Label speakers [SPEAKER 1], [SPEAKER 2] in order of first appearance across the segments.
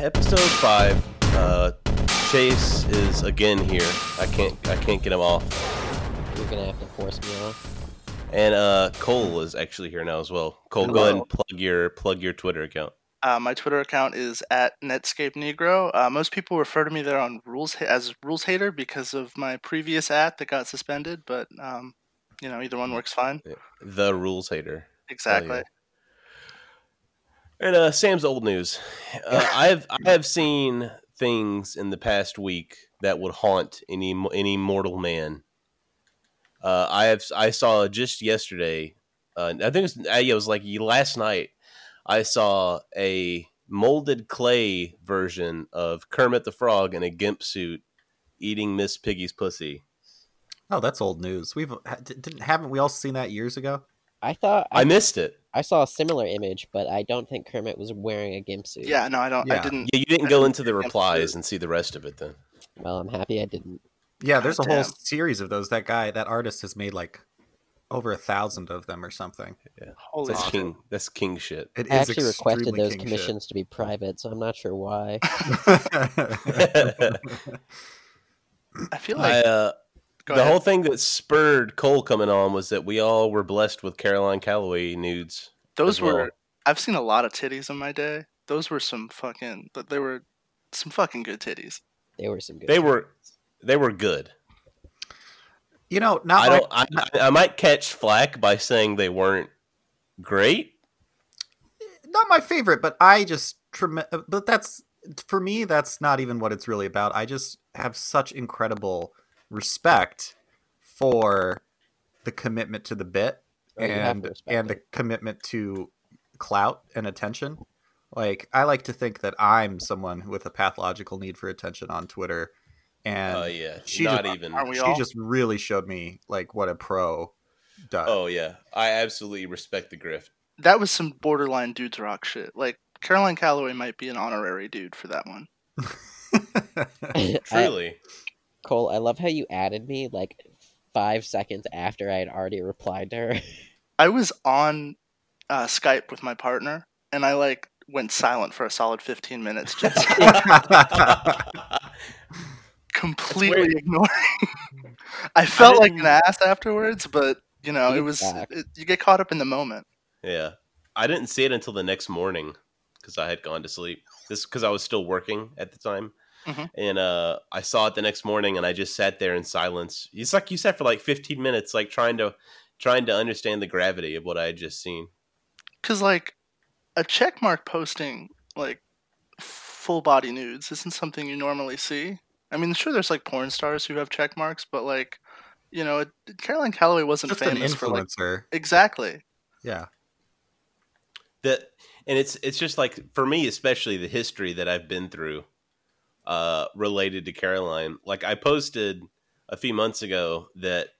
[SPEAKER 1] episode five. Uh, Chase is again here. I can't I can't get him off.
[SPEAKER 2] You're gonna have to force me off.
[SPEAKER 1] And uh, Cole is actually here now as well. Cole, go ahead and plug your plug your Twitter account.
[SPEAKER 3] Uh, my Twitter account is at Netscape Negro. Uh, most people refer to me there on rules ha- as rules hater because of my previous ad that got suspended, but um, you know either
[SPEAKER 1] Mm.
[SPEAKER 3] one works fine.
[SPEAKER 1] The rules hater.
[SPEAKER 3] Exactly.
[SPEAKER 1] And uh, Sam's old news. Uh, I've I have seen things in the past week that would haunt any any mortal man. Uh, I have I saw just yesterday. Uh, I think it was, uh, yeah, it was like last night. I saw a molded clay version of Kermit the Frog in a gimp suit eating Miss Piggy's pussy.
[SPEAKER 4] Oh, that's old news. We've ha- d- didn't haven't we all seen that years ago?
[SPEAKER 2] I thought I,
[SPEAKER 1] I missed it.
[SPEAKER 2] I saw a similar image, but I don't think Kermit was wearing a gimp suit.
[SPEAKER 3] Yeah. No, I don't. I
[SPEAKER 4] Yeah.
[SPEAKER 3] didn't.
[SPEAKER 1] Yeah, you didn't go into the replies and see the rest of it then.
[SPEAKER 2] Well, I'm happy I didn't.
[SPEAKER 4] Yeah, there's a whole
[SPEAKER 3] Goddamn.
[SPEAKER 4] series of those. That guy, that artist, has made like over a thousand of them or something.
[SPEAKER 3] Holy
[SPEAKER 1] That's
[SPEAKER 3] shit.
[SPEAKER 1] king. That's king shit.
[SPEAKER 4] It
[SPEAKER 2] I
[SPEAKER 4] is
[SPEAKER 2] actually requested
[SPEAKER 4] extremely
[SPEAKER 2] those
[SPEAKER 4] king shit.
[SPEAKER 2] commissions to be private, so I'm not sure why.
[SPEAKER 3] I feel
[SPEAKER 1] I,
[SPEAKER 3] like
[SPEAKER 1] uh,
[SPEAKER 3] go
[SPEAKER 1] the
[SPEAKER 3] ahead.
[SPEAKER 1] whole thing that spurred Cole coming on was that we all were blessed with Caroline Calloway nudes.
[SPEAKER 3] those
[SPEAKER 1] as well.
[SPEAKER 3] were. I've seen a lot of titties in my day. Those were some fucking. But they were some fucking good titties.
[SPEAKER 2] They were some good.
[SPEAKER 1] They were they were good.
[SPEAKER 4] you
[SPEAKER 1] I
[SPEAKER 4] know, not like,
[SPEAKER 1] don't. I, I might catch flack by saying they weren't great.
[SPEAKER 4] not my favorite, but I just trem- but that's for me that's not even what it's really about. I just have such incredible respect for the commitment to the bit
[SPEAKER 2] Oh, you have to
[SPEAKER 4] and
[SPEAKER 2] respect
[SPEAKER 4] and the
[SPEAKER 2] it.
[SPEAKER 4] commitment to clout and attention. Like I like to think that I'm someone with a pathological need for attention on Twitter and
[SPEAKER 1] Oh yeah,
[SPEAKER 4] she
[SPEAKER 1] not
[SPEAKER 4] just-
[SPEAKER 1] even.
[SPEAKER 3] Aren't we
[SPEAKER 4] she
[SPEAKER 3] all?
[SPEAKER 4] just really showed me like what a pro does.
[SPEAKER 1] Oh yeah, I absolutely respect the grift.
[SPEAKER 3] That was some borderline dudes rock shit. Like Caroline Calloway might be an honorary dude for that one.
[SPEAKER 2] I-
[SPEAKER 1] Truly,
[SPEAKER 2] Uh, Cole, I love how you added me like five seconds after I had already replied to her.
[SPEAKER 3] I was on uh, Skype with my partner, and I like went silent for a solid fifteen minutes, just completely ignoring. I felt like an ass afterwards, but you know, it
[SPEAKER 2] You're
[SPEAKER 3] was
[SPEAKER 2] back.
[SPEAKER 3] it, you get caught up in the moment.
[SPEAKER 1] yeah. I didn't see it until the next morning because I had gone to sleep. This because I was still working at the time,
[SPEAKER 3] Mhm.
[SPEAKER 1] and uh, I saw it the next morning, and I just sat there in silence. It's like you sat for like 15 minutes, like trying to trying to understand the gravity of what I had just seen.
[SPEAKER 3] Cause like a checkmark posting like full body nudes isn't something you normally see. I mean, sure, there's like porn stars who have check marks, but like, you know, it, Caroline Calloway wasn't
[SPEAKER 4] just an
[SPEAKER 3] famous for like
[SPEAKER 4] influencer.
[SPEAKER 3] exactly.
[SPEAKER 4] Yeah.
[SPEAKER 1] that and it's it's just like for me especially the history that i've been through uh related to caroline like i posted a few months ago that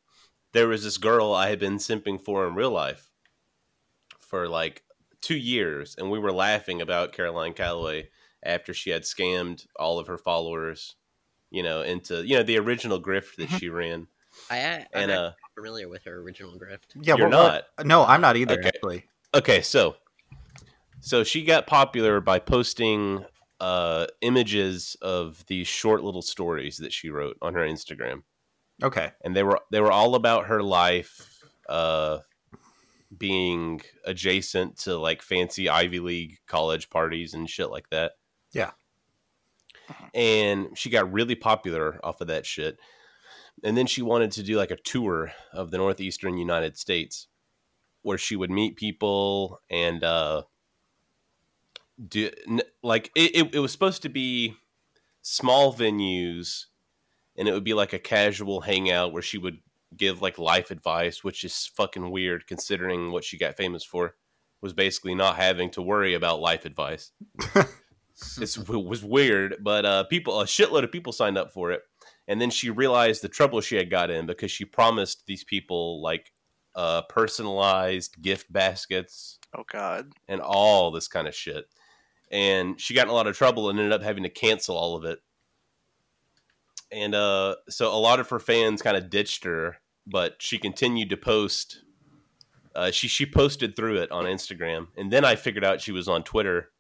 [SPEAKER 1] there was this girl i had been simping for in real life for like two years and we were laughing about caroline calloway after she had scammed all of her followers you know into you know the original grift
[SPEAKER 4] Mm-hmm.
[SPEAKER 1] that she ran
[SPEAKER 2] I, am
[SPEAKER 1] and uh
[SPEAKER 2] familiar with her original grift.
[SPEAKER 4] Yeah,
[SPEAKER 1] you're
[SPEAKER 4] what- what-
[SPEAKER 1] not
[SPEAKER 4] No, I'm not either
[SPEAKER 1] Okay.
[SPEAKER 4] actually.
[SPEAKER 1] okay so so she got popular by posting uh images of these short little stories that she wrote on her instagram
[SPEAKER 4] Okay.
[SPEAKER 1] and they were they were all about her life uh being adjacent to like fancy ivy league college parties and shit like that
[SPEAKER 4] Yeah.
[SPEAKER 1] and she got really popular off of that shit and then she wanted to do like a tour of the northeastern united states where she would meet people and uh do n- like it, it, it was supposed to be small venues and it would be like a casual hangout where she would give like life advice which is fucking weird considering what she got famous for was basically not having to worry about life advice it's, it was weird but uh people a shitload of people signed up for it and then she realized the trouble she had got in because she promised these people like uh personalized gift baskets
[SPEAKER 3] Oh God,
[SPEAKER 1] and all this kind of shit. And she got in a lot of trouble and ended up having to cancel all of it. And uh, so a lot of her fans kind of ditched her, but she continued to post. Uh, she she posted through it on Instagram, and then I figured out she was on Twitter.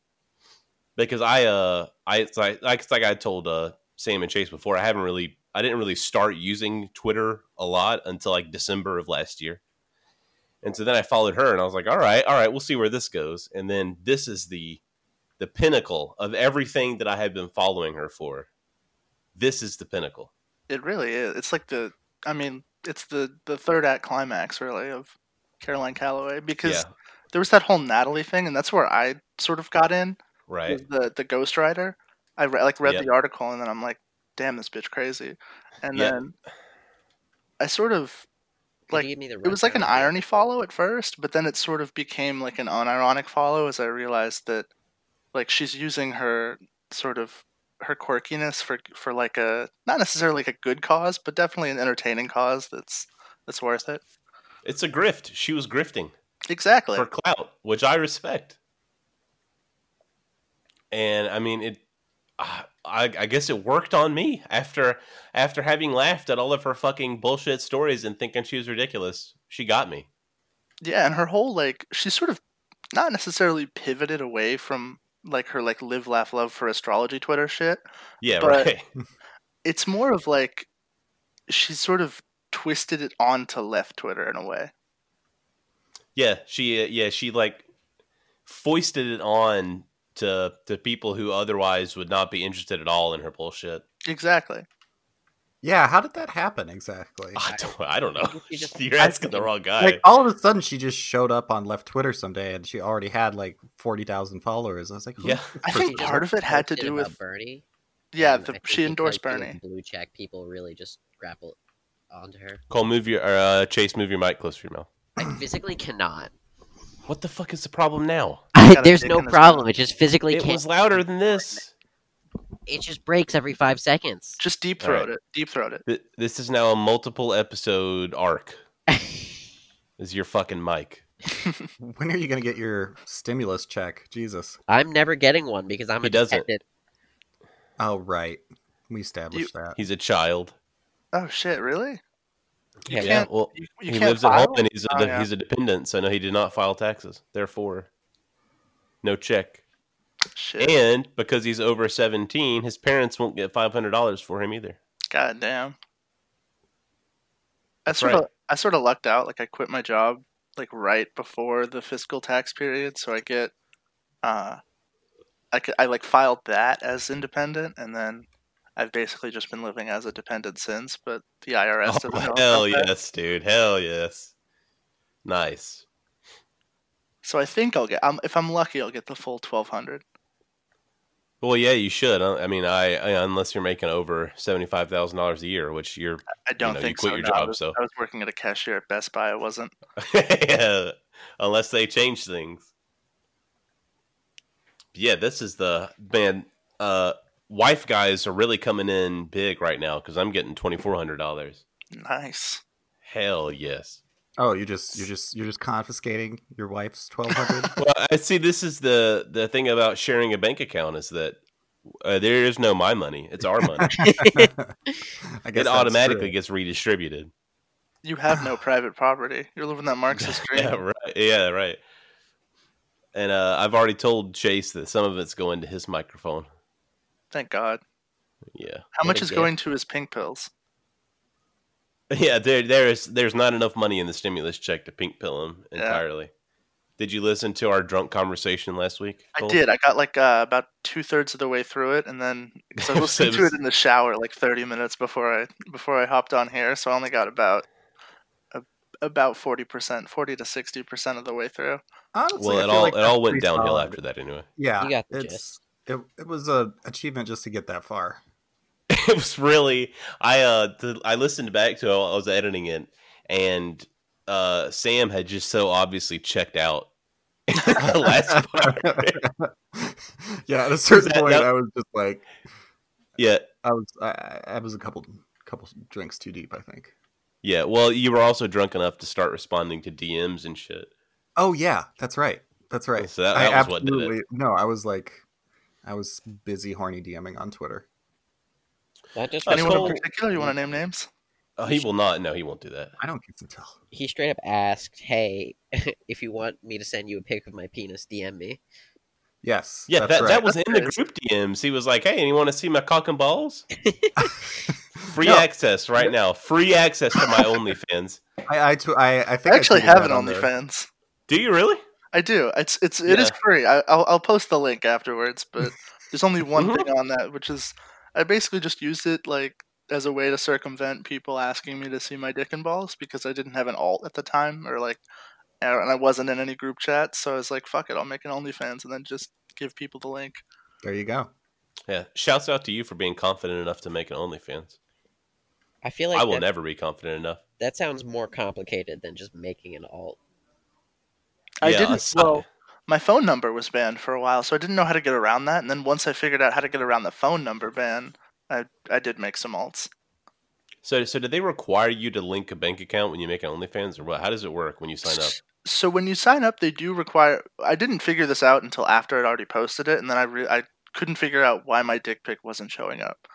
[SPEAKER 1] because I uh I it's like like, it's like I told uh Sam and Chase before, I haven't really I didn't really start using Twitter a lot until like December of last year. And so then I followed her and I was like, all right, all right, we'll see where this goes. And then this is the the pinnacle of everything that I had been following her for. This is the pinnacle.
[SPEAKER 3] It really is. It's like the. I mean, it's the the third act climax really of Caroline Calloway because
[SPEAKER 1] Yeah.
[SPEAKER 3] there was that whole Natalie thing, and that's where I sort of got in.
[SPEAKER 1] Right.
[SPEAKER 3] was The the Ghost Rider. I re- like read
[SPEAKER 1] Yep.
[SPEAKER 3] the article, and then I'm like, damn, this bitch crazy. And
[SPEAKER 1] Yeah.
[SPEAKER 3] then I sort of Like,
[SPEAKER 2] you give me the
[SPEAKER 3] it was like an
[SPEAKER 2] rundown?
[SPEAKER 3] irony follow at first, but then it sort of became like an unironic follow as I realized that like she's using her sort of her quirkiness for for like a not necessarily like a good cause, but definitely an entertaining cause that's that's worth it.
[SPEAKER 1] It's a grift. She was grifting
[SPEAKER 3] Exactly.
[SPEAKER 1] for clout, which I respect. And I mean it. I, I guess it worked on me after after having laughed at all of her fucking bullshit stories and thinking she was ridiculous. She got me.
[SPEAKER 3] Yeah, and her whole like she sort of not necessarily pivoted away from like her like live laugh love for astrology Twitter shit.
[SPEAKER 1] Yeah,
[SPEAKER 3] But-
[SPEAKER 1] right.
[SPEAKER 3] It's more of like she sort of twisted it onto left Twitter in a way.
[SPEAKER 1] Yeah, she uh, yeah she like foisted it on to to people who otherwise would not be interested at all in her bullshit.
[SPEAKER 3] Exactly.
[SPEAKER 4] Yeah, how did that happen exactly?
[SPEAKER 1] I don't, I don't know.
[SPEAKER 2] You just-
[SPEAKER 1] You're asking the wrong guy.
[SPEAKER 4] Like all of a sudden, she just showed up on left Twitter someday, and she already had like forty thousand followers. I was like, who
[SPEAKER 1] yeah,
[SPEAKER 4] the
[SPEAKER 3] I
[SPEAKER 4] frick
[SPEAKER 3] think
[SPEAKER 4] is
[SPEAKER 2] She just
[SPEAKER 3] part of it had to
[SPEAKER 2] posted
[SPEAKER 3] do
[SPEAKER 2] about
[SPEAKER 3] with-
[SPEAKER 2] Bernie.
[SPEAKER 3] Yeah,
[SPEAKER 2] and Um, I
[SPEAKER 3] the,
[SPEAKER 2] think
[SPEAKER 3] she
[SPEAKER 2] because
[SPEAKER 3] endorsed
[SPEAKER 2] was
[SPEAKER 3] Bernie.
[SPEAKER 2] Blue check people really just grapple onto her.
[SPEAKER 1] Cole, move your or, uh, Chase, move your mic close to your mouth.
[SPEAKER 2] I physically cannot.
[SPEAKER 1] What the fuck is the problem now?
[SPEAKER 3] got a
[SPEAKER 2] There's
[SPEAKER 3] dick
[SPEAKER 2] no
[SPEAKER 3] in his
[SPEAKER 2] problem. It just physically
[SPEAKER 1] it
[SPEAKER 2] can't.
[SPEAKER 1] was louder than this.
[SPEAKER 2] It just breaks every five seconds.
[SPEAKER 3] Just deep
[SPEAKER 1] All right.
[SPEAKER 3] throat it. Deep throat it.
[SPEAKER 1] Th- This is now a multiple episode arc. Is your fucking mic?
[SPEAKER 4] When are you going to get your stimulus check? Jesus.
[SPEAKER 2] I'm never getting one because I'm
[SPEAKER 1] He
[SPEAKER 2] a
[SPEAKER 1] doesn't.
[SPEAKER 2] dependent.
[SPEAKER 4] Oh, right. We established that.
[SPEAKER 1] He's a child.
[SPEAKER 3] Oh shit, really?
[SPEAKER 2] You
[SPEAKER 1] yeah,
[SPEAKER 3] can't-
[SPEAKER 1] well,
[SPEAKER 3] You, you
[SPEAKER 1] he
[SPEAKER 3] can't
[SPEAKER 1] lives
[SPEAKER 3] file?
[SPEAKER 1] at home and he's a,
[SPEAKER 3] Oh, yeah.
[SPEAKER 1] he's a dependent, so no, he did not file taxes. Therefore, no check.
[SPEAKER 3] Shit.
[SPEAKER 1] And because he's over 17, his parents won't get $500 for him either.
[SPEAKER 3] God damn. I
[SPEAKER 1] That's
[SPEAKER 3] sort
[SPEAKER 1] right.
[SPEAKER 3] of I sort of lucked out. Like I quit my job like right before the fiscal tax period, so I get uh I c- I, like filed that as independent, and then I've basically just been living as a dependent since. But the IRS doesn't. know
[SPEAKER 1] Oh,
[SPEAKER 3] about
[SPEAKER 1] hell
[SPEAKER 3] that.
[SPEAKER 1] yes, dude. Hell yes. Nice.
[SPEAKER 3] So I think I'll get. Um, if I'm lucky, I'll get the full twelve hundred.
[SPEAKER 1] Well, yeah, you should. Uh, I mean, I, I unless you're making over $75,000 a year, which you're
[SPEAKER 3] I don't
[SPEAKER 1] know, you
[SPEAKER 3] think
[SPEAKER 1] quit
[SPEAKER 3] so.
[SPEAKER 1] your
[SPEAKER 3] no, I
[SPEAKER 1] job,
[SPEAKER 3] was-
[SPEAKER 1] so.
[SPEAKER 3] I was working at a cashier at Best Buy. I wasn't.
[SPEAKER 1] unless they change things. Yeah, this is the man. Uh, wife guys are really coming in big right now because I'm getting $2,400.
[SPEAKER 3] Nice.
[SPEAKER 1] Hell yes.
[SPEAKER 4] Oh, you just you're just you're just confiscating your wife's twelve hundred.
[SPEAKER 1] well, I see. This is the the thing about sharing a bank account is that uh, there is no my money; it's our money.
[SPEAKER 4] I guess
[SPEAKER 1] it
[SPEAKER 4] that's
[SPEAKER 1] automatically
[SPEAKER 4] true.
[SPEAKER 1] gets redistributed.
[SPEAKER 3] You have no private property. You're living that Marxist dream.
[SPEAKER 1] Yeah, right. Yeah, right. And uh, I've already told Chase that some of it's going to his microphone.
[SPEAKER 3] Thank God.
[SPEAKER 1] Yeah,
[SPEAKER 3] How
[SPEAKER 1] What
[SPEAKER 3] much
[SPEAKER 1] a
[SPEAKER 3] is
[SPEAKER 1] dick.
[SPEAKER 3] going to his pink pills?
[SPEAKER 1] yeah. There, there is. There's not enough money in the stimulus check to pink pill him
[SPEAKER 3] Yeah.
[SPEAKER 1] entirely. Did you listen to our drunk conversation last week?
[SPEAKER 3] I
[SPEAKER 1] Cole?
[SPEAKER 3] did. I got like uh, about two thirds of the way through it, and then because I
[SPEAKER 1] It
[SPEAKER 3] listened to
[SPEAKER 1] was-
[SPEAKER 3] it in the shower like thirty minutes before I before I hopped on here, so I only got about a, about forty percent, forty to sixty percent of the way through.
[SPEAKER 4] Honestly,
[SPEAKER 1] Well,
[SPEAKER 4] I
[SPEAKER 1] it
[SPEAKER 4] feel
[SPEAKER 1] all
[SPEAKER 4] like
[SPEAKER 1] it all
[SPEAKER 4] that's
[SPEAKER 1] went
[SPEAKER 4] pretty
[SPEAKER 1] downhill
[SPEAKER 4] solid.
[SPEAKER 1] after that. Anyway,
[SPEAKER 4] Yeah,
[SPEAKER 2] You got the
[SPEAKER 4] it's it, it was a achievement just to get that far.
[SPEAKER 1] it was really I uh th- I listened back to it while I was editing it and uh Sam had just so obviously checked out in the last part.
[SPEAKER 4] yeah, at a certain
[SPEAKER 1] that-
[SPEAKER 4] point,
[SPEAKER 1] that-
[SPEAKER 4] I was just like,
[SPEAKER 1] Yeah.
[SPEAKER 4] I was I- I, I was a couple couple drinks too deep, I think.
[SPEAKER 1] Yeah. Well, you were also drunk enough to start responding to DMs and shit.
[SPEAKER 4] Oh yeah, that's right. That's right.
[SPEAKER 1] So that,
[SPEAKER 4] I
[SPEAKER 1] that was what did it.
[SPEAKER 4] absolutely no. I was like, I was busy horny DMing on Twitter.
[SPEAKER 2] Not just
[SPEAKER 1] That's
[SPEAKER 3] Anyone
[SPEAKER 1] cool.
[SPEAKER 3] in particular? You want to name names?
[SPEAKER 1] Oh, he will not. No, he won't do that.
[SPEAKER 4] I don't get to tell.
[SPEAKER 2] he straight up asked, "Hey, if you want me to send you a pic of my penis, DM me."
[SPEAKER 4] Yes.
[SPEAKER 1] Yeah,
[SPEAKER 4] that's
[SPEAKER 1] that,
[SPEAKER 4] right.
[SPEAKER 1] that was in the
[SPEAKER 3] That's
[SPEAKER 1] group DMs. He was like, "Hey, anyone want to see my cock and balls? Free
[SPEAKER 4] No.
[SPEAKER 1] access right now. Free access to my OnlyFans.
[SPEAKER 4] I, I, tw- I, I think
[SPEAKER 3] I actually
[SPEAKER 4] tweeted
[SPEAKER 3] have
[SPEAKER 4] that
[SPEAKER 3] an
[SPEAKER 4] on the-
[SPEAKER 3] OnlyFans.
[SPEAKER 1] Do you really?
[SPEAKER 3] I do. It's it's it is
[SPEAKER 1] Yeah.
[SPEAKER 3] free. I, I'll I'll post the link afterwards. But there's only one
[SPEAKER 1] Mhm.
[SPEAKER 3] thing on that, which is I basically just used it like as a way to circumvent people asking me to see my dick and balls because I didn't have an alt at the time or like, and I wasn't in any group chat. So I was like, fuck it, I'll make an OnlyFans and then just give people the link.
[SPEAKER 4] There you go.
[SPEAKER 1] Yeah. Shouts out to you for being confident enough to make an OnlyFans.
[SPEAKER 2] I feel like
[SPEAKER 1] I will
[SPEAKER 2] that,
[SPEAKER 1] never be confident enough.
[SPEAKER 2] that sounds more complicated than just making an alt.
[SPEAKER 3] I
[SPEAKER 1] Yeah,
[SPEAKER 3] didn't.
[SPEAKER 1] aside-
[SPEAKER 3] Well, my phone number was banned for a while, so I didn't know how to get around that. And then once I figured out how to get around the phone number ban, I I did make some alts.
[SPEAKER 1] So, so did they require you to link a bank account when you make an OnlyFans, or what? How does it work when you sign up?
[SPEAKER 3] So when you sign up, they do require. I didn't figure this out until after I'd already posted it, and then I re- I couldn't figure out why my dick pic wasn't showing up.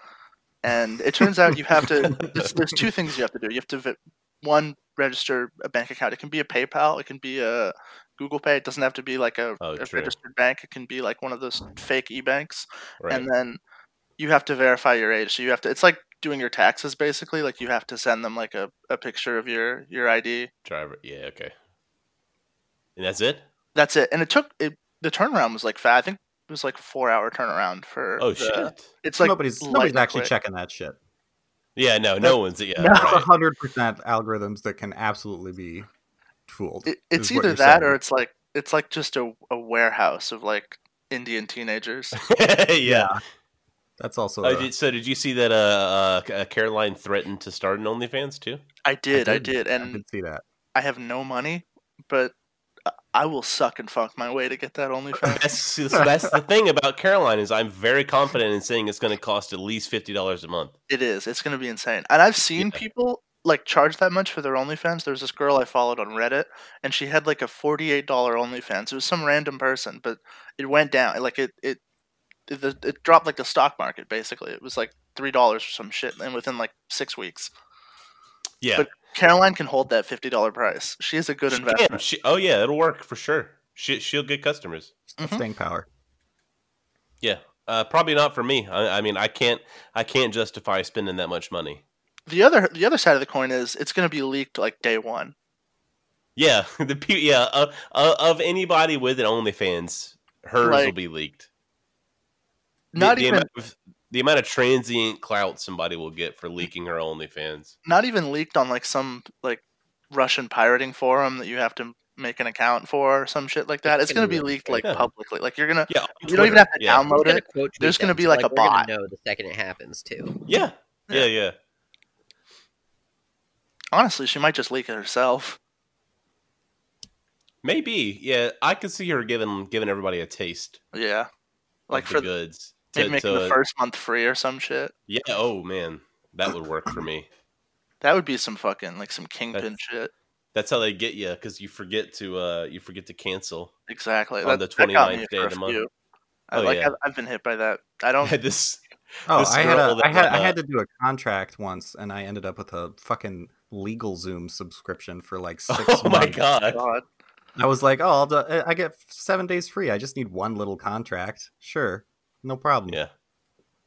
[SPEAKER 3] And it turns out you have to. There's, there's two things you have to do. You have to vi- one register a bank account. It can be a PayPal. It can be a Google Pay. It doesn't have to be like a,
[SPEAKER 1] Oh,
[SPEAKER 3] a
[SPEAKER 1] true.
[SPEAKER 3] registered bank. It can be like one of those fake e banks
[SPEAKER 1] Right.
[SPEAKER 3] and then you have to verify your age. So you have to. It's like doing your taxes, basically. Like you have to send them like a, a picture of your your ID.
[SPEAKER 1] Driver. Yeah. Okay. And that's it.
[SPEAKER 3] That's it. And it took it. The turnaround was like fast. I think it was like four hour turnaround for.
[SPEAKER 1] Oh
[SPEAKER 3] the-
[SPEAKER 1] shit.
[SPEAKER 3] It's like
[SPEAKER 4] nobody's
[SPEAKER 3] lightning
[SPEAKER 4] nobody's actually
[SPEAKER 3] quick.
[SPEAKER 4] checking that shit.
[SPEAKER 1] Yeah. No. No one's. Yeah.
[SPEAKER 3] No.
[SPEAKER 1] right.
[SPEAKER 4] hundred percent algorithms that can absolutely be fooled.
[SPEAKER 3] It, it's
[SPEAKER 4] is what
[SPEAKER 3] either
[SPEAKER 4] you're
[SPEAKER 3] that or
[SPEAKER 4] saying.
[SPEAKER 3] it's like it's like just a, a warehouse of like Indian teenagers.
[SPEAKER 1] yeah.
[SPEAKER 4] That's also
[SPEAKER 1] Oh,
[SPEAKER 4] a-
[SPEAKER 1] did, so did you see that uh, uh, Caroline threatened to start an OnlyFans too?
[SPEAKER 3] I did, I
[SPEAKER 4] did.
[SPEAKER 3] did,
[SPEAKER 4] I
[SPEAKER 3] and
[SPEAKER 4] did see that.
[SPEAKER 3] I have no money, but I- I will suck and fuck my way to get that OnlyFans.
[SPEAKER 1] That's so that's the thing about Caroline is I'm very confident in saying it's going to cost at least fifty dollars a month.
[SPEAKER 3] It is. It's going to be insane. And I've seen people like charge that much for their OnlyFans. There was this girl I followed on Reddit, and she had like a forty-eight dollar OnlyFans. It was some random person, but it went down. Like it, it, it, the- it dropped like the stock market. Basically, it was like three dollars or some shit, and within like six weeks,
[SPEAKER 1] Yeah,
[SPEAKER 3] But Caroline can hold that fifty-dollar price. She is a good
[SPEAKER 1] She
[SPEAKER 3] investment.
[SPEAKER 1] can. She- oh yeah, it'll work for sure. She, she'll get customers.
[SPEAKER 3] Mhm.
[SPEAKER 4] Staying power.
[SPEAKER 1] Yeah, uh, probably not for me. I, I mean, I can't I can't justify spending that much money.
[SPEAKER 3] The other, the other side of the coin is it's going to be leaked like day one.
[SPEAKER 1] Yeah, the pe- yeah uh, uh, of anybody with an OnlyFans, hers will
[SPEAKER 3] Like-
[SPEAKER 1] be leaked. The-
[SPEAKER 3] Not
[SPEAKER 1] the,
[SPEAKER 3] even,
[SPEAKER 1] amount of, the amount of transient clout somebody will get for leaking her OnlyFans.
[SPEAKER 3] not even leaked on like some like Russian pirating forum that you have to make an account for or some shit like that. It's,
[SPEAKER 2] It's
[SPEAKER 3] gonna,
[SPEAKER 2] gonna
[SPEAKER 3] be
[SPEAKER 2] be
[SPEAKER 3] leaked like
[SPEAKER 1] yeah.
[SPEAKER 3] publicly. Like you're gonna
[SPEAKER 1] Yeah, on
[SPEAKER 3] you don't
[SPEAKER 1] Twitter.
[SPEAKER 3] even have to
[SPEAKER 1] yeah.
[SPEAKER 2] He's
[SPEAKER 3] download
[SPEAKER 2] gonna
[SPEAKER 3] it.
[SPEAKER 2] quote tweet
[SPEAKER 3] There's gonna
[SPEAKER 2] them,
[SPEAKER 3] be
[SPEAKER 2] so,
[SPEAKER 3] like a
[SPEAKER 2] we're gonna
[SPEAKER 3] bot.
[SPEAKER 2] know the second it happens too.
[SPEAKER 1] Yeah, yeah, yeah.
[SPEAKER 3] Honestly, she might just leak it herself.
[SPEAKER 1] Maybe. Yeah, I could see her giving giving everybody a taste
[SPEAKER 3] Yeah, like
[SPEAKER 1] of
[SPEAKER 3] for
[SPEAKER 1] the goods.
[SPEAKER 3] maybe making the
[SPEAKER 1] to- uh,
[SPEAKER 3] first month free or some shit.
[SPEAKER 1] yeah. Oh man, that would work for me.
[SPEAKER 3] That would be some fucking like some kingpin shit.
[SPEAKER 1] That's how they get you because you forget to uh you forget to cancel.
[SPEAKER 3] Exactly.
[SPEAKER 1] on
[SPEAKER 3] That-
[SPEAKER 1] the
[SPEAKER 3] that got me
[SPEAKER 1] 29th day of
[SPEAKER 3] for a
[SPEAKER 1] the month.
[SPEAKER 3] few. I,
[SPEAKER 1] Oh,
[SPEAKER 3] like
[SPEAKER 1] yeah.
[SPEAKER 3] I've, I've been hit by that. I don't.
[SPEAKER 1] this
[SPEAKER 4] Oh,
[SPEAKER 1] This
[SPEAKER 4] I had,
[SPEAKER 1] girl
[SPEAKER 4] a,
[SPEAKER 1] that
[SPEAKER 4] I, had,
[SPEAKER 1] went
[SPEAKER 4] I had to do a contract once, and I ended up with a fucking legal Zoom subscription for like six
[SPEAKER 1] oh my
[SPEAKER 4] months.
[SPEAKER 1] god.
[SPEAKER 3] God.
[SPEAKER 4] I was like, oh, I'll do, I get seven days free. I just need one little contract. Sure, no problem.
[SPEAKER 1] Yeah.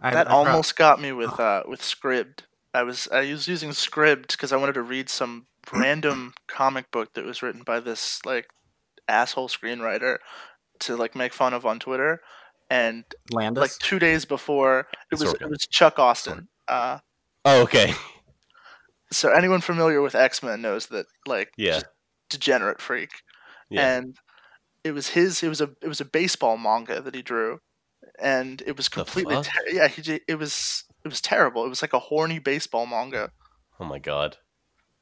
[SPEAKER 4] I,
[SPEAKER 3] that
[SPEAKER 4] I prob-
[SPEAKER 3] almost got me with uh, with Scribd. I was I was using Scribd because I wanted to read some random comic book that was written by this like asshole screenwriter to like make fun of on Twitter, and
[SPEAKER 4] Landis.
[SPEAKER 3] like two days before it was
[SPEAKER 1] Sorkin.
[SPEAKER 3] it was Chuck Austin. Uh,
[SPEAKER 1] Oh okay.
[SPEAKER 3] so anyone familiar with X Men knows that like
[SPEAKER 1] Yeah.
[SPEAKER 3] just degenerate freak,
[SPEAKER 1] Yeah.
[SPEAKER 3] and it was his it was a it was a baseball manga that he drew, and it was completely
[SPEAKER 1] fuck?
[SPEAKER 3] ter- yeah he did- it was it was terrible. It was like a horny baseball manga,
[SPEAKER 1] oh my god.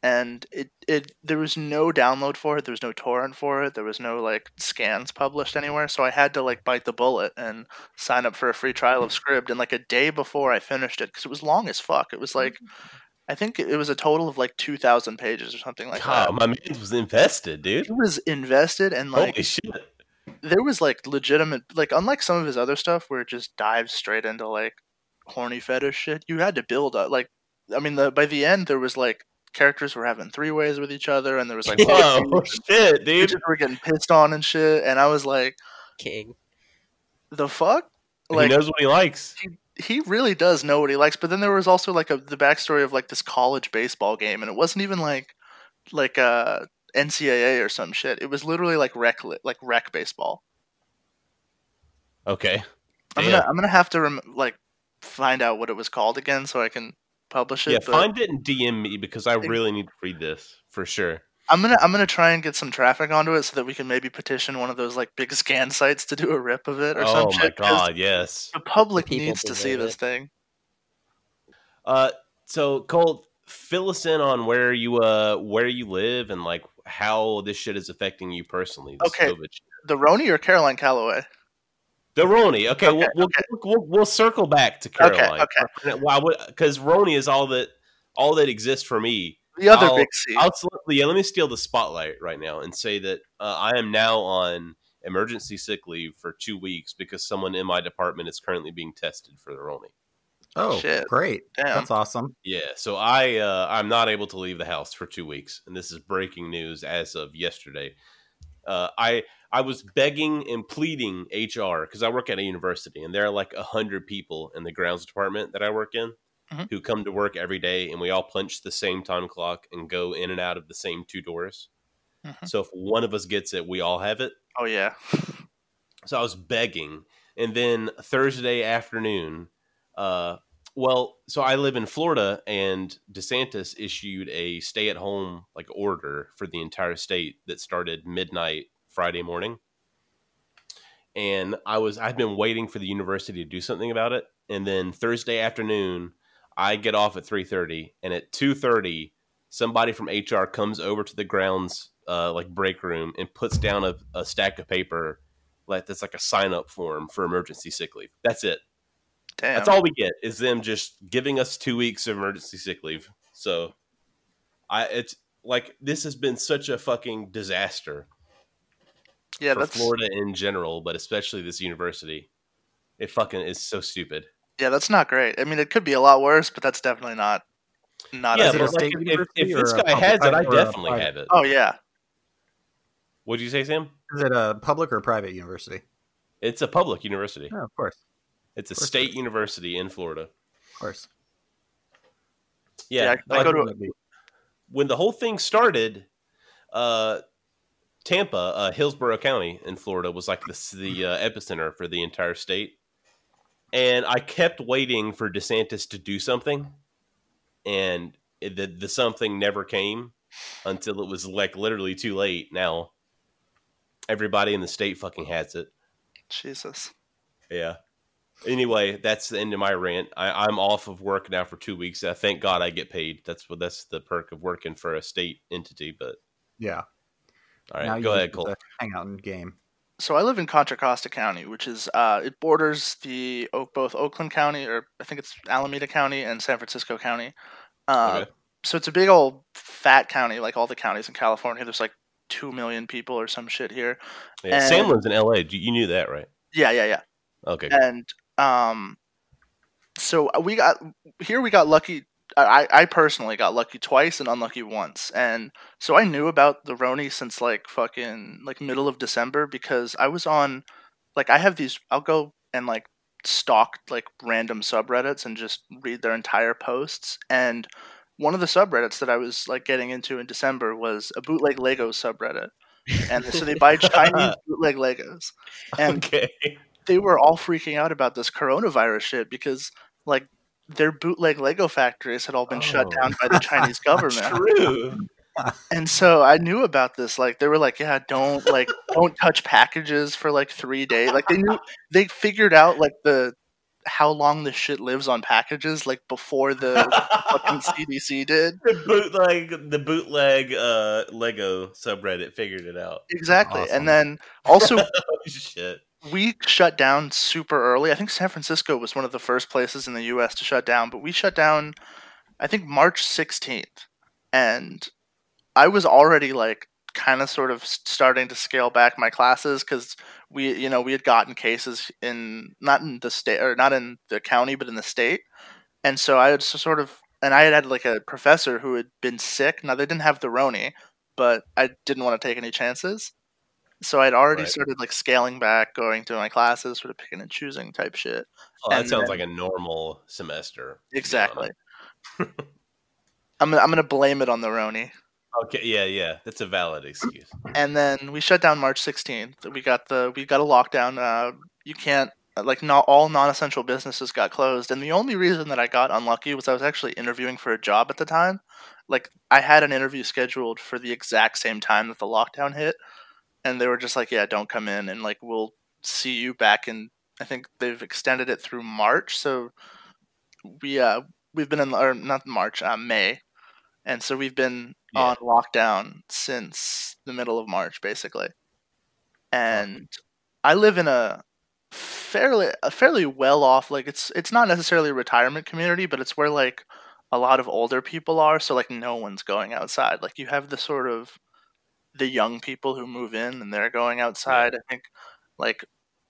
[SPEAKER 3] and it it there was no download for it. There was no torrent for it. There was no like scans published anywhere. So I had to like bite the bullet and sign up for a free trial of Scribd. And like a day before I finished it, because it was long as fuck. It was like. I think it was a total of like two thousand pages or something like
[SPEAKER 1] god,
[SPEAKER 3] that.
[SPEAKER 1] my man was invested, dude.
[SPEAKER 3] It was invested and like
[SPEAKER 1] Holy shit.
[SPEAKER 3] there was like legitimate like unlike some of his other stuff where it just dives straight into like horny fetish shit you had to build up like i mean the by the end there was like characters were having three ways with each other and there was like
[SPEAKER 1] Oh shit, dude.
[SPEAKER 3] bitches were getting pissed on and shit and i was like
[SPEAKER 2] King.
[SPEAKER 3] the fuck?
[SPEAKER 1] he knows what he likes.
[SPEAKER 3] he really does know what he likes. But then there was also like a the backstory of like this college baseball game, and it wasn't even like like uh NCAA or some shit. It was literally like rec like rec baseball.
[SPEAKER 1] Okay.
[SPEAKER 3] I'm
[SPEAKER 1] Damn.
[SPEAKER 3] gonna I'm gonna have to rem- like find out what it was called again so I can publish it.
[SPEAKER 1] yeah,
[SPEAKER 3] but
[SPEAKER 1] find it and DM me because I
[SPEAKER 3] Ex-
[SPEAKER 1] really need to read this for sure.
[SPEAKER 3] I'm gonna I'm gonna try and get some traffic onto it so that we can maybe petition one of those like big scan sites to do a rip of it or
[SPEAKER 1] Oh
[SPEAKER 3] some
[SPEAKER 1] my
[SPEAKER 3] shit. 'cause
[SPEAKER 1] god, yes.
[SPEAKER 3] The public
[SPEAKER 2] People
[SPEAKER 3] needs to see
[SPEAKER 2] deserve
[SPEAKER 3] this
[SPEAKER 2] it.
[SPEAKER 3] thing.
[SPEAKER 1] Uh, so Colt, fill us in on where you uh where you live and like how this shit is affecting you personally. This
[SPEAKER 3] Okay.
[SPEAKER 1] COVID shit.
[SPEAKER 3] The Roni or Caroline Calloway?
[SPEAKER 1] The Roni. Okay, we'll,
[SPEAKER 3] Okay,
[SPEAKER 1] we'll,
[SPEAKER 3] okay.
[SPEAKER 1] we'll we'll circle back to
[SPEAKER 3] Okay,
[SPEAKER 1] Caroline. Why? Because Roni is all that all that exists for me.
[SPEAKER 3] The other
[SPEAKER 1] I'll-
[SPEAKER 3] big C.
[SPEAKER 1] I'll sl- yeah, let me steal the spotlight right now and say that uh, I am now on emergency sick leave for two weeks because someone in my department is currently being tested for the Roni.
[SPEAKER 4] Oh,
[SPEAKER 3] Shit.
[SPEAKER 4] great.
[SPEAKER 3] Damn.
[SPEAKER 4] That's awesome.
[SPEAKER 1] Yeah, so I uh, I'm not able to leave the house for two weeks, and this is breaking news as of yesterday. Uh, I I was begging and pleading HR because I work at a university, and there are like a hundred people in the grounds department that I work in
[SPEAKER 3] Mhm.
[SPEAKER 1] who come to work every day, and we all punch the same time clock and go in and out of the same two doors.
[SPEAKER 3] Mhm.
[SPEAKER 1] So if one of us gets it, we all have it.
[SPEAKER 3] Oh yeah.
[SPEAKER 1] So I was begging. And then Thursday afternoon, uh, well, so I live in Florida, and DeSantis issued a stay at home like order for the entire state that started midnight Friday morning. And I was I've been waiting for the university to do something about it. And then Thursday afternoon, I get off at three thirty, and at two thirty, somebody from HR comes over to the grounds uh, like break room and puts down a, a stack of paper like that's like a sign up form for emergency sick leave. That's it.
[SPEAKER 3] Damn.
[SPEAKER 1] That's all we get is them just giving us two weeks of emergency sick leave. So, I it's like this has been such a fucking disaster
[SPEAKER 3] Yeah,
[SPEAKER 1] for
[SPEAKER 3] that's
[SPEAKER 1] Florida in general, but especially this university. It fucking is so stupid.
[SPEAKER 3] yeah, that's not great. I mean, it could be a lot worse, but that's definitely not not.
[SPEAKER 1] yeah,
[SPEAKER 3] as
[SPEAKER 4] it a
[SPEAKER 1] but like
[SPEAKER 3] bad.
[SPEAKER 4] state
[SPEAKER 1] if, if,
[SPEAKER 4] university
[SPEAKER 1] if this
[SPEAKER 4] or a
[SPEAKER 1] guy has it,
[SPEAKER 4] public-
[SPEAKER 1] I
[SPEAKER 4] or a
[SPEAKER 1] definitely
[SPEAKER 4] private?
[SPEAKER 1] have it.
[SPEAKER 3] oh yeah,
[SPEAKER 1] What'd you say, Sam?
[SPEAKER 4] Is it a public or private university?
[SPEAKER 1] It's a public university.
[SPEAKER 4] No, of course.
[SPEAKER 1] It's a
[SPEAKER 4] course it
[SPEAKER 1] state university in Florida.
[SPEAKER 4] Of course.
[SPEAKER 1] Yeah,
[SPEAKER 3] Yeah, I
[SPEAKER 1] like-
[SPEAKER 3] go to-
[SPEAKER 1] when the whole thing started, uh, Tampa, uh, Hillsborough County in Florida was like the, the uh, epicenter for the entire state. And I kept waiting for DeSantis to do something, and it, the, the something never came until it was like literally too late. Now, everybody in the state fucking has it.
[SPEAKER 3] Jesus.
[SPEAKER 1] Yeah. Anyway, that's the end of my rant. I, I'm off of work now for two weeks. I thank God I get paid. That's what that's the perk of working for a state entity. But
[SPEAKER 4] Yeah.
[SPEAKER 1] all
[SPEAKER 4] Now
[SPEAKER 1] right,
[SPEAKER 4] you
[SPEAKER 1] go
[SPEAKER 4] just
[SPEAKER 1] ahead,
[SPEAKER 4] get
[SPEAKER 1] Cole.
[SPEAKER 4] to Hang out and game.
[SPEAKER 3] So I live in Contra Costa County, which is uh, it borders the Oak, both Oakland County or I think it's Alameda County and San Francisco County. Uh,
[SPEAKER 1] Okay.
[SPEAKER 3] So it's a big old fat county, like all the counties in California. There's like two million people or some shit here.
[SPEAKER 1] Yeah,
[SPEAKER 3] and-
[SPEAKER 1] Sam lives in L.A. You you knew that, right?
[SPEAKER 3] Yeah, yeah, yeah.
[SPEAKER 1] Okay.
[SPEAKER 3] and um so we got here we got lucky I, I personally got lucky twice and unlucky once and so i knew about the roni since like fucking like middle of december because i was on like i have these i'll go and like stalk like random subreddits and just read their entire posts and one of the subreddits that i was like getting into in december was a bootleg lego subreddit and so they buy chinese bootleg legos and
[SPEAKER 1] okay.
[SPEAKER 3] they were all freaking out about this coronavirus shit because like their bootleg Lego factories had all been shut
[SPEAKER 1] Oh.
[SPEAKER 3] down by the Chinese government.
[SPEAKER 1] True.
[SPEAKER 3] And so I knew about this. Like they were like, yeah, don't like don't touch packages for like three days. Like they knew they figured out like the how long this shit lives on packages like before the fucking CDC did.
[SPEAKER 1] the bootleg, the bootleg uh, Lego subreddit figured it out.
[SPEAKER 3] Exactly.
[SPEAKER 4] Awesome.
[SPEAKER 3] And then also
[SPEAKER 1] Oh shit!
[SPEAKER 3] we shut down super early. I think San Francisco was one of the first places in the U.S. to shut down, but we shut down, I think March 16th, and I was already like kind of sort of s- starting to scale back my classes because we, you know, we had gotten cases in not in the state or not in the county, but in the state, and so I had s- sort of and I had had like a professor who had been sick. Now they didn't have the Roni, but I didn't want to take any chances. So I'd already
[SPEAKER 1] Right.
[SPEAKER 3] started like scaling back, going through my classes, sort of picking and choosing type shit.
[SPEAKER 1] Oh, that
[SPEAKER 3] And
[SPEAKER 1] sounds
[SPEAKER 3] then-
[SPEAKER 1] like a normal semester. to be
[SPEAKER 3] Exactly.
[SPEAKER 1] honest.
[SPEAKER 3] I'm gonna, I'm gonna blame it on the Roni.
[SPEAKER 1] Okay. Yeah. Yeah. That's a valid excuse.
[SPEAKER 3] And then we shut down March 16th. We got the we got a lockdown. Uh, you can't uh, like not all non-essential businesses got closed. And the only reason that I got unlucky was I was actually interviewing for a job at the time. Like I had an interview scheduled for the exact same time that the lockdown hit, and they were just like, "Yeah, don't come in," and like we'll see you back in. I think they've extended it through March, so we uh we've been in or not March, uh, May, and so we've been
[SPEAKER 1] Yeah.
[SPEAKER 3] on lockdown since the middle of March, basically. And I live in a fairly a fairly well off like it's it's not necessarily a retirement community, but it's where like a lot of older people are, so like no one's going outside. Like you have the sort of the young people who move in and they're going outside. I think like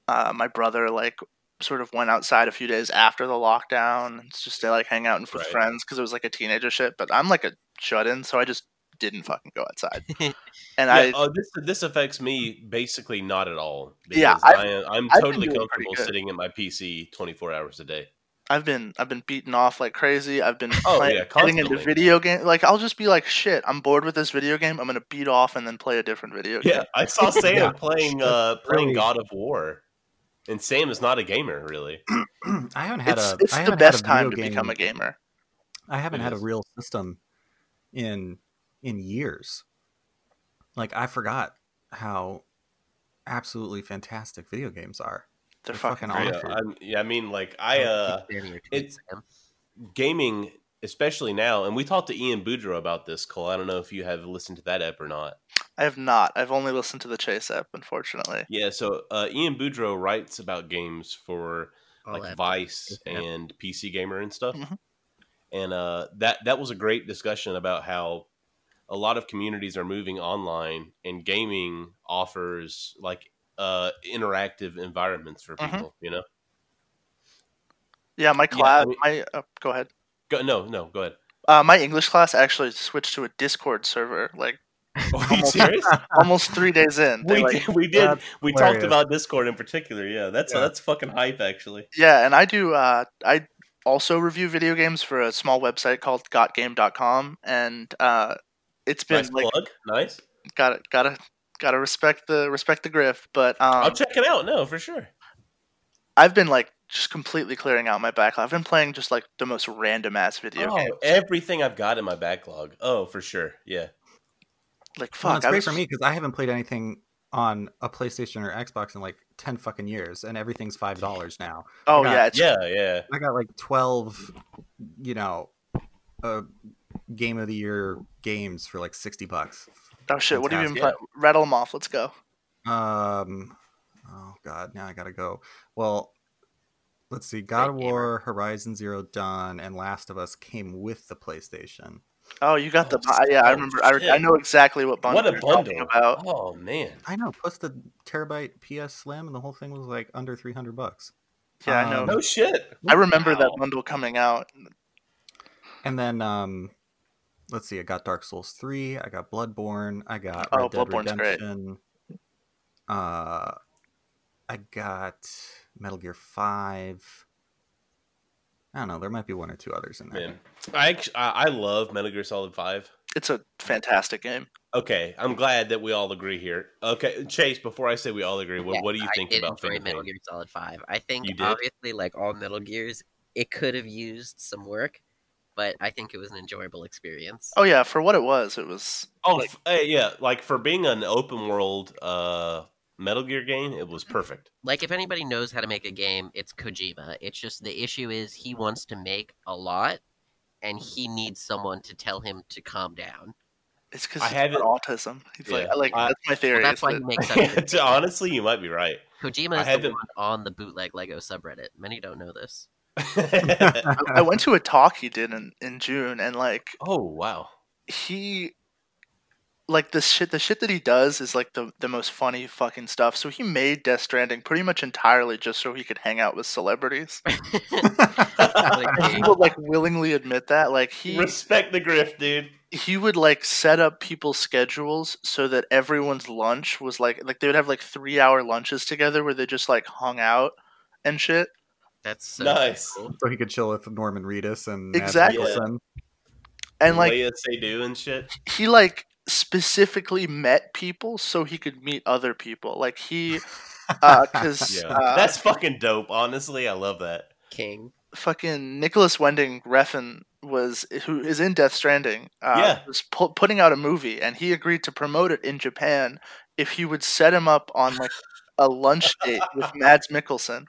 [SPEAKER 3] uh, my brother like sort of went outside a few days after the lockdown it's just to like hang out with
[SPEAKER 1] Right.
[SPEAKER 3] friends because it was like a teenager shit but i'm like a shut-in so i just didn't fucking go outside and
[SPEAKER 1] Yeah,
[SPEAKER 3] i
[SPEAKER 1] oh, this this affects me basically not at all.
[SPEAKER 3] Yeah,
[SPEAKER 1] because
[SPEAKER 3] I've-
[SPEAKER 1] I am, I'm
[SPEAKER 3] I've been
[SPEAKER 1] totally
[SPEAKER 3] doing pretty
[SPEAKER 1] comfortable
[SPEAKER 3] good.
[SPEAKER 1] sitting at my PC 24 hours a day.
[SPEAKER 3] I've been I've been beaten off like crazy. I've been
[SPEAKER 1] Oh,
[SPEAKER 3] playing,
[SPEAKER 1] yeah,
[SPEAKER 3] getting into
[SPEAKER 1] constantly.
[SPEAKER 3] video game. Like I'll just be like, shit, I'm bored with this video game. I'm gonna beat off and then play a different video game.
[SPEAKER 1] Yeah, I saw Sam
[SPEAKER 4] Yeah.
[SPEAKER 1] playing uh, playing
[SPEAKER 4] Really.
[SPEAKER 1] God of War, and Sam is not a gamer really.
[SPEAKER 4] I haven't had
[SPEAKER 3] It's
[SPEAKER 4] a.
[SPEAKER 3] it's
[SPEAKER 4] I
[SPEAKER 3] the
[SPEAKER 4] haven't had a
[SPEAKER 3] best time to
[SPEAKER 4] video
[SPEAKER 3] become a
[SPEAKER 4] game-
[SPEAKER 3] gamer.
[SPEAKER 4] I haven't
[SPEAKER 1] It
[SPEAKER 4] had a
[SPEAKER 1] is.
[SPEAKER 4] real system in in years. Like I forgot how absolutely fantastic video games are.
[SPEAKER 3] They're
[SPEAKER 4] They're
[SPEAKER 3] fucking
[SPEAKER 4] fucking
[SPEAKER 3] great.
[SPEAKER 4] awesome.
[SPEAKER 1] Yeah,
[SPEAKER 4] Honestly.
[SPEAKER 1] I'm, yeah, I mean, like I uh, it's- gaming, especially now, and we talked to Ian Boudreau about this. Cole, I don't know if you have listened to that app or not.
[SPEAKER 3] I have not. I've only listened to the Chase app, unfortunately.
[SPEAKER 1] Yeah, so uh, Ian Boudreau writes about games for like Vice
[SPEAKER 2] Yeah.
[SPEAKER 1] and PC Gamer and stuff.
[SPEAKER 3] Mhm.
[SPEAKER 1] And uh, that that was a great discussion about how a lot of communities are moving online, and gaming offers like uh, interactive environments for
[SPEAKER 3] Mhm.
[SPEAKER 1] people. You know,
[SPEAKER 3] Yeah, my
[SPEAKER 1] Yeah, I
[SPEAKER 3] class,
[SPEAKER 1] mean-
[SPEAKER 3] my oh, go ahead.
[SPEAKER 1] go, no, no, go ahead.
[SPEAKER 3] Uh, my English class actually switched to a Discord server like
[SPEAKER 1] Are you serious?
[SPEAKER 4] Ah.
[SPEAKER 3] almost three days in. They,
[SPEAKER 1] we,
[SPEAKER 3] like,
[SPEAKER 1] did, we did.
[SPEAKER 4] that's
[SPEAKER 1] We talked
[SPEAKER 4] hilarious.
[SPEAKER 1] about Discord in particular. Yeah, that's
[SPEAKER 4] Yeah.
[SPEAKER 1] that's fucking hype, actually.
[SPEAKER 3] Yeah, and I do. Uh, I also review video games for a small website called GotGame.com, and uh, it's been
[SPEAKER 1] nice
[SPEAKER 3] like
[SPEAKER 1] plug. Nice.
[SPEAKER 3] gotta gotta gotta respect the respect the grift. But
[SPEAKER 1] I'll
[SPEAKER 3] um,
[SPEAKER 1] check it out. No, for sure.
[SPEAKER 3] I've been like just completely clearing out my backlog. I've been playing just like the most random ass video
[SPEAKER 1] Oh,
[SPEAKER 3] game.
[SPEAKER 1] everything I've got in my backlog. Oh, for sure. Yeah.
[SPEAKER 3] Like
[SPEAKER 4] Well,
[SPEAKER 3] fuck,
[SPEAKER 4] it's
[SPEAKER 3] I
[SPEAKER 4] great
[SPEAKER 3] was,
[SPEAKER 4] for me because I haven't played anything on a PlayStation or Xbox in like ten fucking years, and everything's five dollars now.
[SPEAKER 3] Oh
[SPEAKER 4] Yeah.
[SPEAKER 3] yeah, it's,
[SPEAKER 1] Yeah, yeah.
[SPEAKER 4] I got like twelve, you know, uh, game of the year games for like sixty bucks.
[SPEAKER 3] Oh shit, what have you been
[SPEAKER 1] Fantastic.
[SPEAKER 3] playing? Rattle them off. Let's go.
[SPEAKER 4] Um, oh god, now I gotta go. Well, let's see. God of
[SPEAKER 2] Great gamer.
[SPEAKER 4] War, Horizon Zero Dawn, and Last of Us came with the PlayStation.
[SPEAKER 3] Oh, you got the
[SPEAKER 1] Oh,
[SPEAKER 3] bu- yeah. I
[SPEAKER 1] oh,
[SPEAKER 3] remember. I, re- I
[SPEAKER 1] shit.
[SPEAKER 3] know exactly what bundle.
[SPEAKER 1] What a
[SPEAKER 3] you're talking
[SPEAKER 1] bundle.
[SPEAKER 3] about.
[SPEAKER 1] Oh man.
[SPEAKER 4] I know, plus the terabyte PS Slim, and the whole thing was like under three hundred bucks.
[SPEAKER 3] Yeah, I know.
[SPEAKER 4] Um,
[SPEAKER 1] No shit.
[SPEAKER 3] I remember that
[SPEAKER 1] Wow.
[SPEAKER 3] bundle coming out.
[SPEAKER 4] And then um let's see, I got Dark Souls 3, I got Bloodborne, I got
[SPEAKER 3] Oh,
[SPEAKER 4] Red Dead
[SPEAKER 3] Bloodborne's great.
[SPEAKER 4] Redemption. Uh I got Metal Gear 5. I don't know, there might be one or two others in there.
[SPEAKER 1] Man. I actually, I I love Metal Gear Solid 5.
[SPEAKER 3] It's a fantastic game.
[SPEAKER 1] Okay, I'm glad that we all agree here. Okay, Chase, before I say we all agree, what,
[SPEAKER 2] Yeah,
[SPEAKER 1] what do you think
[SPEAKER 2] I did
[SPEAKER 1] about
[SPEAKER 2] enjoy
[SPEAKER 1] Phantom
[SPEAKER 2] Metal
[SPEAKER 1] Pain?
[SPEAKER 2] Gear Solid Five. I think
[SPEAKER 1] You did?
[SPEAKER 2] obviously, like all Metal Gears, it could have used some work, but I think it was an enjoyable experience.
[SPEAKER 3] Oh yeah, for what it was, it was
[SPEAKER 1] Oh,
[SPEAKER 3] Like-
[SPEAKER 1] f- eh, yeah, like for being an open world uh Metal Gear game, it was perfect.
[SPEAKER 2] Like if anybody knows how to make a game, it's Kojima. It's just the issue is he wants to make a lot, and he needs someone to tell him to calm down.
[SPEAKER 3] it's because
[SPEAKER 1] I
[SPEAKER 3] he's
[SPEAKER 1] have
[SPEAKER 3] got
[SPEAKER 1] it-
[SPEAKER 3] autism. He's like,
[SPEAKER 1] Yeah,
[SPEAKER 3] like
[SPEAKER 1] I-
[SPEAKER 3] that's my theory.
[SPEAKER 2] Well,
[SPEAKER 3] is
[SPEAKER 2] that's why he
[SPEAKER 3] that-
[SPEAKER 2] makes such. good-
[SPEAKER 1] Honestly, you might be right. I
[SPEAKER 2] Kojima is the
[SPEAKER 1] haven't-
[SPEAKER 2] one on the bootleg Lego subreddit. Many don't know this.
[SPEAKER 3] I went to a talk he did in, in June, and like
[SPEAKER 1] oh wow.
[SPEAKER 3] he, like the shit, the shit that he does is like the the most funny fucking stuff. So he made Death Stranding pretty much entirely just so he could hang out with celebrities.
[SPEAKER 2] Like,
[SPEAKER 3] He will like willingly admit that. Like he,
[SPEAKER 1] Respect the grift, dude.
[SPEAKER 3] he would like set up people's schedules so that everyone's lunch was like like they would have like three hour lunches together where they just like hung out and shit.
[SPEAKER 2] That's so
[SPEAKER 1] Nice.
[SPEAKER 2] cool.
[SPEAKER 4] so he could chill with Norman Reedus and Mads
[SPEAKER 3] Exactly.
[SPEAKER 4] Mikkelsen.
[SPEAKER 3] And like
[SPEAKER 1] Leia Seydoux and shit.
[SPEAKER 3] he like specifically met people so he could meet other people. Like he uh cuz
[SPEAKER 1] Yeah,
[SPEAKER 3] uh,
[SPEAKER 1] that's fucking dope. Honestly, I love that.
[SPEAKER 2] King.
[SPEAKER 3] fucking Nicholas Wending Refn was who is in Death Stranding. Uh,
[SPEAKER 1] Yeah.
[SPEAKER 3] was pu- putting out a movie, and he agreed to promote it in Japan if he would set him up on like a lunch date with Mads Mikkelsen.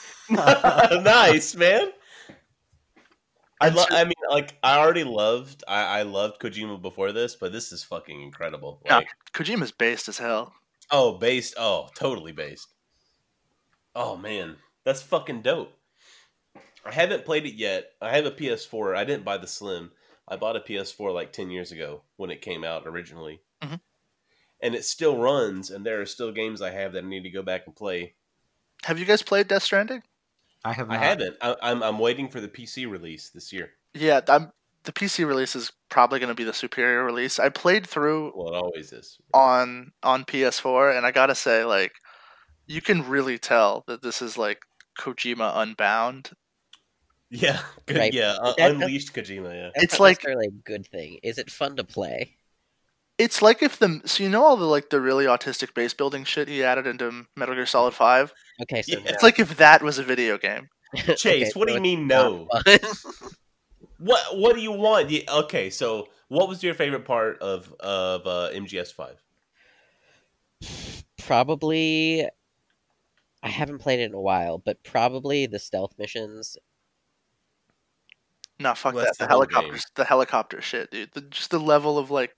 [SPEAKER 1] nice, man. I,
[SPEAKER 3] And
[SPEAKER 1] lo-
[SPEAKER 3] so-
[SPEAKER 1] I mean, like, I already loved, I, I loved Kojima before this, but this is fucking incredible.
[SPEAKER 3] Yeah.
[SPEAKER 1] Like,
[SPEAKER 3] Kojima's based as hell.
[SPEAKER 1] Oh, based. Oh, totally based. Oh man, that's fucking dope. I haven't played it yet. I have a PS4. I didn't buy the Slim. I bought a PS4 like 10 years ago when it came out originally.
[SPEAKER 3] Mhm.
[SPEAKER 1] And it still runs and there are still games I have that I need to go back and play.
[SPEAKER 3] Have you guys played Death Stranding?
[SPEAKER 4] I have
[SPEAKER 1] I
[SPEAKER 4] not.
[SPEAKER 1] haven't. I, I'm I'm waiting for the PC release this year.
[SPEAKER 3] Yeah, I'm, the PC release is probably going to be the superior release. I played through
[SPEAKER 1] Well, it always is.
[SPEAKER 3] on on PS4, and I gotta say, like, you can really tell that this is like Kojima Unbound.
[SPEAKER 1] Yeah. Good,
[SPEAKER 2] Right.
[SPEAKER 1] Yeah. Uh,
[SPEAKER 2] That-
[SPEAKER 1] Unleashed Kojima. Yeah.
[SPEAKER 2] That's
[SPEAKER 3] It's
[SPEAKER 2] not
[SPEAKER 3] like-
[SPEAKER 2] necessarily a good thing. Is it fun to play?
[SPEAKER 3] it's like if the so you know all the like the really autistic base building shit he added into Metal Gear Solid Five.
[SPEAKER 2] Okay, so
[SPEAKER 1] Yeah.
[SPEAKER 3] It's like if that was a video game.
[SPEAKER 2] no.
[SPEAKER 1] Chase,
[SPEAKER 2] Okay,
[SPEAKER 1] what do
[SPEAKER 2] so
[SPEAKER 1] you mean
[SPEAKER 2] it's
[SPEAKER 1] no?
[SPEAKER 2] not fun.
[SPEAKER 1] What What do you want? Yeah, okay, so what was your favorite part of of uh, MGS Five?
[SPEAKER 2] probably I haven't played it in a while, but probably the stealth missions.
[SPEAKER 3] No, fuck
[SPEAKER 1] Well,
[SPEAKER 3] that.
[SPEAKER 1] that's
[SPEAKER 3] The
[SPEAKER 1] the whole game.
[SPEAKER 3] helicopter, the helicopter shit, dude. The, just the level of like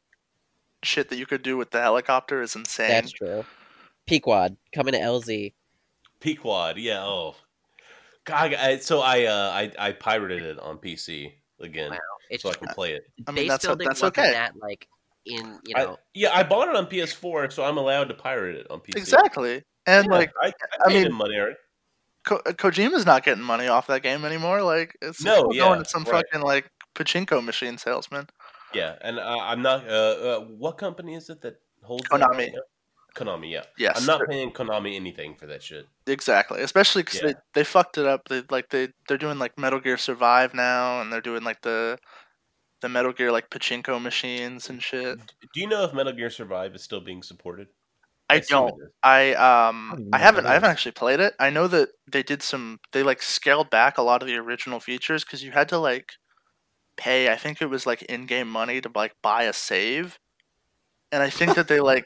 [SPEAKER 3] shit that you could do with the helicopter is insane.
[SPEAKER 2] That's true. Pequod coming to LZ.
[SPEAKER 1] Pequod, yeah. Oh, God. I, so I, uh, I I pirated it on PC again,
[SPEAKER 2] Wow. It's
[SPEAKER 1] so I can play it.
[SPEAKER 3] I mean,
[SPEAKER 2] base
[SPEAKER 3] that's o-
[SPEAKER 2] building
[SPEAKER 3] that's
[SPEAKER 2] wasn't
[SPEAKER 3] okay.
[SPEAKER 2] that like in you
[SPEAKER 1] I-
[SPEAKER 2] know
[SPEAKER 1] yeah, I bought it on PS4, so I'm allowed to pirate it on PC.
[SPEAKER 3] Exactly. And
[SPEAKER 1] Yeah,
[SPEAKER 3] like
[SPEAKER 1] I, I,
[SPEAKER 3] I
[SPEAKER 1] paid
[SPEAKER 3] mean-
[SPEAKER 1] him money. Eric.
[SPEAKER 3] Ko- Kojima's not getting money off that game anymore. Like it's
[SPEAKER 1] No,
[SPEAKER 3] it's
[SPEAKER 1] yeah,
[SPEAKER 3] going to some
[SPEAKER 1] right.
[SPEAKER 3] fucking like pachinko machine salesman.
[SPEAKER 1] Yeah, and I, I'm not. Uh, uh, what company is it that holds that
[SPEAKER 3] Konami.
[SPEAKER 1] right now? Konami, yeah.
[SPEAKER 3] Yes,
[SPEAKER 1] I'm not paying Konami anything for that shit.
[SPEAKER 3] exactly. Especially because
[SPEAKER 1] Yeah.
[SPEAKER 3] they, they fucked it up. They like they they're doing like Metal Gear Survive now, and they're doing like the the Metal Gear like pachinko machines and shit.
[SPEAKER 1] Do you know if Metal Gear Survive is still being supported?
[SPEAKER 3] I
[SPEAKER 1] assume it
[SPEAKER 3] don't.
[SPEAKER 1] is.
[SPEAKER 3] I
[SPEAKER 4] I don't even
[SPEAKER 3] um
[SPEAKER 4] know
[SPEAKER 3] I
[SPEAKER 4] what
[SPEAKER 3] haven't
[SPEAKER 4] that
[SPEAKER 3] I haven't
[SPEAKER 4] is.
[SPEAKER 3] actually played it. I know that they did some they like scaled back a lot of the original features because you had to like pay I think it was like in game money to like buy a save, and I think that they like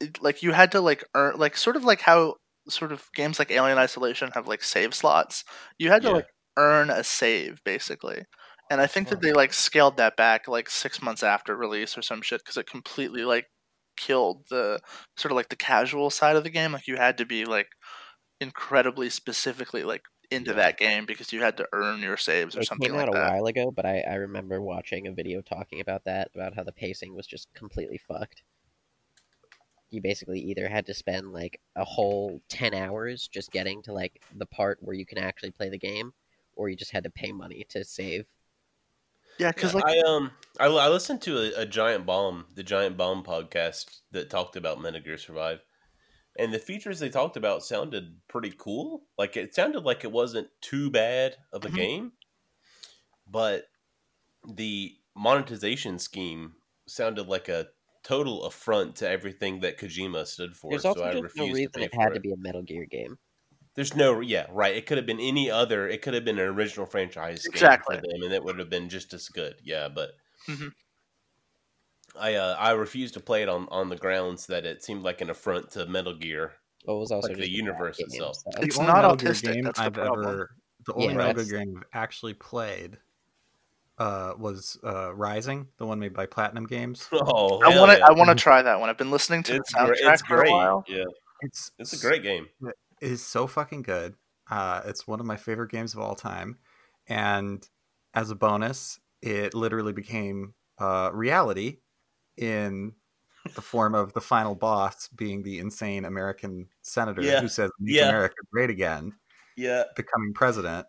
[SPEAKER 3] it- like you had to like earn like sort of like how sort of games like Alien Isolation have like save slots. You had to
[SPEAKER 1] Yeah.
[SPEAKER 3] like earn a save basically. And I think that they like scaled that back like six months after release or some shit because it completely like killed the sort of like the casual side of the game. Like you had to be like incredibly specifically like into
[SPEAKER 1] Yeah.
[SPEAKER 3] that game because you had to earn your saves or
[SPEAKER 2] it
[SPEAKER 3] something
[SPEAKER 2] came out
[SPEAKER 3] like
[SPEAKER 2] a
[SPEAKER 3] that.
[SPEAKER 2] while ago, but I, I remember watching a video talking about that, about how the pacing was just completely fucked. You basically either had to spend like a whole ten hours just getting to like the part where you can actually play the game, or you just had to pay money to save.
[SPEAKER 3] Yeah, because like
[SPEAKER 1] I um I, I listened to a, a giant bomb the giant bomb podcast that talked about Metal Gear Survive, and the features they talked about sounded pretty cool. Like it sounded like it wasn't too bad of a
[SPEAKER 2] Mm-hmm.
[SPEAKER 3] Mhm.
[SPEAKER 1] game, but the monetization scheme sounded like a total affront to everything that Kojima stood for.
[SPEAKER 2] There's
[SPEAKER 1] so
[SPEAKER 2] also
[SPEAKER 1] I
[SPEAKER 2] just no
[SPEAKER 1] refused
[SPEAKER 2] reason
[SPEAKER 1] to pay
[SPEAKER 2] it
[SPEAKER 1] for
[SPEAKER 2] had
[SPEAKER 1] it.
[SPEAKER 2] to be a Metal Gear game.
[SPEAKER 1] There's no yeah right. It could have been any other. It could have been an original franchise
[SPEAKER 3] Exactly.
[SPEAKER 1] game for them, and it would have been just as good. Yeah, but
[SPEAKER 3] Mhm.
[SPEAKER 1] I uh, I refuse to play it on on the grounds that it seemed like an affront to Metal Gear.
[SPEAKER 2] Well, it was also
[SPEAKER 1] Like the
[SPEAKER 2] just a
[SPEAKER 1] universe
[SPEAKER 2] game,
[SPEAKER 1] itself.
[SPEAKER 2] so-
[SPEAKER 3] It's
[SPEAKER 4] the only
[SPEAKER 3] not
[SPEAKER 4] Metal Gear
[SPEAKER 3] autistic,
[SPEAKER 4] Game
[SPEAKER 3] that's the
[SPEAKER 4] I've
[SPEAKER 3] problem.
[SPEAKER 4] ever, the only
[SPEAKER 2] Yeah,
[SPEAKER 4] Metal Gear
[SPEAKER 2] that's-
[SPEAKER 4] game I've actually played uh, was uh, Rising, the one made by Platinum Games.
[SPEAKER 1] Oh,
[SPEAKER 3] I
[SPEAKER 1] hell
[SPEAKER 3] want to
[SPEAKER 1] yeah.
[SPEAKER 3] I
[SPEAKER 2] Mm-hmm.
[SPEAKER 3] want to try that one. I've been listening to
[SPEAKER 1] It's,
[SPEAKER 3] the
[SPEAKER 1] gr-
[SPEAKER 3] soundtrack
[SPEAKER 1] it's
[SPEAKER 3] for a
[SPEAKER 1] great.
[SPEAKER 3] while.
[SPEAKER 1] Yeah,
[SPEAKER 4] It's
[SPEAKER 1] it's a great game.
[SPEAKER 4] is so fucking good. Uh, it's one of my favorite games of all time. And as a bonus, it literally became uh, reality in the form of the final boss being the insane American senator
[SPEAKER 1] Yeah.
[SPEAKER 4] who says, Make
[SPEAKER 1] Yeah.
[SPEAKER 4] America Great Again,
[SPEAKER 1] Yeah,
[SPEAKER 4] becoming president.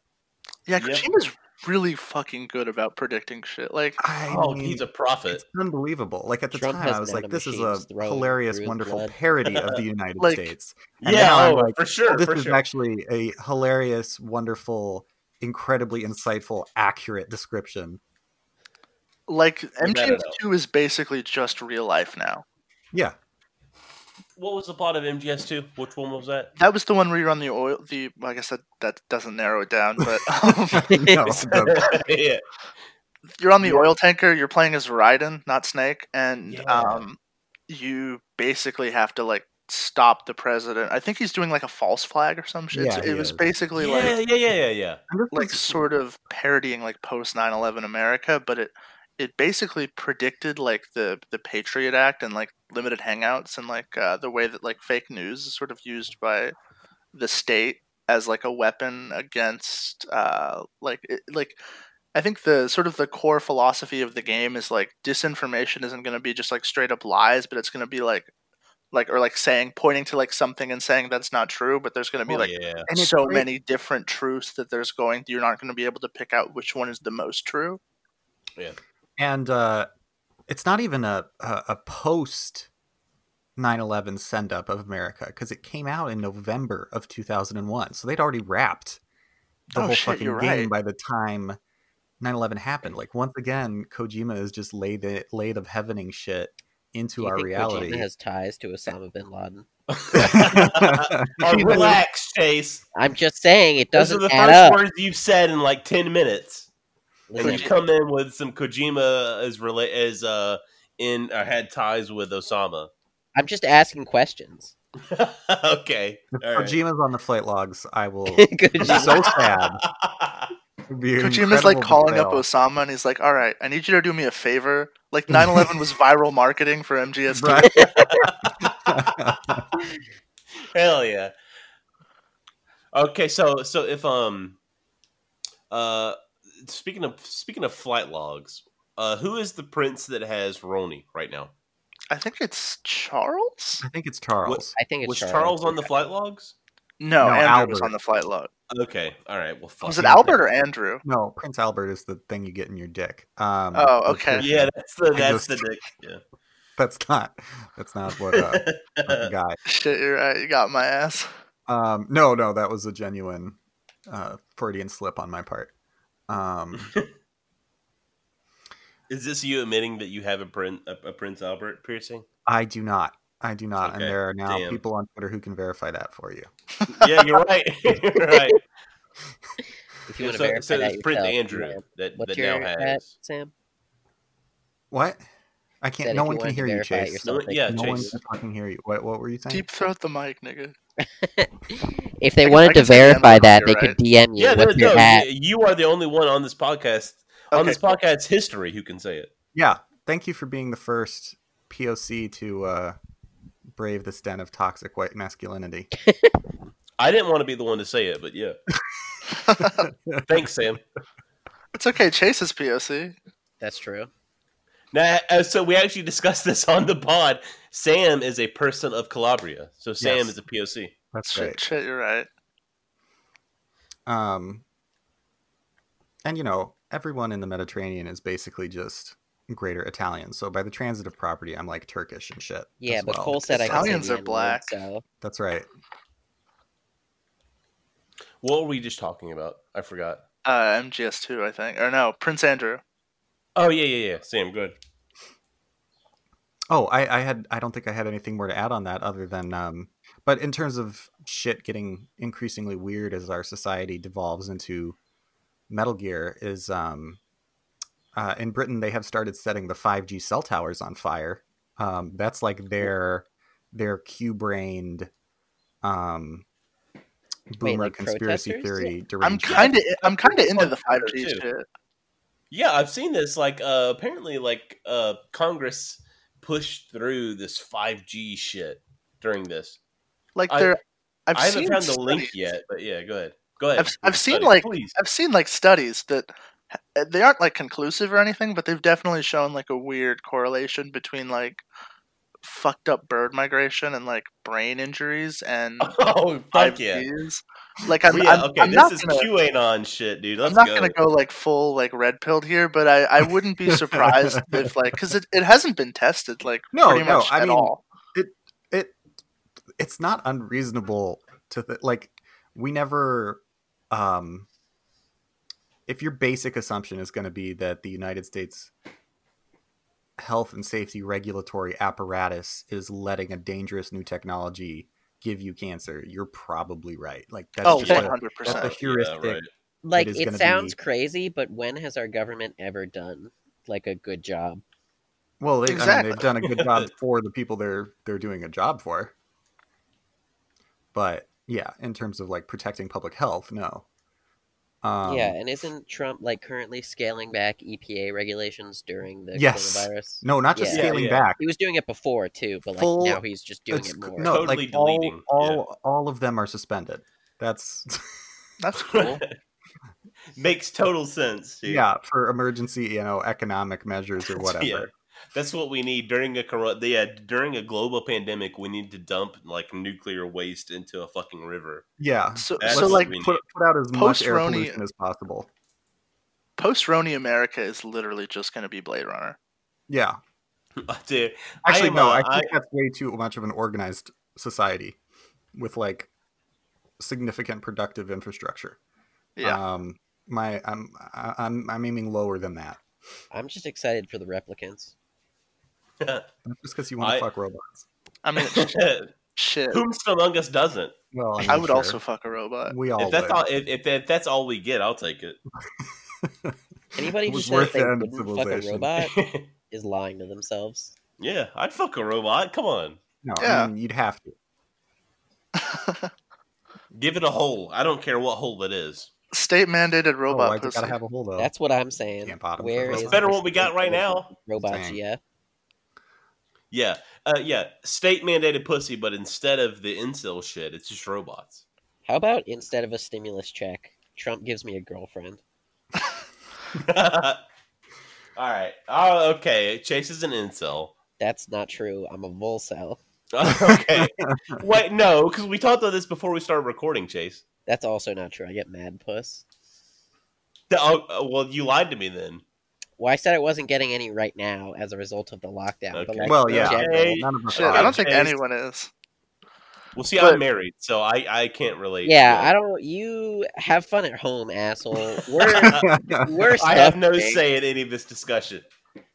[SPEAKER 3] Yeah,
[SPEAKER 1] Yep.
[SPEAKER 3] Kojima's really fucking good about predicting shit. Like,
[SPEAKER 4] I
[SPEAKER 1] Oh,
[SPEAKER 4] mean,
[SPEAKER 1] he's a prophet.
[SPEAKER 4] It's unbelievable. Like at the
[SPEAKER 2] Trump
[SPEAKER 4] time,
[SPEAKER 2] has
[SPEAKER 4] I was
[SPEAKER 2] nano
[SPEAKER 4] like, "This is a
[SPEAKER 2] machines throwing
[SPEAKER 4] hilarious,
[SPEAKER 2] through his
[SPEAKER 4] wonderful
[SPEAKER 2] blood.
[SPEAKER 4] parody of the United
[SPEAKER 3] Like-
[SPEAKER 4] States." And
[SPEAKER 1] Yeah,
[SPEAKER 4] now I'm
[SPEAKER 1] oh,
[SPEAKER 4] like,
[SPEAKER 1] for sure,
[SPEAKER 4] This
[SPEAKER 1] for
[SPEAKER 4] is
[SPEAKER 1] sure.
[SPEAKER 4] actually a hilarious, wonderful, incredibly insightful, accurate description.
[SPEAKER 3] like
[SPEAKER 1] no, no.
[SPEAKER 3] MGM2 is basically just real life now.
[SPEAKER 4] Yeah,
[SPEAKER 1] what was the plot of MGS two? Which one was that?
[SPEAKER 3] That was the one where you run the oil. The well, I guess that that doesn't narrow it down, but um,
[SPEAKER 4] no, the-
[SPEAKER 1] yeah.
[SPEAKER 3] you're on the
[SPEAKER 1] Yeah.
[SPEAKER 3] oil tanker. You're playing as Raiden, not Snake, and
[SPEAKER 1] Yeah.
[SPEAKER 3] um, you basically have to like stop the president. I think he's doing like a false flag or some shit.
[SPEAKER 4] Yeah,
[SPEAKER 3] So
[SPEAKER 4] he
[SPEAKER 3] it was
[SPEAKER 4] is.
[SPEAKER 3] basically like
[SPEAKER 1] yeah, yeah, yeah, yeah, yeah.
[SPEAKER 3] like sort of parodying like post 9-11 america but it it basically predicted like the the patriot act and like limited hangouts and like uh, the way that like fake news is sort of used by the state as like a weapon against uh like it, like I think the sort of the core philosophy of the game is like disinformation isn't going to be just like straight up lies, but it's going to be like, like or like saying pointing to like something and saying that's not true. But there's going to be
[SPEAKER 1] Oh,
[SPEAKER 3] like
[SPEAKER 1] yeah.
[SPEAKER 4] And it's
[SPEAKER 3] so
[SPEAKER 4] great-
[SPEAKER 3] many different truths that there's going you're not going to be able to pick out which one is the most true
[SPEAKER 4] and uh, it's not even a a, a post 9/11 send up of America because it came out in November of 2001, so they'd already wrapped the
[SPEAKER 3] Oh,
[SPEAKER 4] whole
[SPEAKER 3] shit,
[SPEAKER 4] fucking
[SPEAKER 3] you're
[SPEAKER 4] game
[SPEAKER 3] right.
[SPEAKER 4] by the time 9/11 happened. Like once again, Kojima is just laid the laid of heavening shit
[SPEAKER 2] Do
[SPEAKER 4] into
[SPEAKER 2] you
[SPEAKER 4] our
[SPEAKER 2] think Kojima
[SPEAKER 4] reality.
[SPEAKER 2] has ties to Osama bin Laden.
[SPEAKER 1] Oh,
[SPEAKER 4] He literally-
[SPEAKER 1] relax, Chase.
[SPEAKER 2] I'm just saying it
[SPEAKER 1] Those are
[SPEAKER 2] doesn't
[SPEAKER 1] the
[SPEAKER 2] add
[SPEAKER 1] first
[SPEAKER 2] up.
[SPEAKER 1] words you've said in like ten minutes.
[SPEAKER 2] Listen,
[SPEAKER 1] and you come in with some Kojima as relate as uh in uh, had ties with Osama.
[SPEAKER 2] I'm just asking questions.
[SPEAKER 1] okay,
[SPEAKER 4] if
[SPEAKER 1] all right.
[SPEAKER 4] Kojima's on the flight logs, I will be
[SPEAKER 2] Kojima-
[SPEAKER 4] so sad. It'd be
[SPEAKER 3] kojima's like
[SPEAKER 4] incredible to
[SPEAKER 3] calling up
[SPEAKER 4] fail.
[SPEAKER 3] osama and he's like all right i need you to do me a favor like 9-11 was viral marketing for mgs
[SPEAKER 4] Right.
[SPEAKER 1] Hell yeah. Okay, so so if um uh speaking of speaking of flight logs, uh who is the prince that has Roni right now?
[SPEAKER 3] i think it's charles
[SPEAKER 4] I think it's Charles.
[SPEAKER 2] I think it's
[SPEAKER 1] Was
[SPEAKER 2] Charles.
[SPEAKER 1] Charles, on the flight logs?
[SPEAKER 3] no,
[SPEAKER 4] No,
[SPEAKER 3] andrew was
[SPEAKER 4] Albert.
[SPEAKER 3] on the flight log
[SPEAKER 1] Okay, all right. Well, fuck.
[SPEAKER 3] was it albert or andrew
[SPEAKER 4] No, Prince Albert is the thing you get in your dick. Um,
[SPEAKER 3] Oh,
[SPEAKER 4] for
[SPEAKER 3] okay.
[SPEAKER 4] sure.
[SPEAKER 1] Yeah, that's the
[SPEAKER 4] I
[SPEAKER 1] that's
[SPEAKER 4] just-
[SPEAKER 1] the dick. Yeah.
[SPEAKER 4] that's not that's not what uh, fucking guy.
[SPEAKER 3] shit you're right you got my ass
[SPEAKER 4] Um, no, no, that was a genuine uh, Freudian slip on my part. Um,
[SPEAKER 1] Is this you admitting that you have a prince a, a Prince Albert piercing?
[SPEAKER 4] I do not, I do not,
[SPEAKER 1] Okay,
[SPEAKER 4] and there are now
[SPEAKER 1] damn.
[SPEAKER 4] people on Twitter who can verify that for you.
[SPEAKER 1] Yeah, you're right. you're right.
[SPEAKER 2] If you
[SPEAKER 1] Yeah,
[SPEAKER 2] want
[SPEAKER 1] so
[SPEAKER 2] to verify
[SPEAKER 1] so
[SPEAKER 2] that
[SPEAKER 1] it's Prince
[SPEAKER 2] yourself,
[SPEAKER 1] Andrew
[SPEAKER 2] you know.
[SPEAKER 1] that,
[SPEAKER 2] What's
[SPEAKER 1] that
[SPEAKER 2] your
[SPEAKER 1] now
[SPEAKER 2] hat,
[SPEAKER 1] has.
[SPEAKER 2] Sam?
[SPEAKER 4] What? I
[SPEAKER 2] Said
[SPEAKER 4] can't. No
[SPEAKER 2] if
[SPEAKER 4] one
[SPEAKER 2] you
[SPEAKER 4] can
[SPEAKER 2] wanted to
[SPEAKER 4] hear you,
[SPEAKER 2] verify it
[SPEAKER 4] Chase.
[SPEAKER 1] No,
[SPEAKER 2] yourself, they
[SPEAKER 1] yeah,
[SPEAKER 2] could.
[SPEAKER 4] No one
[SPEAKER 1] Chase.
[SPEAKER 4] can fucking hear you. What? What were you saying?
[SPEAKER 3] deep throat the mic nigga
[SPEAKER 2] If they
[SPEAKER 3] I can- I
[SPEAKER 2] wanted to
[SPEAKER 3] can say Sam
[SPEAKER 2] verify
[SPEAKER 3] Walker,
[SPEAKER 2] that, they
[SPEAKER 3] right?
[SPEAKER 2] could DM you.
[SPEAKER 1] Yeah, there,
[SPEAKER 2] What's your
[SPEAKER 1] no,
[SPEAKER 2] hat?
[SPEAKER 1] y- you are the only one on this podcast on
[SPEAKER 3] Okay.
[SPEAKER 1] this podcast history who can say it.
[SPEAKER 4] Yeah. Thank you for being the first POC to uh, brave this den of toxic white masculinity.
[SPEAKER 1] I didn't want to be the one to say it, but yeah. Thanks, Sam.
[SPEAKER 3] it's okay chase is poc
[SPEAKER 2] That's true.
[SPEAKER 1] Now, uh, so we actually discussed this on the pod. Sam is a person of Calabria, so Sam
[SPEAKER 4] Yes.
[SPEAKER 1] is a POC.
[SPEAKER 4] That's right.
[SPEAKER 3] shit, shit you're right
[SPEAKER 4] Um, and you know, everyone in the Mediterranean is basically just greater Italian. So by the transitive property, I'm like Turkish and shit.
[SPEAKER 2] Yeah,
[SPEAKER 4] as
[SPEAKER 2] but
[SPEAKER 4] well.
[SPEAKER 2] Cole said I could say
[SPEAKER 3] Italians
[SPEAKER 2] the
[SPEAKER 3] are
[SPEAKER 2] N-word,
[SPEAKER 3] black.
[SPEAKER 2] So
[SPEAKER 4] That's right.
[SPEAKER 1] What were we just talking about? I forgot.
[SPEAKER 3] uh mgs2 i think or no prince andrew
[SPEAKER 1] Oh yeah, yeah, yeah. Sam, good.
[SPEAKER 4] Oh, I, I had I don't think I had anything more to add on that other than um but in terms of shit getting increasingly weird as our society devolves into Metal Gear is um uh, in Britain they have started setting the 5G cell towers on fire. Um, that's like their their Q brained um boomer
[SPEAKER 2] like
[SPEAKER 4] conspiracy
[SPEAKER 2] protesters?
[SPEAKER 4] theory
[SPEAKER 3] i'm
[SPEAKER 4] deranged.
[SPEAKER 3] kind of i'm kind of
[SPEAKER 1] Fuck
[SPEAKER 3] into the 5g
[SPEAKER 1] Twitter, too.
[SPEAKER 3] shit
[SPEAKER 1] Yeah, I've seen this. Like, uh, apparently, like uh, Congress pushed through this five G shit during this.
[SPEAKER 3] Like
[SPEAKER 1] I-
[SPEAKER 3] there, I've
[SPEAKER 1] I haven't
[SPEAKER 3] seen
[SPEAKER 1] found the link
[SPEAKER 3] studies-
[SPEAKER 1] yet, but yeah, go ahead. Go ahead.
[SPEAKER 3] I've- I've seen,
[SPEAKER 1] Studies,
[SPEAKER 3] like-
[SPEAKER 1] please.
[SPEAKER 3] I've seen like studies that uh, they aren't like conclusive or anything, but they've definitely shown like a weird correlation between like fucked up bird migration and like brain injuries and
[SPEAKER 1] Oh, fuck yeah.
[SPEAKER 3] IVs. Like I'm,
[SPEAKER 1] yeah,
[SPEAKER 3] I'm-
[SPEAKER 1] okay,
[SPEAKER 3] I'm
[SPEAKER 1] this
[SPEAKER 3] not
[SPEAKER 1] is
[SPEAKER 3] gonna,
[SPEAKER 1] QAnon shit, dude.
[SPEAKER 3] I'm
[SPEAKER 1] Let's
[SPEAKER 3] not
[SPEAKER 1] go.
[SPEAKER 3] gonna go like full like red pilled here, but I, I wouldn't be surprised if like because it, it hasn't been tested like
[SPEAKER 4] No,
[SPEAKER 3] pretty
[SPEAKER 4] no,
[SPEAKER 3] much
[SPEAKER 4] I
[SPEAKER 3] at
[SPEAKER 4] mean,
[SPEAKER 3] all.
[SPEAKER 4] it it's not unreasonable to th- like we never um if your basic assumption is going to be that the United States health and safety regulatory apparatus is letting a dangerous new technology give you cancer, you're probably right. Like that's
[SPEAKER 3] Oh,
[SPEAKER 4] just
[SPEAKER 3] one
[SPEAKER 4] a,
[SPEAKER 3] hundred
[SPEAKER 4] that's a
[SPEAKER 3] percent.
[SPEAKER 4] heuristic.
[SPEAKER 1] right.
[SPEAKER 2] Like
[SPEAKER 4] is
[SPEAKER 2] it,
[SPEAKER 4] gonna
[SPEAKER 2] sounds
[SPEAKER 4] be-
[SPEAKER 2] crazy, but when has our government ever done like a good job?
[SPEAKER 4] Well, they, I mean,
[SPEAKER 3] Exactly.
[SPEAKER 4] they've done a good job for the people they're they're doing a job for. But yeah, in terms of like protecting public health, no. Um,
[SPEAKER 2] yeah, and isn't Trump like currently scaling back EPA regulations during the
[SPEAKER 4] Yes.
[SPEAKER 2] coronavirus?
[SPEAKER 4] No, not just
[SPEAKER 2] Yeah.
[SPEAKER 4] scaling
[SPEAKER 1] Yeah,
[SPEAKER 4] back.
[SPEAKER 2] He was doing it before too, but like
[SPEAKER 4] Full-
[SPEAKER 2] now he's just doing
[SPEAKER 4] It's-
[SPEAKER 2] it more.
[SPEAKER 4] no,
[SPEAKER 1] Totally
[SPEAKER 4] like all,
[SPEAKER 1] deleting,
[SPEAKER 4] all,
[SPEAKER 1] yeah.
[SPEAKER 4] all of them are suspended. That's
[SPEAKER 3] That's cool.
[SPEAKER 1] Makes total sense, dude.
[SPEAKER 4] yeah for emergency, you know, economic measures or whatever.
[SPEAKER 1] Yeah. That's what we need during a corona. Yeah, during a global pandemic, we need to dump like nuclear waste into a fucking river.
[SPEAKER 4] Yeah.
[SPEAKER 3] So
[SPEAKER 1] That's e,
[SPEAKER 3] so
[SPEAKER 1] what
[SPEAKER 3] like
[SPEAKER 1] we need.
[SPEAKER 4] Put, put out as much air
[SPEAKER 3] Post-Roni-
[SPEAKER 4] pollution as possible.
[SPEAKER 3] post Roni America is literally just gonna be Blade Runner.
[SPEAKER 4] Yeah.
[SPEAKER 1] Dude, I
[SPEAKER 4] Actually,
[SPEAKER 1] am,
[SPEAKER 4] no.
[SPEAKER 1] uh,
[SPEAKER 4] I think
[SPEAKER 1] I-
[SPEAKER 4] that's way too much of an organized society with like significant productive infrastructure.
[SPEAKER 3] Yeah.
[SPEAKER 4] Um, my, I'm, I- I'm, I'm aiming lower than that.
[SPEAKER 2] I'm just excited for the replicants.
[SPEAKER 4] Just because you want
[SPEAKER 1] I-
[SPEAKER 4] to fuck robots.
[SPEAKER 3] I mean shit.
[SPEAKER 1] whom among us doesn't?
[SPEAKER 4] Well, I, mean,
[SPEAKER 3] I would
[SPEAKER 4] sure.
[SPEAKER 3] also fuck a robot.
[SPEAKER 4] We all.
[SPEAKER 1] If that's
[SPEAKER 4] would.
[SPEAKER 1] all, if, if, if that's all we get, I'll take it.
[SPEAKER 2] Anybody
[SPEAKER 4] It
[SPEAKER 2] who
[SPEAKER 4] was
[SPEAKER 2] says
[SPEAKER 4] worth
[SPEAKER 2] they
[SPEAKER 4] the end of
[SPEAKER 2] wouldn't fuck a
[SPEAKER 4] civilization.
[SPEAKER 2] robot is lying to themselves.
[SPEAKER 1] yeah, I'd fuck a robot. Come on,
[SPEAKER 4] No,
[SPEAKER 3] Yeah.
[SPEAKER 4] I mean, you'd have to.
[SPEAKER 1] give it a hole. I don't care what hole it is.
[SPEAKER 3] State mandated
[SPEAKER 4] oh,
[SPEAKER 3] robot
[SPEAKER 4] I just
[SPEAKER 3] pussy.
[SPEAKER 4] gotta have a hold of.
[SPEAKER 2] That's what I'm saying.
[SPEAKER 4] Can't bottom
[SPEAKER 2] Where
[SPEAKER 4] for
[SPEAKER 2] is
[SPEAKER 1] It's
[SPEAKER 4] robots.
[SPEAKER 1] better
[SPEAKER 2] the
[SPEAKER 1] what we got right now.
[SPEAKER 2] Robot
[SPEAKER 4] Dang.
[SPEAKER 2] GF.
[SPEAKER 1] Yeah, uh, yeah. State mandated pussy, but instead of the incel shit, it's just robots.
[SPEAKER 2] How about instead of a stimulus check, Trump gives me a girlfriend?
[SPEAKER 1] all right. Oh, okay. Chase is an incel.
[SPEAKER 2] That's not true. I'm a volcel.
[SPEAKER 1] okay. Wait, no, because we talked about this before we started recording, Chase.
[SPEAKER 2] That's also not true. I get mad puss.
[SPEAKER 1] The- oh, uh, well, you lied to me then.
[SPEAKER 2] Well, I said I wasn't getting any right now as a result of the lockdown. But
[SPEAKER 1] Okay.
[SPEAKER 2] like,
[SPEAKER 4] Well,
[SPEAKER 2] in
[SPEAKER 4] yeah.
[SPEAKER 2] general-
[SPEAKER 4] None of us
[SPEAKER 3] Shit,
[SPEAKER 4] are.
[SPEAKER 3] I don't think
[SPEAKER 1] Chase.
[SPEAKER 3] anyone is.
[SPEAKER 1] Well, see,
[SPEAKER 3] But-
[SPEAKER 1] I'm married, so I, I can't relate.
[SPEAKER 2] yeah, I don't. You have fun at home, asshole. We're we're
[SPEAKER 1] I have no
[SPEAKER 2] stuffing.
[SPEAKER 1] say in any of this discussion.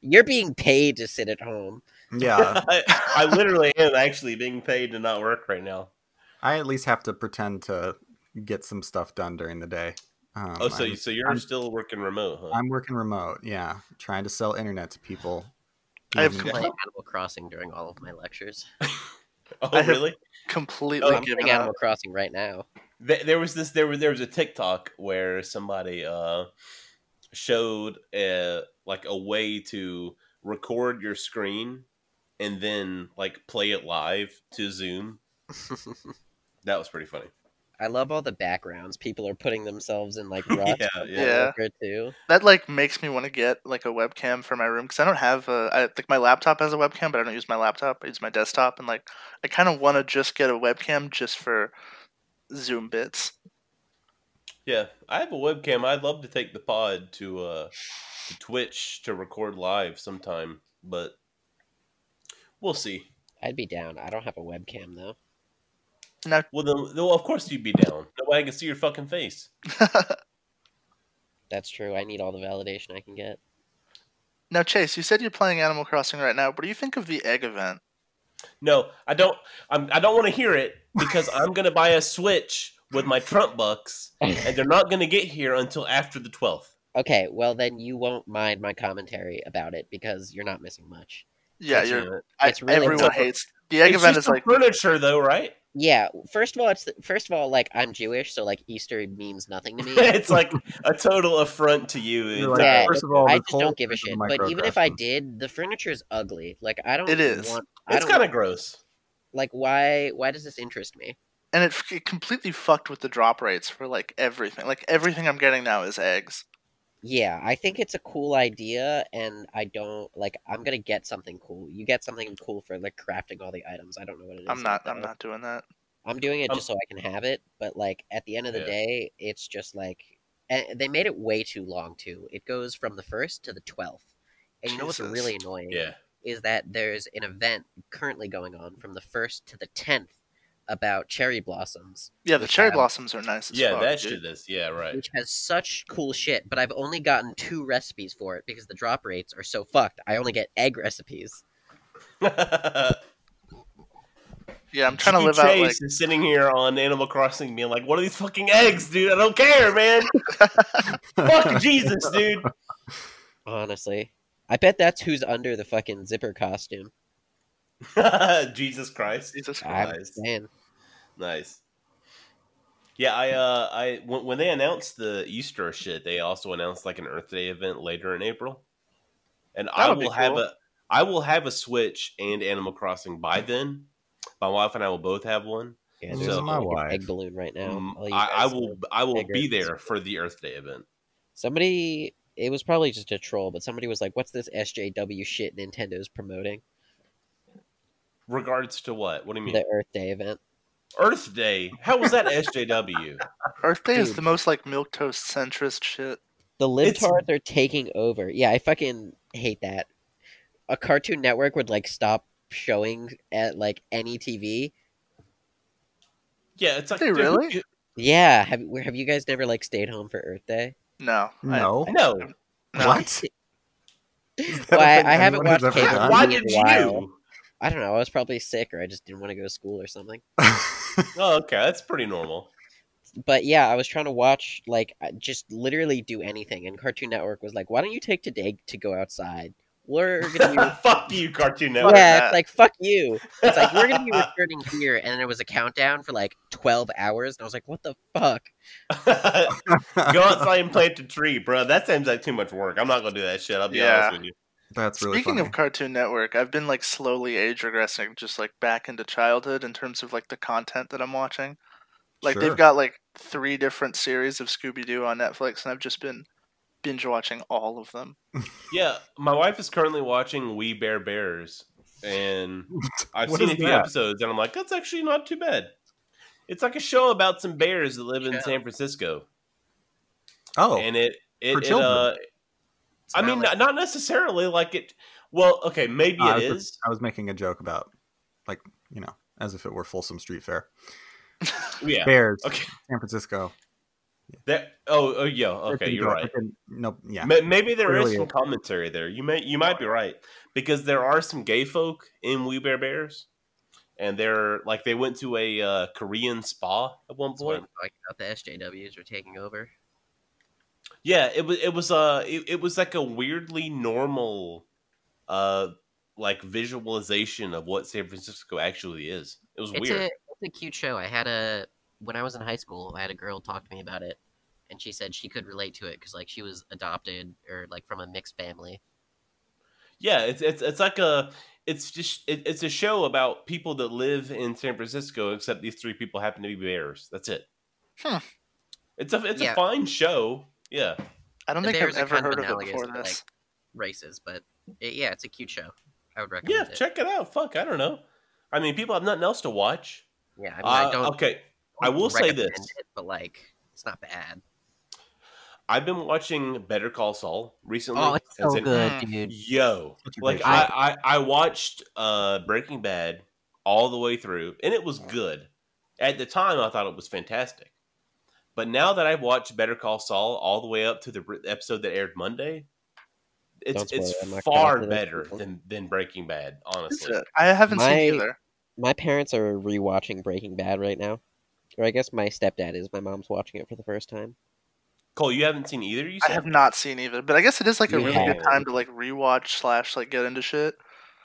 [SPEAKER 2] You're being paid to sit at home.
[SPEAKER 4] yeah,
[SPEAKER 1] I, I literally am actually being paid to not work right now.
[SPEAKER 4] I at least have to pretend to get some stuff done during the day. Um,
[SPEAKER 1] Oh, so
[SPEAKER 4] I'm,
[SPEAKER 1] you so you're
[SPEAKER 4] I'm-
[SPEAKER 1] still working remote, huh?
[SPEAKER 4] I'm working remote. Yeah, trying to sell internet to people.
[SPEAKER 3] I have
[SPEAKER 4] Mhm.
[SPEAKER 2] I'm
[SPEAKER 3] Yeah.
[SPEAKER 2] playing Animal Crossing during all of my lectures.
[SPEAKER 1] oh,
[SPEAKER 3] I have-
[SPEAKER 1] really?
[SPEAKER 3] Completely
[SPEAKER 1] Oh,
[SPEAKER 2] I'm
[SPEAKER 3] given
[SPEAKER 2] playing
[SPEAKER 3] up.
[SPEAKER 2] Animal Crossing right now.
[SPEAKER 1] Th- there was this. There was there was a TikTok where somebody uh, showed uh like a way to record your screen and then like play it live to Zoom. That was pretty funny.
[SPEAKER 2] I love all the backgrounds. People are putting themselves in like rust.
[SPEAKER 1] Yeah,
[SPEAKER 2] from
[SPEAKER 1] yeah.
[SPEAKER 2] Modern Warfare 2.
[SPEAKER 3] That like makes me want to get like a webcam for my room because I don't have a. I think my laptop has a webcam, but I don't use my laptop. I use my desktop, and like I kind of want to just get a webcam just for Zoom bits.
[SPEAKER 1] Yeah, I have a webcam. I'd love to take the pod to uh to Twitch to record live sometime, but we'll see.
[SPEAKER 2] I'd be down. I don't have a webcam though.
[SPEAKER 1] Well, then, well, of course you'd be down. Nobody can see your fucking face.
[SPEAKER 2] That's true. I need all the validation I can get.
[SPEAKER 3] Now, Chase, you said you're playing Animal Crossing right now. What do you think of the egg event?
[SPEAKER 1] No, I don't. I'm, I don't want to hear it because I'm gonna buy a Switch with my Trump bucks, and they're not gonna get here until after the 12th.
[SPEAKER 2] Okay, well then you won't mind my commentary about it because you're not missing much.
[SPEAKER 3] Yeah,
[SPEAKER 1] That's
[SPEAKER 3] you're.
[SPEAKER 1] it.
[SPEAKER 3] I,
[SPEAKER 2] it's really
[SPEAKER 3] everyone
[SPEAKER 2] tough.
[SPEAKER 3] hates the egg
[SPEAKER 1] It's
[SPEAKER 3] event.
[SPEAKER 1] just
[SPEAKER 3] Is
[SPEAKER 1] the
[SPEAKER 3] like
[SPEAKER 1] furniture, though, right?
[SPEAKER 2] Yeah, first of all, it's the, first of all like I'm Jewish, so like Easter means nothing to me.
[SPEAKER 1] it's like a total affront to you.
[SPEAKER 4] You're
[SPEAKER 1] It's
[SPEAKER 4] like,
[SPEAKER 2] Yeah,
[SPEAKER 4] first of all,
[SPEAKER 2] I
[SPEAKER 4] this
[SPEAKER 2] just
[SPEAKER 4] whole
[SPEAKER 2] don't give a shit.
[SPEAKER 4] thing is
[SPEAKER 2] But even if I
[SPEAKER 4] microaggression.
[SPEAKER 2] did, the furniture is ugly. Like I don't.
[SPEAKER 3] It is.
[SPEAKER 2] Want, I
[SPEAKER 1] it's
[SPEAKER 2] don't.
[SPEAKER 1] kind of gross.
[SPEAKER 2] like why? Why does this interest me?
[SPEAKER 3] and it, f- it completely fucked with the drop rates for like everything. Like everything I'm getting now is eggs.
[SPEAKER 2] yeah, I think it's a cool idea, and I don't like. I'm gonna get something cool. You get something cool for like crafting all the items. I don't know what it is.
[SPEAKER 3] I'm not.
[SPEAKER 2] yet,
[SPEAKER 3] I'm
[SPEAKER 2] though.
[SPEAKER 3] not doing that.
[SPEAKER 2] I'm doing it
[SPEAKER 1] I'm-
[SPEAKER 2] just so I can have it. But like at the end of the
[SPEAKER 1] Um Yeah.
[SPEAKER 2] day, it's just like and they made it way too long too. It goes from the first to the twelfth, and you know what's
[SPEAKER 3] Jesus.
[SPEAKER 2] really annoying
[SPEAKER 1] Yeah.
[SPEAKER 2] is that there's an event currently going on from the first to the tenth about cherry blossoms,
[SPEAKER 3] Yeah, the
[SPEAKER 2] Which
[SPEAKER 3] cherry
[SPEAKER 2] have-
[SPEAKER 3] blossoms are nice. As
[SPEAKER 1] Yeah,
[SPEAKER 3] fuck,
[SPEAKER 1] that
[SPEAKER 3] dude.
[SPEAKER 1] shit is. Yeah, right.
[SPEAKER 2] which has such cool shit. But I've only gotten two recipes for it because the drop rates are so fucked. I only get egg recipes.
[SPEAKER 3] Yeah, I'm trying to live
[SPEAKER 1] Chase
[SPEAKER 3] out like
[SPEAKER 1] is sitting here on Animal Crossing being like, what are these fucking eggs, dude? I don't care, man. Fuck Jesus, dude.
[SPEAKER 2] Honestly, I bet that's who's under the fucking zipper costume.
[SPEAKER 1] Jesus Christ.
[SPEAKER 3] Jesus
[SPEAKER 2] I'm
[SPEAKER 3] Christ.
[SPEAKER 1] Nice.
[SPEAKER 2] saying.
[SPEAKER 1] Nice. Yeah, I uh I when, when they announced the Easter shit, they also announced like an Earth Day event later in April. And I
[SPEAKER 3] That'll be
[SPEAKER 1] will have
[SPEAKER 3] cool.
[SPEAKER 1] a I will have a Switch and Animal Crossing by then. My wife and I will both have one.
[SPEAKER 2] Yeah,
[SPEAKER 1] So-
[SPEAKER 2] there's
[SPEAKER 1] This is
[SPEAKER 2] only
[SPEAKER 4] my
[SPEAKER 2] like an
[SPEAKER 4] wife.
[SPEAKER 2] egg balloon right now.
[SPEAKER 1] Mm,
[SPEAKER 2] All you
[SPEAKER 1] I, I
[SPEAKER 2] guys
[SPEAKER 1] will
[SPEAKER 2] know.
[SPEAKER 1] I will
[SPEAKER 2] bigger
[SPEAKER 1] be
[SPEAKER 2] than
[SPEAKER 1] there for the Earth Day event.
[SPEAKER 2] Somebody, it was probably just a troll, but somebody was like, "What's this SJW shit Nintendo's promoting?
[SPEAKER 1] Regards to what? What do you
[SPEAKER 4] Hmm.
[SPEAKER 1] mean?
[SPEAKER 2] The Earth Day event."
[SPEAKER 1] Earth Day? How was that SJW?
[SPEAKER 3] Earth Day is
[SPEAKER 2] Dude.
[SPEAKER 3] the most like milk toast centrist shit.
[SPEAKER 2] The
[SPEAKER 1] It's-
[SPEAKER 2] libtards are taking over. Yeah, I fucking hate that. A Cartoon Network would like stop showing at like any TV.
[SPEAKER 1] Yeah, it's like
[SPEAKER 3] They
[SPEAKER 1] dude,
[SPEAKER 3] really?
[SPEAKER 1] you-
[SPEAKER 2] Yeah, have where- have you guys never like stayed home for Earth Day?
[SPEAKER 3] No, I-
[SPEAKER 4] no.
[SPEAKER 1] No,
[SPEAKER 3] no.
[SPEAKER 4] What? Is that a
[SPEAKER 2] Well, I-
[SPEAKER 4] thing
[SPEAKER 2] I haven't
[SPEAKER 4] anyone has
[SPEAKER 2] watched
[SPEAKER 4] ever
[SPEAKER 2] cable.
[SPEAKER 4] done?
[SPEAKER 1] why
[SPEAKER 2] been
[SPEAKER 1] did
[SPEAKER 2] a
[SPEAKER 1] you?
[SPEAKER 2] while. I don't know. I was probably sick or I just didn't want to go to school or something.
[SPEAKER 1] Oh, okay, that's pretty normal.
[SPEAKER 2] but yeah, I was trying to watch like I- just literally do anything, and Cartoon Network was like, "Why don't you take today to go outside? We're gonna be
[SPEAKER 1] Fuck you, Cartoon Network.
[SPEAKER 2] yeah."
[SPEAKER 3] that.
[SPEAKER 2] It's like fuck you. It's like we're gonna be returning here, and it was a countdown for like twelve hours, and I was like, "What the fuck?"
[SPEAKER 1] Go outside and plant a tree, bro. That sounds like too much work. I'm not gonna do that shit. I'll be
[SPEAKER 3] Yeah.
[SPEAKER 1] honest with you.
[SPEAKER 4] That's really
[SPEAKER 3] Speaking
[SPEAKER 4] funny.
[SPEAKER 3] of Cartoon Network, I've been like slowly age regressing, just like back into childhood in terms of like the content that I'm watching. Like
[SPEAKER 4] Sure.
[SPEAKER 3] they've got like three different series of Scooby Doo on Netflix, and I've just been binge watching all of them.
[SPEAKER 1] Yeah, my wife is currently watching We Bear Bears, and I've
[SPEAKER 4] What
[SPEAKER 1] seen
[SPEAKER 4] is
[SPEAKER 1] a few
[SPEAKER 4] that?
[SPEAKER 1] episodes, and I'm like, that's actually not too bad. It's like a show about some bears that live in
[SPEAKER 2] Yeah.
[SPEAKER 1] San Francisco,
[SPEAKER 4] oh,
[SPEAKER 1] and it it,
[SPEAKER 4] for
[SPEAKER 1] it,
[SPEAKER 4] children.
[SPEAKER 1] uh,
[SPEAKER 2] It's
[SPEAKER 1] I
[SPEAKER 2] not
[SPEAKER 1] mean,
[SPEAKER 2] like-
[SPEAKER 1] not necessarily like it. Well, okay, maybe
[SPEAKER 4] Uh,
[SPEAKER 1] it
[SPEAKER 4] it's a-
[SPEAKER 1] is.
[SPEAKER 4] I was making a joke about, like, you know, as if it were Folsom Street Fair.
[SPEAKER 1] Yeah.
[SPEAKER 4] Bears,
[SPEAKER 1] Okay.
[SPEAKER 4] San Francisco.
[SPEAKER 1] That. Oh. Oh. Yeah.
[SPEAKER 4] There
[SPEAKER 1] Okay.
[SPEAKER 4] you
[SPEAKER 1] You're
[SPEAKER 4] go.
[SPEAKER 1] right.
[SPEAKER 4] Okay, No, yeah.
[SPEAKER 1] Ma- Maybe there is
[SPEAKER 4] Clearly.
[SPEAKER 1] some commentary there. You may. You might be right because there are some gay folk in We Bear Bears, and they're like they went to a uh, Korean spa at one
[SPEAKER 2] that's what I'm
[SPEAKER 1] point.
[SPEAKER 2] talking about. The SJWs are taking over.
[SPEAKER 1] Yeah. It was. It was. Uh. It, it was like a weirdly normal, uh, like visualization of what San Francisco actually is. It was
[SPEAKER 2] It's
[SPEAKER 1] weird.
[SPEAKER 2] a it's a cute show. I had a when I was in high school, I had a girl talk to me about it, and she said she could relate to it because like she was adopted or like from a mixed family.
[SPEAKER 1] Yeah, it's it's it's like a it's just it, it's a show about people that live in San Francisco, except these three people happen to be bears. That's it.
[SPEAKER 3] Hmm.
[SPEAKER 1] It's a it's
[SPEAKER 2] Yeah.
[SPEAKER 1] a fine show. Yeah,
[SPEAKER 3] I don't
[SPEAKER 2] The
[SPEAKER 3] think I've
[SPEAKER 2] Bears are
[SPEAKER 3] ever
[SPEAKER 2] kind of
[SPEAKER 3] heard of it
[SPEAKER 2] analogous
[SPEAKER 3] before
[SPEAKER 2] to, like,
[SPEAKER 3] this.
[SPEAKER 2] races, but it, yeah, it's a cute show. I would recommend
[SPEAKER 1] yeah.
[SPEAKER 2] it.
[SPEAKER 1] Check it out. Fuck, I don't know. I mean, people have nothing else to watch.
[SPEAKER 2] yeah, I mean,
[SPEAKER 1] Uh,
[SPEAKER 2] I don't.
[SPEAKER 1] okay, I will say
[SPEAKER 2] recommend
[SPEAKER 1] this.
[SPEAKER 2] it, but like, it's not bad.
[SPEAKER 1] I've been watching Better Call Saul recently.
[SPEAKER 2] Oh, it's so
[SPEAKER 1] an-
[SPEAKER 2] good,
[SPEAKER 3] Mm.
[SPEAKER 2] dude.
[SPEAKER 1] Yo,
[SPEAKER 4] Such a
[SPEAKER 1] like
[SPEAKER 4] great
[SPEAKER 1] I, I I watched uh Breaking Bad all the way through, and it was good. At the time, I thought it was fantastic. But now that I've watched Better Call Saul all the way up to the r- episode that aired Monday, it's
[SPEAKER 2] Don't spoil
[SPEAKER 1] it's
[SPEAKER 2] it, I'm not gonna
[SPEAKER 1] far
[SPEAKER 2] watch it.
[SPEAKER 1] better than than Breaking Bad,
[SPEAKER 3] Is
[SPEAKER 1] honestly.
[SPEAKER 3] it? I haven't
[SPEAKER 2] My-
[SPEAKER 3] seen either.
[SPEAKER 2] My parents are rewatching Breaking Bad right now, or I guess my stepdad is. My mom's watching it for the first time.
[SPEAKER 1] Cole, you haven't seen either. You
[SPEAKER 3] I
[SPEAKER 1] said?
[SPEAKER 3] have not seen either, but I guess it is like a really
[SPEAKER 2] Yeah.
[SPEAKER 3] good time to like rewatch slash like get into shit.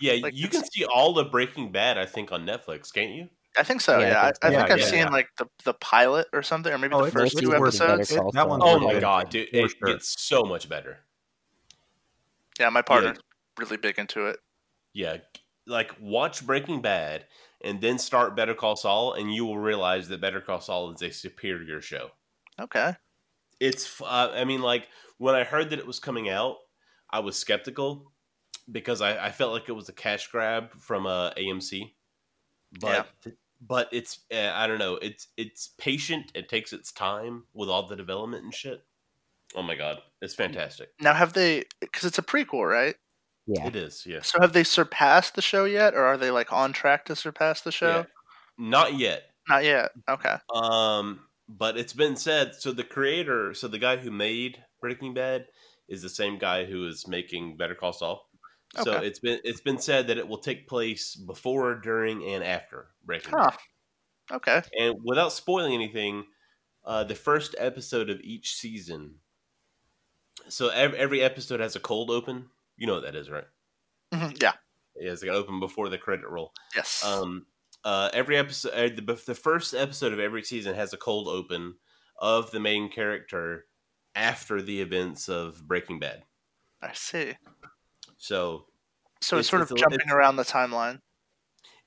[SPEAKER 1] yeah,
[SPEAKER 3] like,
[SPEAKER 1] you can
[SPEAKER 3] it's-
[SPEAKER 1] see all of Breaking Bad, I think, on Netflix, can't you?
[SPEAKER 3] I think so.
[SPEAKER 2] Yeah, I think
[SPEAKER 3] Yeah, I, I
[SPEAKER 4] so.
[SPEAKER 3] think
[SPEAKER 4] Yeah,
[SPEAKER 3] I've
[SPEAKER 1] yeah,
[SPEAKER 3] seen
[SPEAKER 1] yeah.
[SPEAKER 3] like the the pilot or something, or maybe
[SPEAKER 4] Oh,
[SPEAKER 3] the
[SPEAKER 4] it's-
[SPEAKER 3] first
[SPEAKER 4] it's
[SPEAKER 3] two
[SPEAKER 4] worth it.
[SPEAKER 3] episodes.
[SPEAKER 4] It- that one's
[SPEAKER 1] Oh
[SPEAKER 4] worth
[SPEAKER 1] my
[SPEAKER 4] it.
[SPEAKER 1] god, dude,
[SPEAKER 4] For
[SPEAKER 1] it
[SPEAKER 4] sure.
[SPEAKER 1] gets so much better.
[SPEAKER 3] Yeah, my partner's really big into it.
[SPEAKER 1] Yeah, like watch Breaking Bad and then start Better Call Saul, and you will realize that Better Call Saul is a superior show.
[SPEAKER 3] Okay,
[SPEAKER 1] It's, f- uh, I mean, like When I heard that it was coming out, I was skeptical because I, I felt like it was a cash grab from uh, AMC. But but it's uh, I don't know. It's it's patient. It takes its time with all the development and shit. Oh my god, it's fantastic.
[SPEAKER 3] Now, have they? Because it's a prequel, right?
[SPEAKER 2] Yeah.
[SPEAKER 1] It is. Yes.
[SPEAKER 3] So, have they surpassed the show yet, or are they like on track to surpass the show?
[SPEAKER 1] Yeah. Not yet.
[SPEAKER 3] Not yet. Okay.
[SPEAKER 1] Um, but it's been said. So the creator, so the guy who made Breaking Bad, is the same guy who is making Better Call Saul. So
[SPEAKER 3] Okay.
[SPEAKER 1] it's been it's been said that it will take place before, during, and after Breaking
[SPEAKER 3] Huh. Okay.
[SPEAKER 1] Bad. And without spoiling anything, uh, the first episode of each season. So every, every episode has a cold open. You know what that is, right?
[SPEAKER 3] Mhm, Yeah.
[SPEAKER 1] It has like an open before the credit roll.
[SPEAKER 3] Yes.
[SPEAKER 1] Um, uh, every episode, uh, the, the first episode of every season has a cold open of the main character after the events of Breaking Bad.
[SPEAKER 3] I see.
[SPEAKER 1] So
[SPEAKER 3] So it's,
[SPEAKER 1] it's-
[SPEAKER 3] sort
[SPEAKER 1] it's
[SPEAKER 3] of
[SPEAKER 1] a-
[SPEAKER 3] jumping
[SPEAKER 1] it's-
[SPEAKER 3] around the timeline.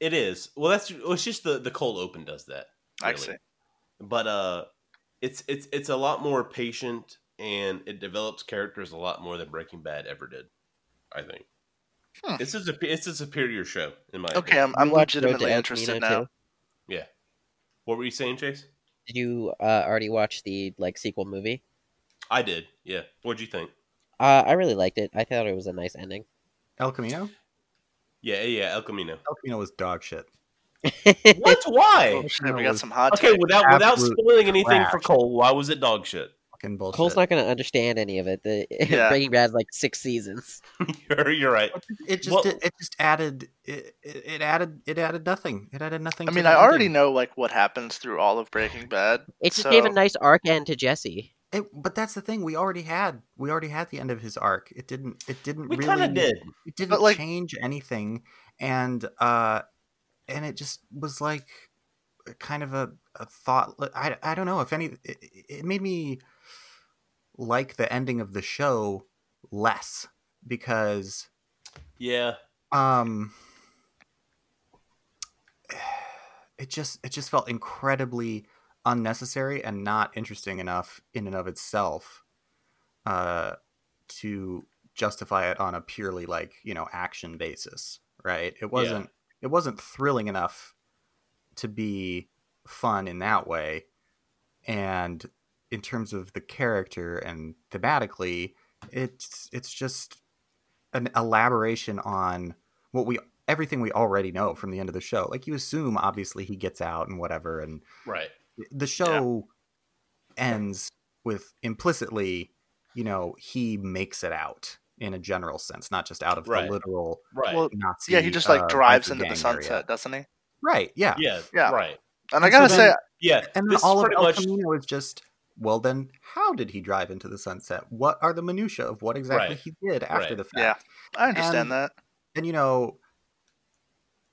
[SPEAKER 1] it is. Well, that's well, it's just the the cold open does that.
[SPEAKER 3] I
[SPEAKER 1] really.
[SPEAKER 3] see.
[SPEAKER 1] But uh, it's it's it's a lot more patient and it develops characters a lot more than Breaking Bad ever did. I think.
[SPEAKER 3] Hmm.
[SPEAKER 1] It's a it's a superior show in my
[SPEAKER 3] Okay,
[SPEAKER 1] opinion.
[SPEAKER 3] I'm, I'm
[SPEAKER 2] You watched Road to
[SPEAKER 3] legitimately
[SPEAKER 2] El
[SPEAKER 3] interested
[SPEAKER 2] Camino,
[SPEAKER 3] now.
[SPEAKER 2] too?
[SPEAKER 1] What were you saying, Chase?
[SPEAKER 2] Did you uh, already watch the like sequel movie?
[SPEAKER 1] I did. Yeah. What'd you think?
[SPEAKER 2] Uh, I really liked it. I thought it was a nice ending.
[SPEAKER 4] El Camino?
[SPEAKER 1] Yeah, yeah, El Camino.
[SPEAKER 4] El Camino was dog shit.
[SPEAKER 1] What? Why?
[SPEAKER 3] Oh, shit, we
[SPEAKER 4] It
[SPEAKER 3] got
[SPEAKER 4] was
[SPEAKER 3] some hot
[SPEAKER 1] Okay,
[SPEAKER 3] takes.
[SPEAKER 1] without without
[SPEAKER 4] absolute
[SPEAKER 1] spoiling anything for
[SPEAKER 4] trash.
[SPEAKER 1] Cole, why was it dog shit?
[SPEAKER 4] Fucking bullshit.
[SPEAKER 2] Cole's not going to understand any of it. The
[SPEAKER 3] Yeah.
[SPEAKER 2] Breaking Bad's like six seasons.
[SPEAKER 1] you're, you're right.
[SPEAKER 4] it just
[SPEAKER 1] Well-
[SPEAKER 4] it, it just added it, it it added it added nothing. It added nothing.
[SPEAKER 3] I
[SPEAKER 4] to
[SPEAKER 3] mean,
[SPEAKER 4] the
[SPEAKER 3] I already
[SPEAKER 4] ending.
[SPEAKER 3] know like what happens through all of Breaking Bad.
[SPEAKER 2] It just
[SPEAKER 3] So-
[SPEAKER 2] gave a nice arc end to Jesse.
[SPEAKER 4] It, but that's the thing. We already had we already had the end of his arc. It didn't. It didn't.
[SPEAKER 1] We
[SPEAKER 4] really,
[SPEAKER 1] kind of did.
[SPEAKER 4] It didn't
[SPEAKER 3] But, like-
[SPEAKER 4] change anything, and uh, and it just was like kind of a, a thought. I I don't know if any. It, it made me like the ending of the show less because
[SPEAKER 1] Yeah.
[SPEAKER 4] um it just it just felt incredibly unnecessary and not interesting enough in and of itself uh to justify it on a purely like you know action basis right it wasn't it wasn't thrilling enough to be fun in that way and in terms of the character and thematically it's it's just an elaboration on what we everything we already know from the end of the show. Like you assume obviously he gets out and whatever and
[SPEAKER 1] Right.
[SPEAKER 4] the show ends with implicitly, you know, he makes it out in a general sense, not just out of
[SPEAKER 1] Right.
[SPEAKER 4] the literal
[SPEAKER 1] Right.
[SPEAKER 3] Well,
[SPEAKER 4] Nazi.
[SPEAKER 3] yeah, he just like
[SPEAKER 4] uh,
[SPEAKER 3] drives
[SPEAKER 4] biker
[SPEAKER 3] into the
[SPEAKER 4] gang
[SPEAKER 3] sunset,
[SPEAKER 4] area.
[SPEAKER 3] doesn't he?
[SPEAKER 4] Right, yeah.
[SPEAKER 1] yeah.
[SPEAKER 3] yeah.
[SPEAKER 1] Right.
[SPEAKER 3] And I
[SPEAKER 4] And so
[SPEAKER 3] gotta say,
[SPEAKER 4] then-
[SPEAKER 1] Yeah.
[SPEAKER 4] And then
[SPEAKER 1] this
[SPEAKER 4] all
[SPEAKER 1] is
[SPEAKER 4] of
[SPEAKER 1] pretty
[SPEAKER 4] El
[SPEAKER 1] much
[SPEAKER 4] Camino is just well then how did he drive into the sunset? What are the minutiae of what exactly
[SPEAKER 1] Right.
[SPEAKER 4] he did after
[SPEAKER 1] Right.
[SPEAKER 4] the fact?
[SPEAKER 3] Yeah. I understand
[SPEAKER 4] and-
[SPEAKER 3] that.
[SPEAKER 4] and you know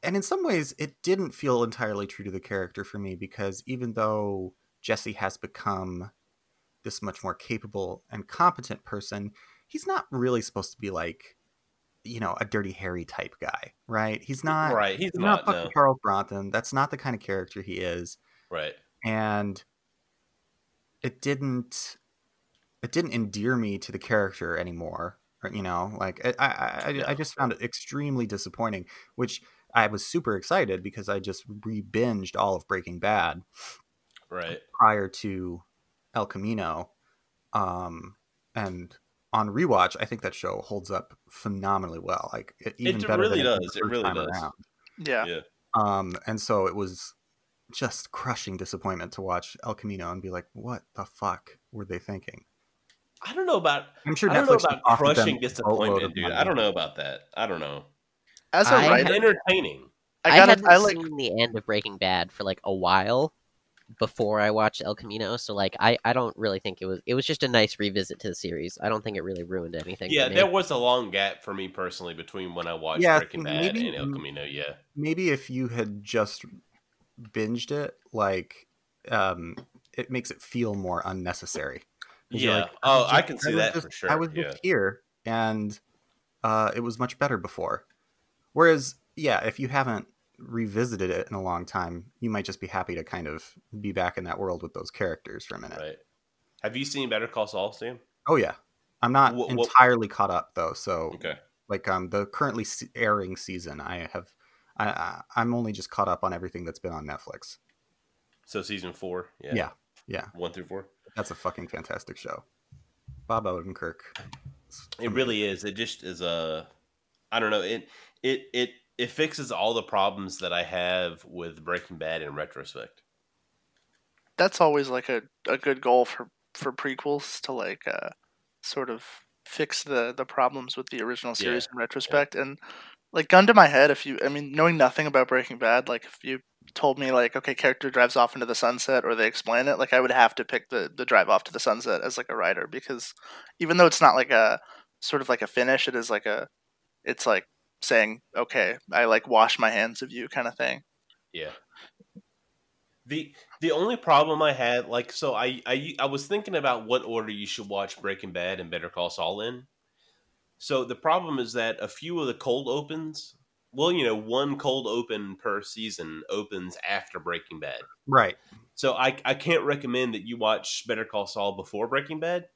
[SPEAKER 4] and in some ways it didn't feel entirely true to the character for me because even though jesse has become this much more capable and competent person he's not really supposed to be like you know a dirty harry type guy right he's not
[SPEAKER 1] right. He's
[SPEAKER 4] he's
[SPEAKER 1] not.
[SPEAKER 4] not,
[SPEAKER 1] no.
[SPEAKER 4] fucking charles bronson that's not the kind of character he is
[SPEAKER 1] Right.
[SPEAKER 4] and it didn't it didn't endear me to the character anymore or, you know like I, I I- I, I just found it extremely disappointing which i was super excited because i just re-binged all of breaking bad
[SPEAKER 1] Right.
[SPEAKER 4] prior to el camino um and on rewatch i think that show holds up phenomenally well like e- even
[SPEAKER 1] It
[SPEAKER 4] better
[SPEAKER 1] really
[SPEAKER 4] than did
[SPEAKER 1] does,
[SPEAKER 4] the
[SPEAKER 1] it
[SPEAKER 4] first
[SPEAKER 1] really
[SPEAKER 4] time
[SPEAKER 1] does.
[SPEAKER 4] around.
[SPEAKER 3] Yeah.
[SPEAKER 1] Yeah.
[SPEAKER 4] um and so it was just crushing disappointment to watch el camino and be like what the fuck were they thinking
[SPEAKER 1] I don't know about.
[SPEAKER 4] I'm sure
[SPEAKER 1] I don't know
[SPEAKER 4] Netflix
[SPEAKER 1] about
[SPEAKER 4] offered them
[SPEAKER 1] crushing
[SPEAKER 4] a boatload
[SPEAKER 1] disappointment,
[SPEAKER 4] of
[SPEAKER 1] dude.
[SPEAKER 4] money.
[SPEAKER 1] I don't know about that. I don't know.
[SPEAKER 3] As a
[SPEAKER 2] I
[SPEAKER 1] It's
[SPEAKER 3] writer,
[SPEAKER 2] had-
[SPEAKER 1] entertaining.
[SPEAKER 3] I
[SPEAKER 2] I
[SPEAKER 3] gotta,
[SPEAKER 2] hadn't
[SPEAKER 3] I like,
[SPEAKER 2] seen the end of Breaking Bad for like a while before I watched El Camino, so like I, I don't really think it was it was just a nice revisit to the series. I don't think it really ruined anything. for
[SPEAKER 1] Yeah,
[SPEAKER 2] me.
[SPEAKER 1] there was a long gap for me personally between when I watched
[SPEAKER 4] Yeah,
[SPEAKER 1] Breaking Bad
[SPEAKER 4] maybe-
[SPEAKER 1] and El Camino. Yeah.
[SPEAKER 4] Maybe if you had just binged it, like, um, it makes it feel more unnecessary. 'Cause you're
[SPEAKER 1] Yeah.
[SPEAKER 4] like,
[SPEAKER 1] oh,
[SPEAKER 4] was
[SPEAKER 1] I
[SPEAKER 4] just-
[SPEAKER 1] can see
[SPEAKER 4] was
[SPEAKER 1] that
[SPEAKER 4] just-
[SPEAKER 1] for sure.
[SPEAKER 4] I was
[SPEAKER 1] yeah.
[SPEAKER 4] just here, and uh, it was much better before. Whereas, yeah, if you haven't revisited it in a long time, you might just be happy to kind of be back in that world with those characters for a minute.
[SPEAKER 1] Right. Have you seen Better Call Saul, Sam?
[SPEAKER 4] Oh yeah, I'm not
[SPEAKER 1] Wha- wha-
[SPEAKER 4] entirely caught up though, so
[SPEAKER 1] Okay.
[SPEAKER 4] like um the currently se- airing season, I have I, I I'm only just caught up on everything that's been on Netflix.
[SPEAKER 1] So season four. Yeah.
[SPEAKER 4] Yeah. Yeah.
[SPEAKER 1] One through four.
[SPEAKER 4] That's a fucking fantastic show. Bob Odenkirk.
[SPEAKER 1] It really is. It just is a. I don't know. It it it it fixes all the problems that I have with Breaking Bad in retrospect.
[SPEAKER 3] That's always like a, a good goal for for prequels to like uh, sort of fix the the problems with the original series in retrospect and like gun to my head if you I mean knowing nothing about Breaking Bad like if you told me like okay character drives off into the sunset or they explain it like I would have to pick the the drive off to the sunset as like a writer because even though it's not like a sort of like a finish it is like a it's like saying okay I like wash my hands of you kind of thing
[SPEAKER 1] Yeah. The the only problem I had, like, so I I I was thinking about what order you should watch Breaking Bad and Better Call Saul in. So the problem is that a few of the cold opens, well, you know, one cold open per season opens after Breaking Bad.
[SPEAKER 4] Right.
[SPEAKER 1] So I, I can't recommend that you watch Better Call Saul before Breaking Bad.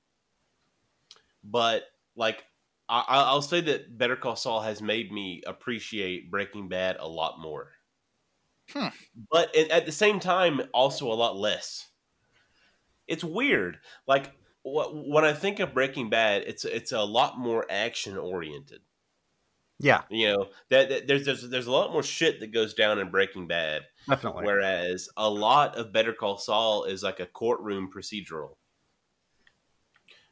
[SPEAKER 1] But like I, I- I'll say that Better Call Saul has made me appreciate Breaking Bad a lot more.
[SPEAKER 3] Hmm.
[SPEAKER 1] But at, at the same time, also a lot less. It's weird. Like wh- when I think of Breaking Bad, it's it's a lot more action oriented.
[SPEAKER 4] Yeah,
[SPEAKER 1] You know that, that there's there's there's a lot more shit that goes down in Breaking Bad
[SPEAKER 4] definitely.
[SPEAKER 1] Whereas a lot of Better Call Saul is like a courtroom procedural.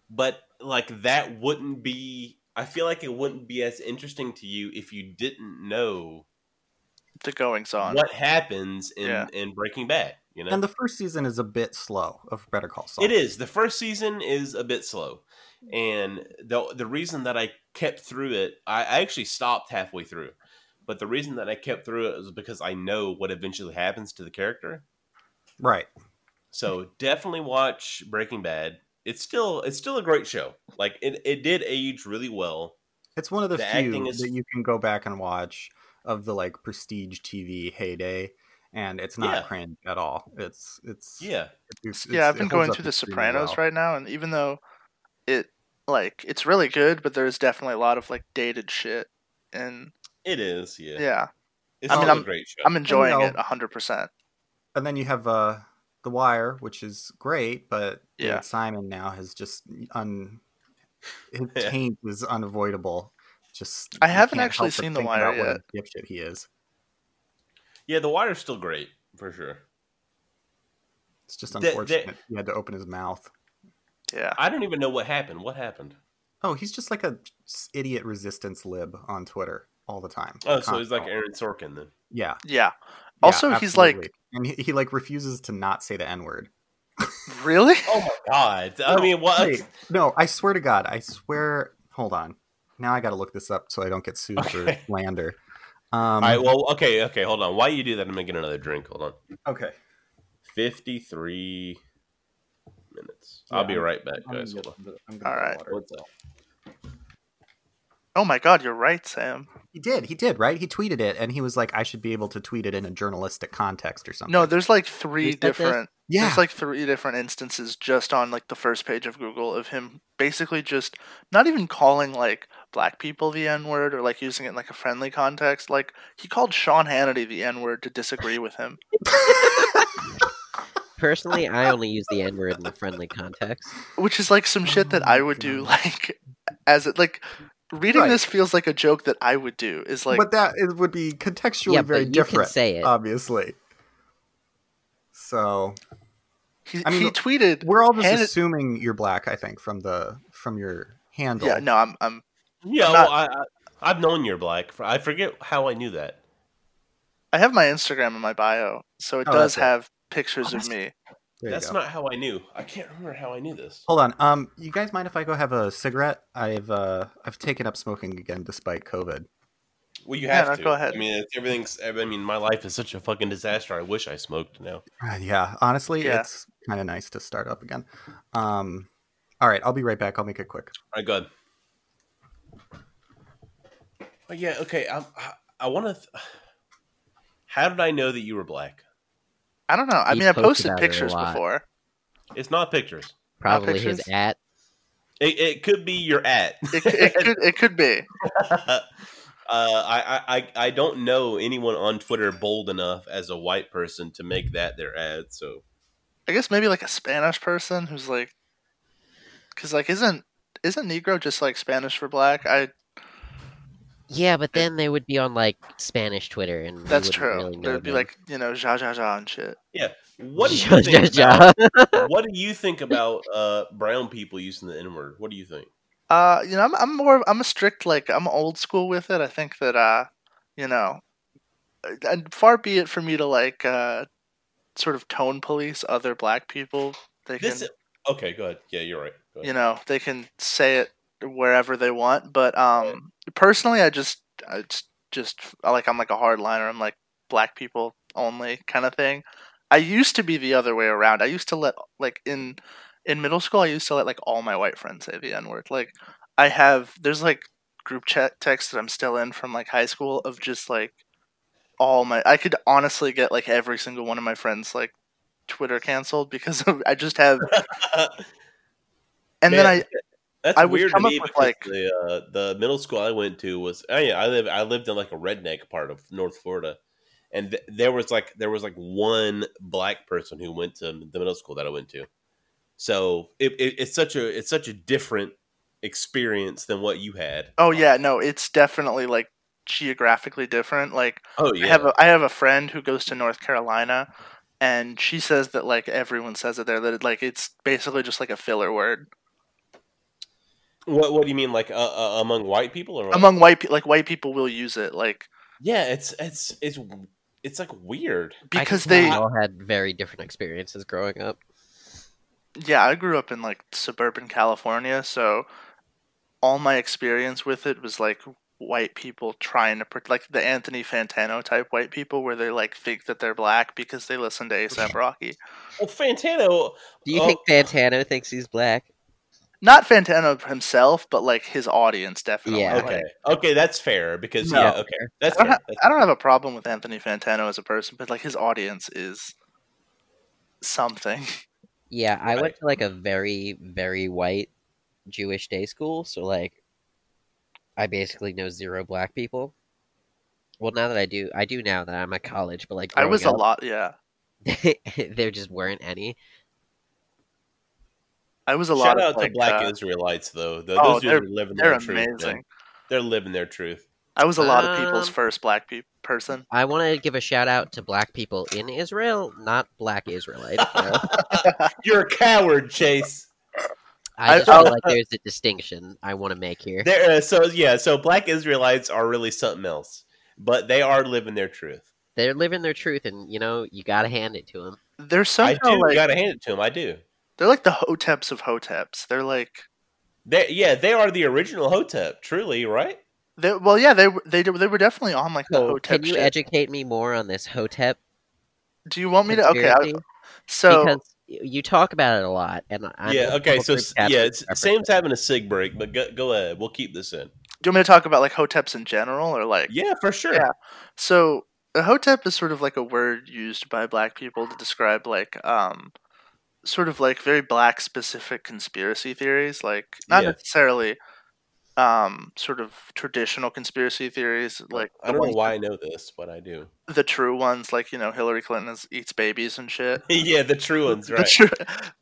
[SPEAKER 1] But like that wouldn't be I feel like it wouldn't be as interesting to you if you didn't know
[SPEAKER 3] the goings on
[SPEAKER 1] what happens in,
[SPEAKER 3] Yeah.
[SPEAKER 1] in Breaking Bad, you know?
[SPEAKER 4] And the first season is a bit slow of Better Call Saul.
[SPEAKER 1] It is. The first season is a bit slow. And the the reason that I kept through it, I, I actually stopped halfway through. But the reason that I kept through it was because I know what eventually happens to the character.
[SPEAKER 4] Right.
[SPEAKER 1] So definitely watch Breaking Bad. It's still it's still a great show. Like it, it did age really well.
[SPEAKER 4] It's one of the,
[SPEAKER 1] The acting
[SPEAKER 4] few
[SPEAKER 1] is-
[SPEAKER 4] that you can go back and watch of the like prestige TV heyday, and it's not
[SPEAKER 1] Yeah.
[SPEAKER 4] cringe at all. It's it's
[SPEAKER 1] Yeah.
[SPEAKER 4] it's-
[SPEAKER 3] yeah,
[SPEAKER 4] it's-
[SPEAKER 3] I've been
[SPEAKER 4] it holds
[SPEAKER 3] going
[SPEAKER 4] up
[SPEAKER 3] through The
[SPEAKER 4] extremely
[SPEAKER 3] Sopranos
[SPEAKER 4] well.
[SPEAKER 3] right now, and even though it like it's really good, but there's definitely a lot of like dated shit, and
[SPEAKER 1] It is, yeah.
[SPEAKER 3] yeah,
[SPEAKER 1] It's
[SPEAKER 3] I mean,
[SPEAKER 1] still a
[SPEAKER 3] I'm-
[SPEAKER 1] great show.
[SPEAKER 3] I'm enjoying
[SPEAKER 4] know.
[SPEAKER 3] it hundred percent.
[SPEAKER 4] And then you have uh The Wire, which is great, but
[SPEAKER 3] Yeah.
[SPEAKER 4] David Simon now has just un his
[SPEAKER 1] Yeah.
[SPEAKER 4] taint is unavoidable. Just
[SPEAKER 3] I
[SPEAKER 4] you
[SPEAKER 3] haven't
[SPEAKER 4] can't
[SPEAKER 3] actually
[SPEAKER 4] help but
[SPEAKER 3] seen The
[SPEAKER 4] think
[SPEAKER 3] Wire
[SPEAKER 4] about
[SPEAKER 3] yet.
[SPEAKER 4] What a dipshit he is.
[SPEAKER 1] yeah, The Wire's still great for sure.
[SPEAKER 4] It's just
[SPEAKER 1] The- the-
[SPEAKER 4] unfortunate he had to open his mouth.
[SPEAKER 3] Yeah,
[SPEAKER 1] I don't even know what happened. What happened?
[SPEAKER 4] Oh, he's just like a s- idiot resistance lib on Twitter all the time.
[SPEAKER 1] Oh, so he's like
[SPEAKER 4] Constant.
[SPEAKER 1] Aaron Sorkin then.
[SPEAKER 4] yeah.
[SPEAKER 3] yeah.
[SPEAKER 4] Yeah,
[SPEAKER 3] Also, he's like,
[SPEAKER 4] absolutely. and he, he like refuses to not say the n word.
[SPEAKER 3] really?
[SPEAKER 1] Oh my god. I
[SPEAKER 4] No,
[SPEAKER 1] mean what
[SPEAKER 4] Wait, no, I swear to God, I swear. Hold on, now I got to look this up so I don't get sued
[SPEAKER 1] Okay.
[SPEAKER 4] for slander.
[SPEAKER 1] all
[SPEAKER 4] Um,
[SPEAKER 1] right, well okay, okay, hold on. While you do that, I'm gonna get another drink. Hold on.
[SPEAKER 4] okay,
[SPEAKER 1] Fifty three minutes.
[SPEAKER 4] Yeah,
[SPEAKER 1] I'll be
[SPEAKER 4] I'm-
[SPEAKER 1] right back,
[SPEAKER 4] I'm gonna
[SPEAKER 1] guys.
[SPEAKER 4] get
[SPEAKER 1] Hold on.
[SPEAKER 4] some of the- I'm gonna
[SPEAKER 3] All
[SPEAKER 4] get
[SPEAKER 3] right.
[SPEAKER 4] water.
[SPEAKER 1] What's up?
[SPEAKER 3] Oh my god, you're right, Sam.
[SPEAKER 4] He did, he did, right? He tweeted it, and he was like, "I should be able to tweet it in a journalistic context or something."
[SPEAKER 3] No, there's like three
[SPEAKER 2] Is that this?
[SPEAKER 3] different.
[SPEAKER 4] yeah,
[SPEAKER 3] There's like three different instances just on like the first page of Google of him basically just not even calling like black people the N word or like using it in like a friendly context. Like he called Sean Hannity the N word to disagree with him.
[SPEAKER 2] Personally, I only use the N word in the friendly context.
[SPEAKER 3] which is like some shit that
[SPEAKER 4] Oh my
[SPEAKER 3] I would do like as it like reading
[SPEAKER 4] Right.
[SPEAKER 3] this feels like a joke that I would do is like
[SPEAKER 4] but that it would be contextually
[SPEAKER 2] yeah,
[SPEAKER 4] very
[SPEAKER 2] but you
[SPEAKER 4] different,
[SPEAKER 2] can say
[SPEAKER 3] uh,
[SPEAKER 2] it.
[SPEAKER 4] obviously. So
[SPEAKER 3] he,
[SPEAKER 4] I mean,
[SPEAKER 3] he tweeted
[SPEAKER 4] we're all just
[SPEAKER 3] Hand it-
[SPEAKER 4] assuming you're black. I think from the from your handle.
[SPEAKER 3] yeah no I'm I'm
[SPEAKER 1] Yeah,
[SPEAKER 3] not-
[SPEAKER 1] well, I, I I've known you're black. for- I forget how I knew that.
[SPEAKER 3] I have my Instagram in my bio so it
[SPEAKER 4] Oh,
[SPEAKER 3] does
[SPEAKER 4] that's it.
[SPEAKER 3] have pictures of
[SPEAKER 4] that's-
[SPEAKER 3] me
[SPEAKER 4] There you
[SPEAKER 1] That's
[SPEAKER 4] go.
[SPEAKER 1] not how I knew. I can't remember how I knew this.
[SPEAKER 4] Hold on. Um, you guys mind if I go have a cigarette? I've uh, I've taken up smoking again despite COVID.
[SPEAKER 1] Well, you
[SPEAKER 3] Yeah,
[SPEAKER 1] have
[SPEAKER 3] no,
[SPEAKER 1] to.
[SPEAKER 3] go ahead.
[SPEAKER 1] I mean, it's, everything's. I mean, my life is such a fucking disaster. I wish I smoked now.
[SPEAKER 4] Uh, yeah, honestly,
[SPEAKER 3] Yeah.
[SPEAKER 4] it's kind of nice to start up again. Um, all right, I'll be right back. I'll make it quick.
[SPEAKER 1] All right, good. But yeah, okay. I'm, I I want to. Th- how did I know that you were black?
[SPEAKER 3] I don't know I
[SPEAKER 2] He
[SPEAKER 3] mean I
[SPEAKER 2] posted
[SPEAKER 3] posted
[SPEAKER 2] about it a
[SPEAKER 3] pictures
[SPEAKER 2] lot.
[SPEAKER 3] before
[SPEAKER 1] It's not pictures.
[SPEAKER 2] Probably his
[SPEAKER 3] pictures?
[SPEAKER 2] at.
[SPEAKER 1] It, it could be your at.
[SPEAKER 3] It, it, could, it could be.
[SPEAKER 1] uh, I, I I- I don't know anyone on Twitter bold enough as a white person to make that their ad. So
[SPEAKER 3] I guess maybe like a Spanish person who's like, because like isn't isn't Negro just like Spanish for black? I
[SPEAKER 2] Yeah, but then they would be on like Spanish Twitter, and we
[SPEAKER 3] that's
[SPEAKER 2] wouldn't
[SPEAKER 3] true.
[SPEAKER 2] Really know
[SPEAKER 3] There'd be
[SPEAKER 2] them.
[SPEAKER 3] like you know ja ja ja and shit.
[SPEAKER 1] what do
[SPEAKER 2] Ja,
[SPEAKER 1] you
[SPEAKER 2] ja,
[SPEAKER 1] think?
[SPEAKER 2] ja.
[SPEAKER 1] About, what do you think about uh, brown people using the N word? What do you think?
[SPEAKER 3] Uh, you know, I'm I'm more of- I'm a strict like I'm old school with it. I think that uh, you know, uh, and far be it for me to like uh, sort of tone police other black people. They can
[SPEAKER 1] This is, okay. Go ahead. Yeah, you're right. Go ahead.
[SPEAKER 3] you know they can say it wherever they want but um personally i just i just, just I like i'm like a hard liner i'm like black people only kind of thing i used to be the other way around i used to let like in in middle school i used to let like all my white friends say the n word like i have there's like group chat text that i'm still in from like high school of just like all my i could honestly get like every single one of my friends like twitter canceled because of, i just have and then
[SPEAKER 1] Man,
[SPEAKER 3] i
[SPEAKER 1] That's
[SPEAKER 3] I would
[SPEAKER 1] weird
[SPEAKER 3] come
[SPEAKER 1] to
[SPEAKER 3] up
[SPEAKER 1] me
[SPEAKER 3] with,
[SPEAKER 1] because
[SPEAKER 3] like-
[SPEAKER 1] the, uh, the middle school I went to was oh yeah I live I lived in like a redneck part of North Florida, and th- there was like there was like one black person who went to the middle school that I went to, so it, it, it's such a it's such a different experience than what you had.
[SPEAKER 3] Oh yeah, no, it's definitely like geographically different. Like
[SPEAKER 1] Oh
[SPEAKER 3] I
[SPEAKER 1] yeah,
[SPEAKER 3] have a I have a friend who goes to North Carolina and she says that like everyone says it there that it, like it's basically just like a filler word
[SPEAKER 1] what what do you mean like uh, uh, among white people or what?
[SPEAKER 3] among white people like white people will use it like
[SPEAKER 1] yeah it's it's it's it's like weird.
[SPEAKER 2] I can
[SPEAKER 3] because
[SPEAKER 2] tell
[SPEAKER 3] they
[SPEAKER 2] we all had very different experiences growing up.
[SPEAKER 3] yeah I grew up in like suburban California so all my experience with it was like white people trying to pr- like the Anthony Fantano type white people where they like think that they're black because they listen to ASAP Rocky
[SPEAKER 1] Well, Fantano,
[SPEAKER 2] Do you
[SPEAKER 1] Oh.
[SPEAKER 2] think Fantano thinks he's black?
[SPEAKER 3] not Fantano himself, but like his audience definitely.
[SPEAKER 2] Yeah.
[SPEAKER 3] Like,
[SPEAKER 1] okay, okay, that's fair because
[SPEAKER 3] No.
[SPEAKER 1] yeah, okay, that's
[SPEAKER 3] I don't,
[SPEAKER 1] fair.
[SPEAKER 3] ha- I don't have a problem with Anthony Fantano as a person, but like his audience is something.
[SPEAKER 2] Yeah, I
[SPEAKER 1] Right.
[SPEAKER 2] went to like a very, very white Jewish day school, so like I basically know zero black people. Well, now that I do, I do now that I'm at college, but like
[SPEAKER 3] I was a
[SPEAKER 2] growing
[SPEAKER 3] lot, yeah.
[SPEAKER 2] up, there just weren't any.
[SPEAKER 3] I was a lot
[SPEAKER 1] Shout
[SPEAKER 3] of
[SPEAKER 1] out
[SPEAKER 3] like,
[SPEAKER 1] to Black
[SPEAKER 3] uh,
[SPEAKER 1] Israelites though. Th-
[SPEAKER 3] oh,
[SPEAKER 1] Those dudes
[SPEAKER 3] they're-
[SPEAKER 1] are living
[SPEAKER 3] they're
[SPEAKER 1] their truth. man.
[SPEAKER 3] amazing.
[SPEAKER 1] They're living their truth.
[SPEAKER 3] I was a lot of people's
[SPEAKER 2] Um,
[SPEAKER 3] first black pe- person.
[SPEAKER 2] I want to give a shout out to black people in Israel, not black Israelites. Though.
[SPEAKER 1] You're a coward, Chase.
[SPEAKER 2] I
[SPEAKER 3] I-
[SPEAKER 2] just feel like there's a distinction I want to make here.
[SPEAKER 1] There. Uh, so yeah. So Black Israelites are really something else, but they are living their truth.
[SPEAKER 2] They're living their truth, and you know you gotta hand it to them.
[SPEAKER 3] They're
[SPEAKER 1] I
[SPEAKER 3] somehow
[SPEAKER 1] do.
[SPEAKER 3] like
[SPEAKER 1] gotta hand it to them. I do.
[SPEAKER 3] they're like the hoteps of hoteps. They're like
[SPEAKER 1] They, yeah, they are the original Hotep. Truly, right?
[SPEAKER 3] they well, yeah, they were- they d- they were definitely on like the
[SPEAKER 2] So,
[SPEAKER 3] hotep
[SPEAKER 2] can you
[SPEAKER 3] shit.
[SPEAKER 2] educate me more on this Hotep
[SPEAKER 3] Do you want me to? Okay, I,
[SPEAKER 2] conspiracy?
[SPEAKER 3] so
[SPEAKER 2] because y- you talk about it a lot, and I'm
[SPEAKER 1] yeah.
[SPEAKER 2] in
[SPEAKER 1] Okay.
[SPEAKER 2] a
[SPEAKER 1] So
[SPEAKER 2] group
[SPEAKER 1] s-
[SPEAKER 2] chat
[SPEAKER 1] yeah,
[SPEAKER 2] that
[SPEAKER 1] it's,
[SPEAKER 2] references
[SPEAKER 1] Sam's having a sig break, but go, go ahead. We'll keep this in.
[SPEAKER 3] do you want me to talk about like hoteps in general, or like
[SPEAKER 1] Yeah, for sure.
[SPEAKER 3] Yeah. So a hotep is sort of like a word used by black people to describe like um sort of like very black specific conspiracy theories, like not
[SPEAKER 1] Yeah.
[SPEAKER 3] necessarily um sort of traditional conspiracy theories like
[SPEAKER 1] I
[SPEAKER 3] the,
[SPEAKER 1] don't know
[SPEAKER 3] ones-
[SPEAKER 1] why I know this, but I do.
[SPEAKER 3] the true ones like you know Hillary Clinton is, eats babies and shit.
[SPEAKER 1] yeah, the true ones,
[SPEAKER 3] The
[SPEAKER 1] right?
[SPEAKER 3] true-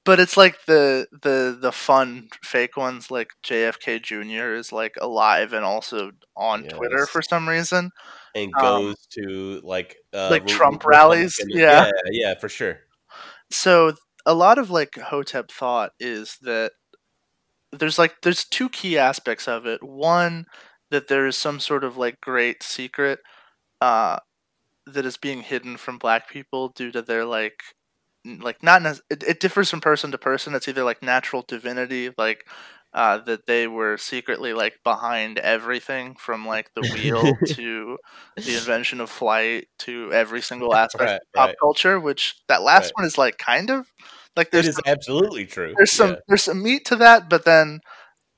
[SPEAKER 3] but it's like the the the fun fake ones like JFK Jr is like alive and also on Twitter
[SPEAKER 1] Yes.
[SPEAKER 3] for some reason.
[SPEAKER 1] and
[SPEAKER 3] Um,
[SPEAKER 1] goes to like uh,
[SPEAKER 3] like
[SPEAKER 1] Re-
[SPEAKER 3] Trump
[SPEAKER 1] Republican-
[SPEAKER 3] rallies? Yeah.
[SPEAKER 1] yeah, yeah, for sure.
[SPEAKER 3] so a lot of like hotep thought is that there's like there's two key aspects of it one that there is some sort of like great secret uh that is being hidden from black people due to their like n- like not nec- it, it differs from person to person it's either like natural divinity like uh, that they were secretly like behind everything from like the wheel to the invention of flight to every single aspect
[SPEAKER 1] Right,
[SPEAKER 3] pop
[SPEAKER 1] right.
[SPEAKER 3] culture, which that last
[SPEAKER 1] Right.
[SPEAKER 3] one is like kind of like
[SPEAKER 1] It
[SPEAKER 3] there's
[SPEAKER 1] is
[SPEAKER 3] some,
[SPEAKER 1] absolutely true.
[SPEAKER 3] there's some
[SPEAKER 1] Yeah.
[SPEAKER 3] there's some meat to that, but then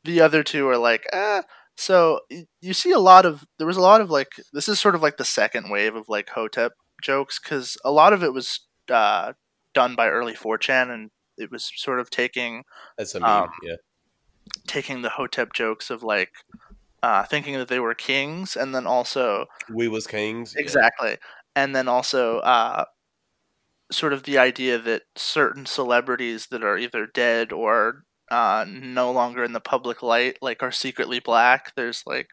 [SPEAKER 3] the other two are like eh. So y- you see a lot of there was a lot of like this is sort of like the second wave of like Hotep jokes because a lot of it was uh, done by early 4chan and it was sort of taking
[SPEAKER 1] That's a meme.
[SPEAKER 3] um,
[SPEAKER 1] yeah.
[SPEAKER 3] taking the Hotep jokes of like uh, thinking that they were kings, and then also
[SPEAKER 1] We was kings.
[SPEAKER 3] exactly, and then also uh, sort of the idea that certain celebrities that are either dead or uh, no longer in the public light, like are secretly black. There's like,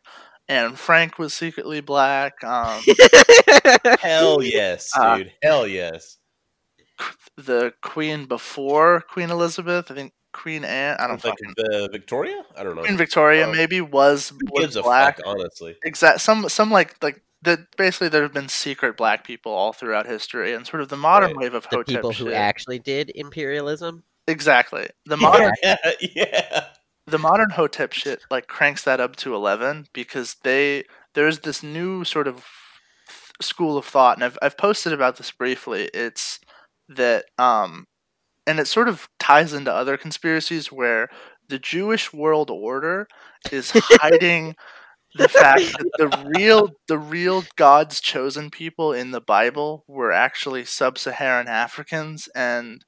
[SPEAKER 3] and Frank was secretly black. Um,
[SPEAKER 1] Hell yes,
[SPEAKER 3] Uh,
[SPEAKER 1] dude. Hell yes.
[SPEAKER 3] the Queen before Queen Elizabeth, I think Queen Anne. I don't
[SPEAKER 1] Like
[SPEAKER 3] fucking
[SPEAKER 1] the Victoria? I don't know.
[SPEAKER 3] Queen Victoria
[SPEAKER 1] Oh.
[SPEAKER 3] maybe was
[SPEAKER 1] Who
[SPEAKER 3] was
[SPEAKER 1] gives a
[SPEAKER 3] black.
[SPEAKER 1] fuck, honestly.
[SPEAKER 3] exact some some like like the basically there have been secret black people all throughout history and sort of the modern
[SPEAKER 1] Right.
[SPEAKER 3] wave of
[SPEAKER 2] the
[SPEAKER 3] Hotep
[SPEAKER 2] people who
[SPEAKER 3] shit.
[SPEAKER 2] actually did imperialism.
[SPEAKER 3] exactly the modern
[SPEAKER 1] Yeah, yeah.
[SPEAKER 3] the modern Hotep shit like cranks that up to eleven because they there's this new sort of school of thought, and I've I've posted about this briefly. It's that um, and it sort of ties into other conspiracies where the Jewish world order is hiding the fact that the real the real God's chosen people in the Bible were actually sub-Saharan Africans and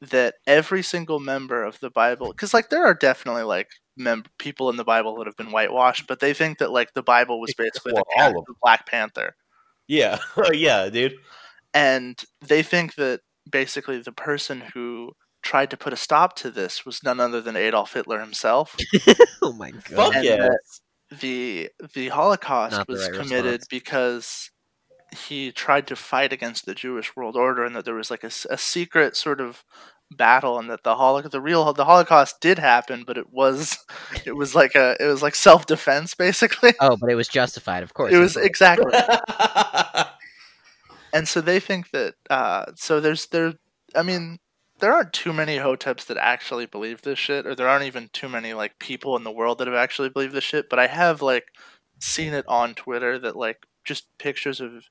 [SPEAKER 3] that every single member of the Bible cuz like there are definitely like mem- people in the Bible that have been whitewashed but they think that like the Bible was basically the,
[SPEAKER 1] Well, all of
[SPEAKER 3] the Black Panther
[SPEAKER 1] Yeah. yeah, dude.
[SPEAKER 3] and they think that basically the person who tried to put a stop to this was none other than Adolf Hitler himself
[SPEAKER 2] Oh my god!
[SPEAKER 1] Fuck
[SPEAKER 3] And
[SPEAKER 1] yes.
[SPEAKER 3] the the Holocaust
[SPEAKER 2] Not the
[SPEAKER 3] was
[SPEAKER 2] right
[SPEAKER 3] committed
[SPEAKER 2] response.
[SPEAKER 3] because he tried to fight against the Jewish world order, and that there was like a, s- a secret sort of battle, and that the holo- the real the Holocaust did happen, but it was it was like a it was like self defense basically.
[SPEAKER 2] Oh, but it was justified, of course.
[SPEAKER 3] It was
[SPEAKER 2] of course.
[SPEAKER 3] exactly, and so they think that uh, so there's there. I mean, there aren't too many hoteps that actually believe this shit, or there aren't even too many like people in the world that have actually believed this shit. But I have like seen it on Twitter that like just pictures of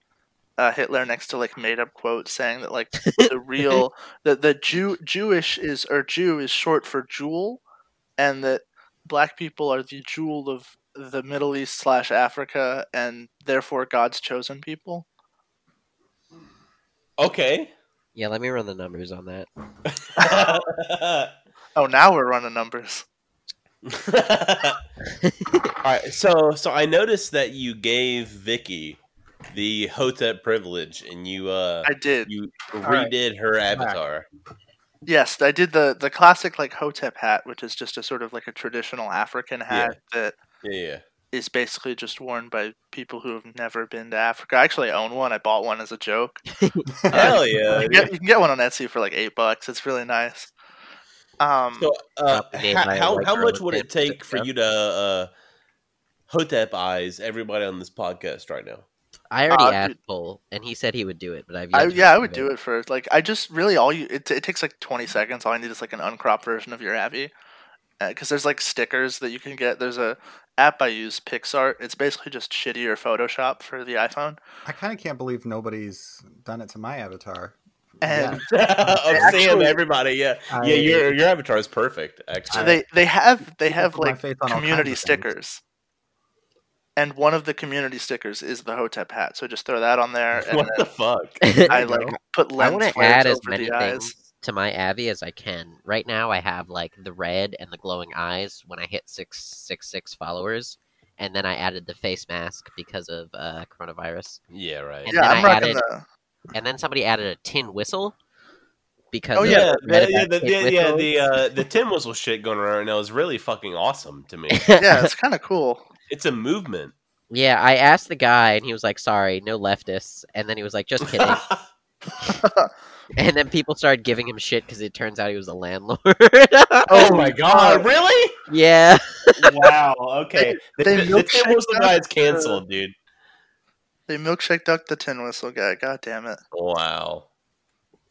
[SPEAKER 3] uh, Hitler next to like made up quotes saying that like the real that the Jew Jewish is or Jew is short for jewel, and that black people are the jewel of the Middle East slash Africa, and therefore God's chosen people.
[SPEAKER 1] okay.
[SPEAKER 2] Yeah, let me run the numbers on that.
[SPEAKER 3] Oh, now we're running numbers.
[SPEAKER 1] All right, so so I noticed that you gave Vicky the Hotep privilege, and you uh
[SPEAKER 3] I did.
[SPEAKER 1] you
[SPEAKER 4] right.
[SPEAKER 1] redid her avatar.
[SPEAKER 3] Yes, I did the the classic like Hotep hat, which is just a sort of like a traditional African hat that
[SPEAKER 1] Yeah, yeah.
[SPEAKER 3] is basically just worn by people who have never been to Africa. I actually own one. I bought one as a joke.
[SPEAKER 1] Hell Oh, yeah!
[SPEAKER 3] you,
[SPEAKER 1] dude.
[SPEAKER 3] get, you can get one on Etsy for like eight bucks. It's really nice. Um,
[SPEAKER 1] So, uh,
[SPEAKER 2] Up to date
[SPEAKER 1] how
[SPEAKER 2] by
[SPEAKER 1] how,
[SPEAKER 2] like
[SPEAKER 1] how
[SPEAKER 2] her
[SPEAKER 1] much would it
[SPEAKER 2] birthday
[SPEAKER 1] take for
[SPEAKER 2] stuff.
[SPEAKER 1] you to uh, Hotep eyes everybody on this podcast right now?
[SPEAKER 2] I already
[SPEAKER 3] Ah,
[SPEAKER 2] asked
[SPEAKER 3] dude.
[SPEAKER 2] Paul, and he said he would do it, but I've yet
[SPEAKER 3] I,
[SPEAKER 2] to
[SPEAKER 3] yeah, I
[SPEAKER 2] receive
[SPEAKER 3] would
[SPEAKER 2] it.
[SPEAKER 3] do it for like I just really all you it, it takes like 20 seconds. All I need is like an uncropped version of your Abby because there's like stickers that you can get. There's a app I use, Pixart. It's basically just shittier Photoshop for the iPhone.
[SPEAKER 4] I kind of can't believe nobody's done it to my avatar.
[SPEAKER 3] And
[SPEAKER 4] Yeah.
[SPEAKER 1] of Sam,
[SPEAKER 3] Actually-
[SPEAKER 1] everybody, yeah,
[SPEAKER 4] I-
[SPEAKER 1] yeah. Your your avatar is perfect.
[SPEAKER 3] so
[SPEAKER 1] Actually,
[SPEAKER 3] they they have they have
[SPEAKER 4] put my
[SPEAKER 3] like
[SPEAKER 4] faith on all
[SPEAKER 3] community
[SPEAKER 4] kinds of things.
[SPEAKER 3] stickers. And one of the community stickers is the Hotep hat, so just throw that on there. And
[SPEAKER 1] what the
[SPEAKER 3] then
[SPEAKER 1] fuck?
[SPEAKER 3] I
[SPEAKER 2] I
[SPEAKER 3] like put lens
[SPEAKER 2] want to
[SPEAKER 3] flares
[SPEAKER 2] add as
[SPEAKER 3] over
[SPEAKER 2] many
[SPEAKER 3] the eyes.
[SPEAKER 2] things to my Avi as I can. Right now, I have like the red and the glowing eyes when I hit six six six followers, and then I added the face mask because of uh, coronavirus.
[SPEAKER 1] Yeah, right.
[SPEAKER 2] And
[SPEAKER 3] Yeah,
[SPEAKER 2] then
[SPEAKER 3] I'm
[SPEAKER 2] I
[SPEAKER 3] rocking
[SPEAKER 2] added-
[SPEAKER 3] the
[SPEAKER 2] And then somebody added a tin whistle because
[SPEAKER 1] Oh
[SPEAKER 2] of
[SPEAKER 1] yeah,
[SPEAKER 2] the red
[SPEAKER 1] the, yeah,
[SPEAKER 2] and
[SPEAKER 1] the,
[SPEAKER 2] tin
[SPEAKER 1] yeah, yeah,
[SPEAKER 2] whistle.
[SPEAKER 1] the uh, the Tim Whistle shit going around right now is really fucking awesome to me.
[SPEAKER 3] yeah, it's kind of cool.
[SPEAKER 1] it's a movement.
[SPEAKER 2] Yeah, I asked the guy, and he was like, "Sorry, no leftists." And then he was like, "Just kidding."
[SPEAKER 1] Oh
[SPEAKER 2] and then people started giving him shit because it turns out he was a landlord.
[SPEAKER 1] oh my god, really?
[SPEAKER 2] yeah,
[SPEAKER 1] wow. Okay, the,
[SPEAKER 3] They
[SPEAKER 1] the- the Tim
[SPEAKER 3] milkshake
[SPEAKER 1] Whistle guy is
[SPEAKER 3] that,
[SPEAKER 1] canceled, dude.
[SPEAKER 3] They milkshake ducked the tin whistle guy. God damn it!
[SPEAKER 1] Wow,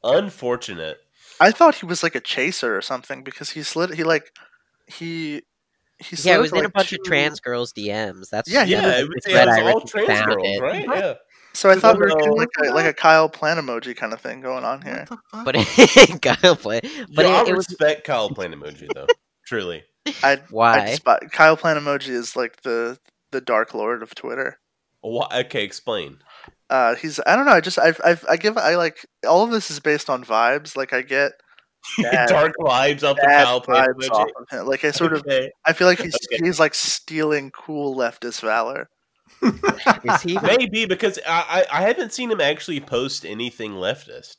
[SPEAKER 1] unfortunate.
[SPEAKER 3] I thought he was like a chaser or something because he slid. He like he he slid
[SPEAKER 2] yeah, it was
[SPEAKER 3] into,
[SPEAKER 2] in a
[SPEAKER 3] like,
[SPEAKER 2] bunch
[SPEAKER 3] two-
[SPEAKER 2] of trans girls' DMs. That's
[SPEAKER 3] Yeah,
[SPEAKER 1] Yeah, it was,
[SPEAKER 2] it's
[SPEAKER 1] yeah, it
[SPEAKER 2] Red
[SPEAKER 1] was
[SPEAKER 2] Eye
[SPEAKER 1] all
[SPEAKER 2] Richard
[SPEAKER 1] trans
[SPEAKER 2] found
[SPEAKER 1] girls,
[SPEAKER 2] it.
[SPEAKER 1] right?
[SPEAKER 3] Uh-huh.
[SPEAKER 1] Yeah.
[SPEAKER 3] So I thought we were
[SPEAKER 1] Hello.
[SPEAKER 3] doing like a, like a Kyle Plan emoji kind of thing going on here.
[SPEAKER 4] What the fuck?
[SPEAKER 2] But it, Kyle play, but
[SPEAKER 1] But I
[SPEAKER 2] it, it was
[SPEAKER 1] respect Kyle playing emoji though. Truly,
[SPEAKER 3] I, I
[SPEAKER 2] why?
[SPEAKER 3] despise, Kyle Plan emoji is like the the Dark Lord of Twitter.
[SPEAKER 1] Why, okay, explain.
[SPEAKER 3] Uh, he's I don't know. I just I I I give I like all of this is based on vibes. Like I get That-
[SPEAKER 1] Dark vibes off the
[SPEAKER 3] bad
[SPEAKER 1] cow
[SPEAKER 3] vibes off of him. Like I sort of, I feel like he's
[SPEAKER 1] Okay.
[SPEAKER 3] he's like stealing cool leftist valor.
[SPEAKER 2] Is he even,
[SPEAKER 1] Maybe because I, I I haven't seen him actually post anything leftist.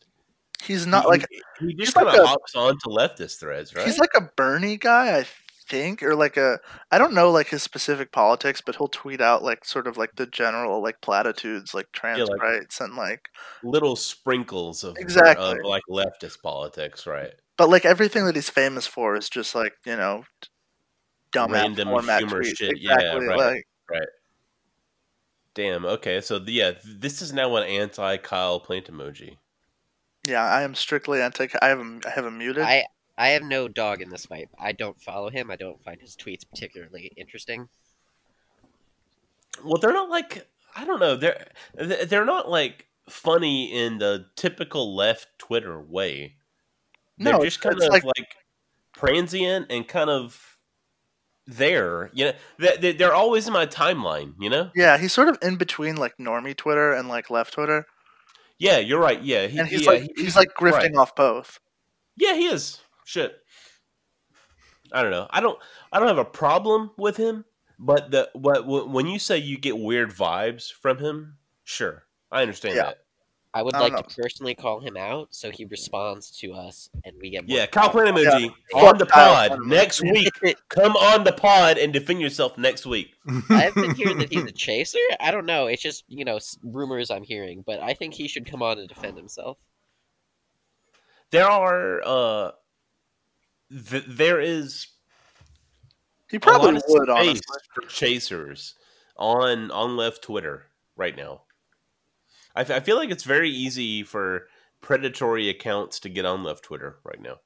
[SPEAKER 3] He's not
[SPEAKER 1] He-
[SPEAKER 3] like
[SPEAKER 1] he, he just
[SPEAKER 3] he's like
[SPEAKER 1] kind of
[SPEAKER 3] a-
[SPEAKER 1] hops onto leftist threads, right?
[SPEAKER 3] he's like a Bernie guy, I think, or like a I don't know like his specific politics, but he'll tweet out like sort of like the general like platitudes, like trans
[SPEAKER 1] like-
[SPEAKER 3] rights and like
[SPEAKER 1] Little sprinkles of,
[SPEAKER 3] Exactly.
[SPEAKER 1] of like leftist politics, right?
[SPEAKER 3] but like everything that he's famous for is just like you know t- dumb ass
[SPEAKER 1] Random
[SPEAKER 3] format
[SPEAKER 1] humor
[SPEAKER 3] tweets.
[SPEAKER 1] shit, yeah,
[SPEAKER 3] Exactly,
[SPEAKER 1] right.
[SPEAKER 3] like,
[SPEAKER 1] Damn. Okay. So the, yeah, this is now an anti Kyle plant emoji.
[SPEAKER 3] yeah, I am strictly anti. I have him. I have him muted.
[SPEAKER 2] I I have no dog in this fight. I don't follow him. I don't find his tweets particularly interesting.
[SPEAKER 1] Well, they're not like I don't know. They're th- they're not like funny in the typical left Twitter way. They're
[SPEAKER 3] no,
[SPEAKER 1] just kind
[SPEAKER 3] it's
[SPEAKER 1] of
[SPEAKER 3] like
[SPEAKER 1] like, transient and kind of there. You know, They- they- they're always in my timeline. You know.
[SPEAKER 3] yeah, he's sort of in between like normie Twitter and like left Twitter,
[SPEAKER 1] Yeah, you're right. Yeah, he-
[SPEAKER 3] and he's
[SPEAKER 1] yeah,
[SPEAKER 3] like
[SPEAKER 1] he-
[SPEAKER 3] he's like grifting
[SPEAKER 1] right.
[SPEAKER 3] off both.
[SPEAKER 1] Yeah, he is. Shit. I don't know. I don't. I don't have a problem with him, but the what when you say you get weird vibes from him, sure, I understand
[SPEAKER 3] Yeah.
[SPEAKER 1] that.
[SPEAKER 2] I would
[SPEAKER 3] I
[SPEAKER 2] like
[SPEAKER 3] don't
[SPEAKER 2] to personally call him out so he responds to us and we get more
[SPEAKER 1] Yeah, Kyle Plant emoji
[SPEAKER 3] Yeah.
[SPEAKER 1] on the
[SPEAKER 3] Fuck Kyle
[SPEAKER 1] pod
[SPEAKER 3] Plant.
[SPEAKER 1] next week. Come on the pod and defend yourself next week.
[SPEAKER 2] I've been hearing that he's a chaser. I don't know. It's just you know s- rumors I'm hearing, but I think he should come on and defend himself.
[SPEAKER 1] There are uh, th- there is a
[SPEAKER 3] He
[SPEAKER 1] lot
[SPEAKER 3] probably
[SPEAKER 1] of
[SPEAKER 3] would
[SPEAKER 1] space
[SPEAKER 3] honestly.
[SPEAKER 1] for chasers on on left Twitter right now. I, f- I feel like it's very easy for predatory accounts to get on left Twitter right now.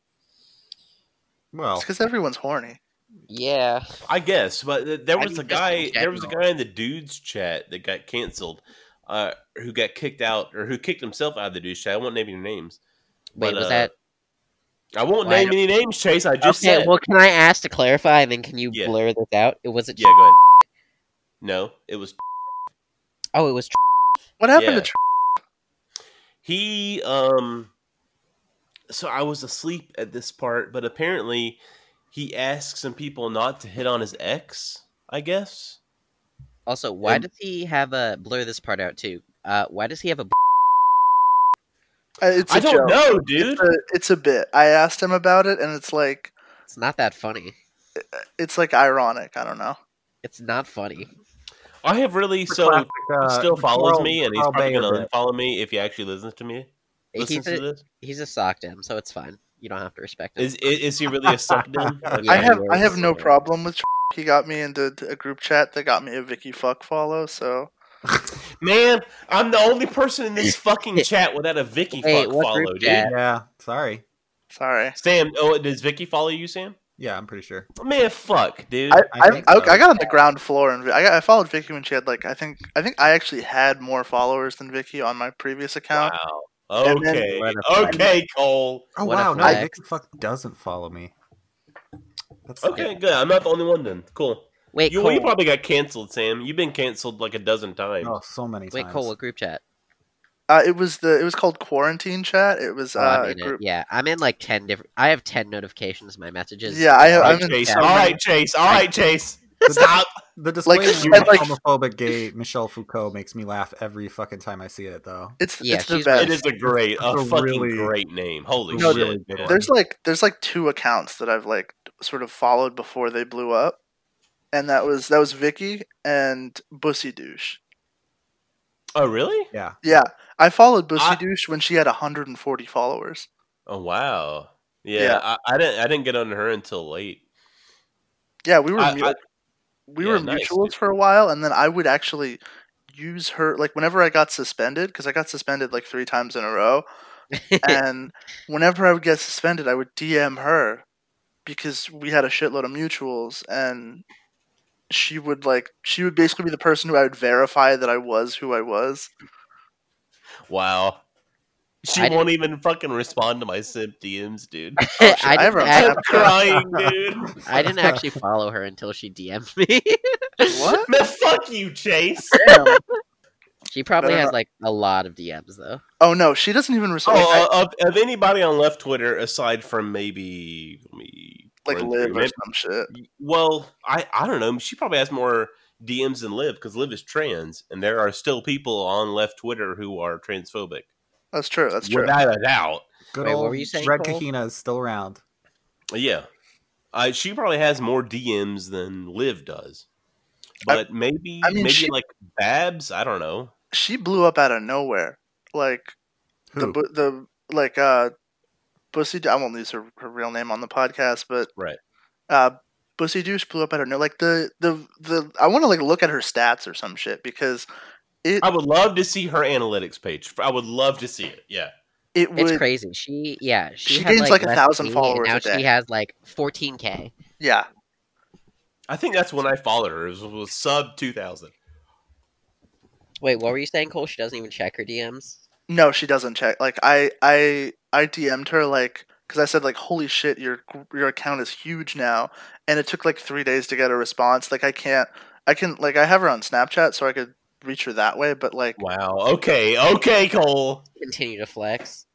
[SPEAKER 4] well,
[SPEAKER 3] because everyone's horny.
[SPEAKER 2] Yeah,
[SPEAKER 1] I guess, but th- there
[SPEAKER 2] I
[SPEAKER 1] was
[SPEAKER 2] mean,
[SPEAKER 1] a
[SPEAKER 2] just
[SPEAKER 1] guy.
[SPEAKER 2] in
[SPEAKER 1] There was a
[SPEAKER 2] general.
[SPEAKER 1] guy in the dudes chat that got canceled, uh, who got kicked out or who kicked himself out of the dudes chat. I won't name any names.
[SPEAKER 2] Wait,
[SPEAKER 1] But,
[SPEAKER 2] was
[SPEAKER 1] uh,
[SPEAKER 2] that
[SPEAKER 1] I won't
[SPEAKER 2] Why
[SPEAKER 1] name any names, Chase. I just
[SPEAKER 2] okay?
[SPEAKER 1] said.
[SPEAKER 2] Well, can I ask to clarify, and then can you
[SPEAKER 1] Yeah.
[SPEAKER 2] blur this out? It was it.
[SPEAKER 1] yeah, go ahead. No, it was
[SPEAKER 2] Oh, it was.
[SPEAKER 3] What happened
[SPEAKER 1] Yeah.
[SPEAKER 3] to Tr-
[SPEAKER 1] he. Um, so I was asleep at this part, but apparently, he asked some people not to hit on his ex. I guess.
[SPEAKER 2] Also, why
[SPEAKER 1] Um,
[SPEAKER 2] does he have a blur this part out too? Uh, why does he have a?
[SPEAKER 3] Uh, It's a
[SPEAKER 1] I don't
[SPEAKER 3] joke.
[SPEAKER 1] know, dude.
[SPEAKER 3] It's a, it's a bit. I asked him about it, and it's like
[SPEAKER 2] It's not that funny.
[SPEAKER 3] it's like ironic. I don't know.
[SPEAKER 2] It's not funny.
[SPEAKER 1] I have really so
[SPEAKER 4] classic, uh,
[SPEAKER 1] still follows
[SPEAKER 4] Carl-
[SPEAKER 1] me, and he's
[SPEAKER 4] Carl
[SPEAKER 1] probably
[SPEAKER 4] Bayer
[SPEAKER 1] gonna
[SPEAKER 4] bit.
[SPEAKER 1] unfollow me if he actually listens to me. Listens
[SPEAKER 2] He's
[SPEAKER 1] to
[SPEAKER 2] a,
[SPEAKER 1] this.
[SPEAKER 2] he's a sock dem, so it's fine. You don't have to respect him.
[SPEAKER 1] Is i- is he really a suck dude? Like,
[SPEAKER 2] Yeah,
[SPEAKER 3] I have I
[SPEAKER 2] he
[SPEAKER 3] have
[SPEAKER 2] is.
[SPEAKER 3] no problem with. Tr- He got me into t- a group chat that got me a Vicky fuck follow. So
[SPEAKER 1] man, I'm the only person in this fucking chat without a Vicky
[SPEAKER 2] Wait,
[SPEAKER 1] fuck
[SPEAKER 2] what
[SPEAKER 1] follow,
[SPEAKER 2] group
[SPEAKER 1] dude.
[SPEAKER 2] chat?
[SPEAKER 4] yeah. Sorry.
[SPEAKER 3] sorry.
[SPEAKER 1] Sam, oh, does Vicky follow you, Sam?
[SPEAKER 4] Yeah, I'm pretty sure.
[SPEAKER 1] Man, fuck, dude.
[SPEAKER 3] I,
[SPEAKER 4] I
[SPEAKER 3] I,
[SPEAKER 4] think
[SPEAKER 3] I,
[SPEAKER 4] so.
[SPEAKER 3] I got on the ground floor and Vi- I, got, I followed Vicky when she had like I think I think I actually had more followers than Vicky on my previous account.
[SPEAKER 1] wow.
[SPEAKER 3] And then-
[SPEAKER 1] Okay,
[SPEAKER 2] What a flex.
[SPEAKER 1] okay, Cole.
[SPEAKER 4] Oh
[SPEAKER 2] What a
[SPEAKER 4] wow, no,
[SPEAKER 2] flex.
[SPEAKER 4] Vic fuck doesn't follow me. That's
[SPEAKER 1] Okay, good. I'm not the only one then. Cool.
[SPEAKER 2] Wait,
[SPEAKER 1] You,
[SPEAKER 2] Cole.
[SPEAKER 1] well, you probably got canceled, Sam. You've been canceled like a dozen times.
[SPEAKER 4] Oh, so many
[SPEAKER 2] Wait,
[SPEAKER 4] times.
[SPEAKER 2] Cole. What group chat?
[SPEAKER 3] Uh, it was the it was called quarantine chat. It was
[SPEAKER 2] Oh,
[SPEAKER 3] uh,
[SPEAKER 2] I'm in
[SPEAKER 3] a
[SPEAKER 2] it.
[SPEAKER 3] group.
[SPEAKER 2] Yeah, I'm in like ten different. I have ten notifications. in My messages.
[SPEAKER 3] Yeah, I have.
[SPEAKER 1] All
[SPEAKER 3] I'm
[SPEAKER 1] right,
[SPEAKER 3] in,
[SPEAKER 1] Chase.
[SPEAKER 2] yeah.
[SPEAKER 1] All right, Chase. All right, Chase. Stop.
[SPEAKER 4] The display
[SPEAKER 3] Like,
[SPEAKER 4] of
[SPEAKER 3] you had, like-
[SPEAKER 4] homophobic gay Michelle Foucault makes me laugh every fucking time I see it, though.
[SPEAKER 3] it's
[SPEAKER 2] Yeah,
[SPEAKER 3] it's the
[SPEAKER 2] she's-
[SPEAKER 1] It is
[SPEAKER 3] best.
[SPEAKER 1] a great, a,
[SPEAKER 4] That's a
[SPEAKER 1] fucking
[SPEAKER 4] really-
[SPEAKER 1] great name. Holy
[SPEAKER 4] No,
[SPEAKER 1] shit!
[SPEAKER 4] really good
[SPEAKER 1] man.
[SPEAKER 4] one.
[SPEAKER 3] There's like there's like two accounts that I've like sort of followed before they blew up, and that was that was Vicky and Bussy Douche.
[SPEAKER 1] Oh, really?
[SPEAKER 4] Yeah,
[SPEAKER 3] Yeah, I followed Bussy
[SPEAKER 1] I-
[SPEAKER 3] Douche when she had 140 followers.
[SPEAKER 1] Oh, wow. Yeah,
[SPEAKER 3] Yeah.
[SPEAKER 1] I, I didn't. I didn't get on her until late.
[SPEAKER 3] Yeah, we were
[SPEAKER 1] I-
[SPEAKER 3] mu-
[SPEAKER 1] I-
[SPEAKER 3] we
[SPEAKER 1] yeah,
[SPEAKER 3] were
[SPEAKER 1] nice,
[SPEAKER 3] mutuals
[SPEAKER 1] dude.
[SPEAKER 3] for a while, and then I would actually use her like whenever I got suspended because I got suspended like three times in a row, and whenever I would get suspended, I would DM her because we had a shitload of mutuals, and she would like she would basically be the person who I would verify that I was who I was.
[SPEAKER 1] Wow. She
[SPEAKER 2] I
[SPEAKER 1] won't even fucking respond to my simp DMs, dude.
[SPEAKER 3] Oh, shit,
[SPEAKER 2] I,
[SPEAKER 3] I
[SPEAKER 2] didn't
[SPEAKER 3] wrote
[SPEAKER 2] act-
[SPEAKER 1] I'm crying, dude.
[SPEAKER 2] I didn't actually follow her until she DM'd me.
[SPEAKER 3] What?
[SPEAKER 1] Man, fuck you, Chase.
[SPEAKER 3] Damn.
[SPEAKER 2] She probably
[SPEAKER 3] Better
[SPEAKER 2] has
[SPEAKER 3] not-
[SPEAKER 2] like a lot of DMs though.
[SPEAKER 3] Oh no, she doesn't even respond.
[SPEAKER 1] Oh, uh, of, of anybody on left Twitter, aside from maybe me,
[SPEAKER 3] like
[SPEAKER 1] run
[SPEAKER 3] live
[SPEAKER 1] through,
[SPEAKER 3] or
[SPEAKER 1] oh, maybe-
[SPEAKER 3] some shit.
[SPEAKER 1] Well, I I don't know. She probably has more DMs than Liv because Liv is trans, and there are still people on left Twitter who are transphobic.
[SPEAKER 3] That's true. That's true.
[SPEAKER 1] Without a doubt.
[SPEAKER 4] Good
[SPEAKER 2] Wait, what
[SPEAKER 4] old
[SPEAKER 2] were you saying,
[SPEAKER 4] Red
[SPEAKER 2] Cole?
[SPEAKER 4] Kahina is still around.
[SPEAKER 1] Yeah. Uh, she probably has more DMs than Liv does. But maybe
[SPEAKER 3] I mean,
[SPEAKER 1] maybe
[SPEAKER 3] she-
[SPEAKER 1] like Babs, I don't know.
[SPEAKER 3] she blew up out of nowhere. Like the
[SPEAKER 4] Who?
[SPEAKER 3] bu- the like uh, Bussy. I won't use her, her real name on the podcast, but
[SPEAKER 1] Right.
[SPEAKER 3] Uh, Bussy Douche blew up out of nowhere. Like the the the. I want to like look at her stats or some shit because it
[SPEAKER 1] I would love to see her analytics page. I would love to see it. Yeah.
[SPEAKER 3] it
[SPEAKER 2] It's
[SPEAKER 3] would
[SPEAKER 2] crazy. She yeah, she,
[SPEAKER 3] She
[SPEAKER 2] had,
[SPEAKER 3] gains, like, a
[SPEAKER 2] less
[SPEAKER 3] thousand
[SPEAKER 2] than me, and
[SPEAKER 3] followers
[SPEAKER 2] Now
[SPEAKER 3] a day.
[SPEAKER 2] she has like 14k.
[SPEAKER 3] yeah.
[SPEAKER 1] I think that's when I followed her. It was, was sub 2000.
[SPEAKER 2] Wait, what were you saying, Cole? She doesn't even check her DMs.
[SPEAKER 3] No, she doesn't check. Like I I I DM'd her like because I said like holy shit your your account is huge now and it took like three days to get a response. Like I can't I can like I have her on Snapchat so I could reach her that way, but like
[SPEAKER 1] Wow. Okay. Okay, Cole.
[SPEAKER 2] Continue to flex.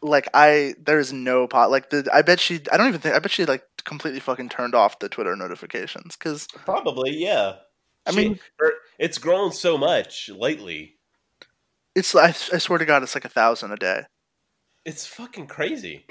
[SPEAKER 3] like I there is no pot like the I bet she I don't even think I bet she like completely fucking turned off the Twitter notifications because
[SPEAKER 1] Probably, yeah.
[SPEAKER 3] I
[SPEAKER 1] She-
[SPEAKER 3] mean-
[SPEAKER 1] her- it's grown so much lately.
[SPEAKER 3] it's I, I swear to God it's like a thousand a day.
[SPEAKER 1] It's fucking crazy.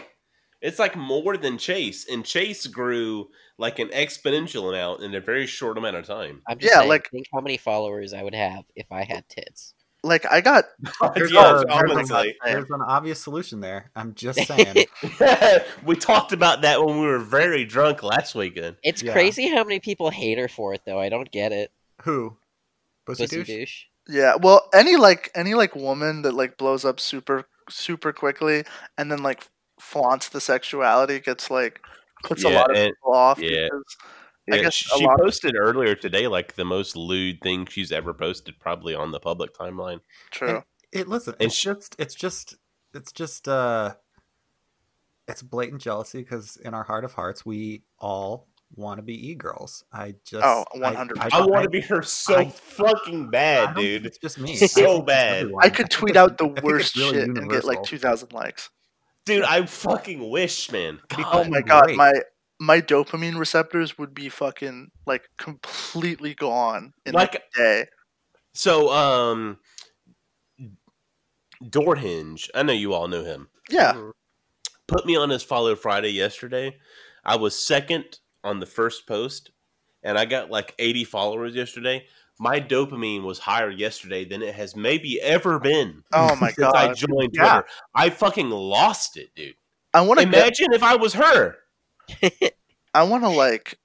[SPEAKER 1] It's like more than Chase, and Chase grew like an exponential amount in a very short amount of time.
[SPEAKER 2] I'm just
[SPEAKER 3] Yeah,
[SPEAKER 2] saying,
[SPEAKER 3] like-
[SPEAKER 2] think how many followers I would have if I had tits.
[SPEAKER 3] Like I got
[SPEAKER 4] There's,
[SPEAKER 1] Yeah,
[SPEAKER 4] a- there's an-
[SPEAKER 1] honestly.
[SPEAKER 4] there's an obvious solution there. I'm just saying.
[SPEAKER 1] we talked about that when we were very drunk last weekend.
[SPEAKER 2] It's
[SPEAKER 4] Yeah.
[SPEAKER 2] crazy how many people hate her for it though. I don't get it.
[SPEAKER 4] Who? Pussy,
[SPEAKER 2] Pussy
[SPEAKER 4] douche?
[SPEAKER 2] douche.
[SPEAKER 3] Yeah, well, any like any like woman that like blows up super super quickly and then like flaunts the sexuality gets like puts a
[SPEAKER 1] Yeah,
[SPEAKER 3] lot of
[SPEAKER 1] and-
[SPEAKER 3] people off.
[SPEAKER 1] yeah.
[SPEAKER 3] because- I
[SPEAKER 1] Yeah,
[SPEAKER 3] guess
[SPEAKER 1] she
[SPEAKER 3] a
[SPEAKER 1] she
[SPEAKER 3] lot of-
[SPEAKER 1] posted earlier today like the most lewd thing she's ever posted, probably on the public timeline.
[SPEAKER 3] true.
[SPEAKER 4] It listen.
[SPEAKER 1] And
[SPEAKER 4] It's
[SPEAKER 1] sh-
[SPEAKER 4] just. It's just. It's just. uh It's blatant jealousy because in our heart of hearts, we all want to be e girls. I just.
[SPEAKER 3] Oh,
[SPEAKER 4] I-
[SPEAKER 3] 100%.
[SPEAKER 1] I, want to
[SPEAKER 4] I-
[SPEAKER 1] be her so
[SPEAKER 4] I-
[SPEAKER 1] fucking
[SPEAKER 4] I
[SPEAKER 1] bad,
[SPEAKER 4] don't think
[SPEAKER 1] dude.
[SPEAKER 4] It's just me.
[SPEAKER 2] So
[SPEAKER 4] I think it's
[SPEAKER 1] bad.
[SPEAKER 4] everyone.
[SPEAKER 3] I
[SPEAKER 4] think
[SPEAKER 3] could tweet
[SPEAKER 4] it's-
[SPEAKER 3] out the
[SPEAKER 4] I think it's
[SPEAKER 3] worst
[SPEAKER 4] really
[SPEAKER 3] shit and get like
[SPEAKER 4] universal.
[SPEAKER 3] two thousand likes.
[SPEAKER 1] Dude, I fucking wish, man.
[SPEAKER 3] Oh
[SPEAKER 1] God.
[SPEAKER 3] my god,
[SPEAKER 4] great.
[SPEAKER 3] my my dopamine receptors would be fucking like completely gone in like,
[SPEAKER 1] like
[SPEAKER 3] a day.
[SPEAKER 1] so, um, Doorhinge. I know you all know him.
[SPEAKER 3] Yeah,
[SPEAKER 2] Mhm.
[SPEAKER 1] put me on his follow Friday yesterday. I was second on the first post, and I got like 80 followers yesterday. My dopamine was higher yesterday than it has maybe ever been
[SPEAKER 3] Oh my
[SPEAKER 1] since I
[SPEAKER 3] God.
[SPEAKER 1] joined
[SPEAKER 4] Yeah.
[SPEAKER 1] Twitter. I fucking lost it, dude.
[SPEAKER 3] I want to get,
[SPEAKER 1] Imagine if I was her.
[SPEAKER 3] I want to like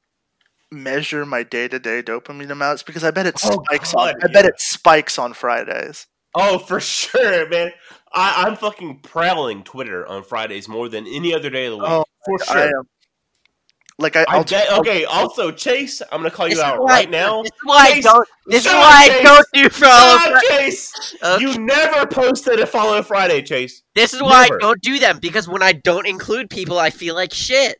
[SPEAKER 3] measure my day to day dopamine amounts because I bet it
[SPEAKER 1] Oh
[SPEAKER 3] spikes on.
[SPEAKER 1] God,
[SPEAKER 3] I bet
[SPEAKER 1] yeah.
[SPEAKER 3] it spikes on Fridays.
[SPEAKER 1] Oh, for sure, man. I, I'm fucking prowling Twitter on Fridays more than any other day of the week.
[SPEAKER 3] Oh,
[SPEAKER 1] for
[SPEAKER 3] I am. Like I,
[SPEAKER 1] I
[SPEAKER 3] I'll
[SPEAKER 1] bet- okay, also, Chase, I'm going to call you
[SPEAKER 2] This is
[SPEAKER 1] out
[SPEAKER 2] why-
[SPEAKER 1] right now.
[SPEAKER 2] This is why I
[SPEAKER 1] Chase,
[SPEAKER 2] don't. This is
[SPEAKER 1] shut up,
[SPEAKER 2] why I
[SPEAKER 1] Chase.
[SPEAKER 2] don't do follow.
[SPEAKER 1] Ah, Chase!
[SPEAKER 2] Okay.
[SPEAKER 1] You never posted a follow Friday, Chase.
[SPEAKER 2] This is why
[SPEAKER 1] Never.
[SPEAKER 2] I don't do them because when I don't include people, I feel like shit.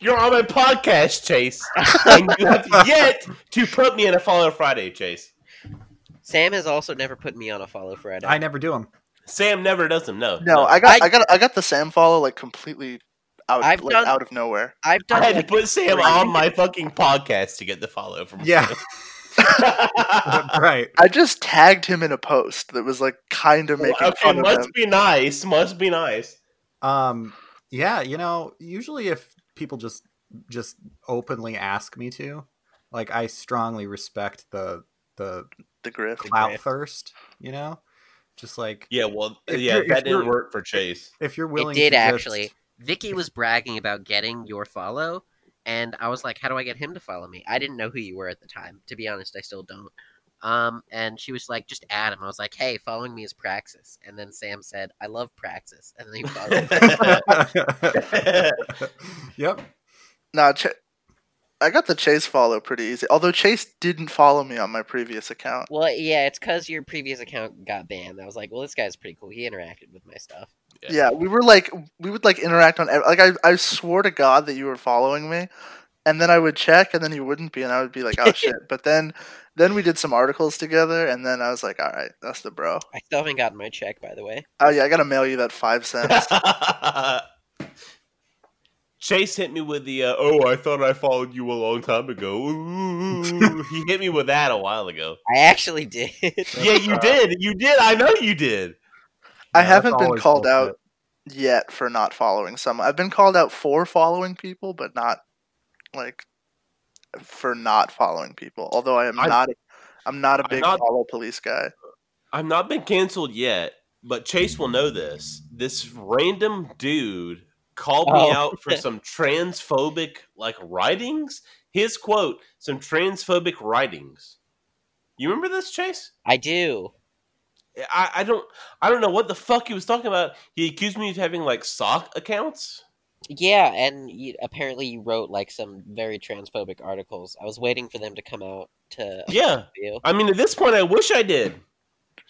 [SPEAKER 1] You're on my podcast, Chase. and you have yet to put me in a follow Friday, Chase.
[SPEAKER 2] Sam has also never put me on a follow Friday.
[SPEAKER 4] I never do them.
[SPEAKER 1] Sam never does them. No.
[SPEAKER 3] no, I got,
[SPEAKER 2] I-
[SPEAKER 3] I, got, I got the Sam follow like completely out,
[SPEAKER 2] I've
[SPEAKER 3] like,
[SPEAKER 2] done-
[SPEAKER 3] out of nowhere.
[SPEAKER 2] I've done
[SPEAKER 1] I had to
[SPEAKER 2] like,
[SPEAKER 1] put Sam on my fucking podcast to get the follow from
[SPEAKER 4] Yeah.
[SPEAKER 1] Sam.
[SPEAKER 4] right.
[SPEAKER 3] I just tagged him in a post that was like kind of making
[SPEAKER 1] Oh, okay,
[SPEAKER 3] fun of
[SPEAKER 1] must
[SPEAKER 3] him.
[SPEAKER 1] be nice. Must be nice.
[SPEAKER 4] Um. Yeah. You know, usually if people just just openly ask me to, like, I strongly respect the the
[SPEAKER 3] The Griff.
[SPEAKER 4] clout thirst. You know, just like
[SPEAKER 1] Yeah, well,
[SPEAKER 4] If
[SPEAKER 1] yeah,
[SPEAKER 4] you're- if
[SPEAKER 1] that didn't
[SPEAKER 4] you're-
[SPEAKER 1] work for Chase.
[SPEAKER 4] if you're
[SPEAKER 2] it
[SPEAKER 4] willing.
[SPEAKER 2] did
[SPEAKER 4] to just-
[SPEAKER 2] actually. Vicky was bragging about getting your follow, and I was like, "How do I get him to follow me?" I didn't know who you were at the time. To be honest, I still don't. Um, and she was like, "Just add him." I was like, "Hey, following me is Praxis." And then Sam said, "I love Praxis," and then he followed. me.
[SPEAKER 4] yep.
[SPEAKER 3] Nah, Ch- I got the Chase follow pretty easy. Although Chase didn't follow me on my previous account.
[SPEAKER 2] well, yeah, it's because your previous account got banned. I was like, "Well, this guy's pretty cool. He interacted with my stuff."
[SPEAKER 1] Yeah.
[SPEAKER 3] Yeah, we were like, we would like interact on ev- like I, I swore to God that you were following me, and then I would check, and then he wouldn't be, and I would be like, "Oh shit!" But then, then we did some articles together, and then I was like, "All right, that's the bro."
[SPEAKER 2] I still haven't gotten my check, by the way.
[SPEAKER 3] Oh yeah, I gotta mail you that five cents.
[SPEAKER 1] Chase hit me with the uh, "Oh, I thought I followed you a long time ago." Ooh, he hit me with that a while ago.
[SPEAKER 2] I actually did.
[SPEAKER 1] Yeah, you did. You did. I know you did.
[SPEAKER 3] I
[SPEAKER 4] Yeah,
[SPEAKER 3] haven't
[SPEAKER 4] that's
[SPEAKER 3] been
[SPEAKER 4] always
[SPEAKER 3] called
[SPEAKER 4] bullshit.
[SPEAKER 3] out yet for not following someone. I've been called out for following people, but not like for not following people. Although I am
[SPEAKER 1] I-
[SPEAKER 3] not, I'm not a
[SPEAKER 1] I'm
[SPEAKER 3] big
[SPEAKER 1] not-
[SPEAKER 3] follow police guy.
[SPEAKER 1] I've not been canceled yet, but Chase will know this. This random dude called
[SPEAKER 2] Oh.
[SPEAKER 1] me out for some transphobic like writings. His quote: "Some transphobic writings." You remember this, Chase?
[SPEAKER 2] I do.
[SPEAKER 1] I, I don't I don't know what the fuck he was talking about. He accused me of having like sock accounts.
[SPEAKER 2] Yeah, and you, apparently you wrote like some very transphobic articles. I was waiting for them to come out to
[SPEAKER 1] Yeah,
[SPEAKER 2] you.
[SPEAKER 1] I mean at this point I wish I did.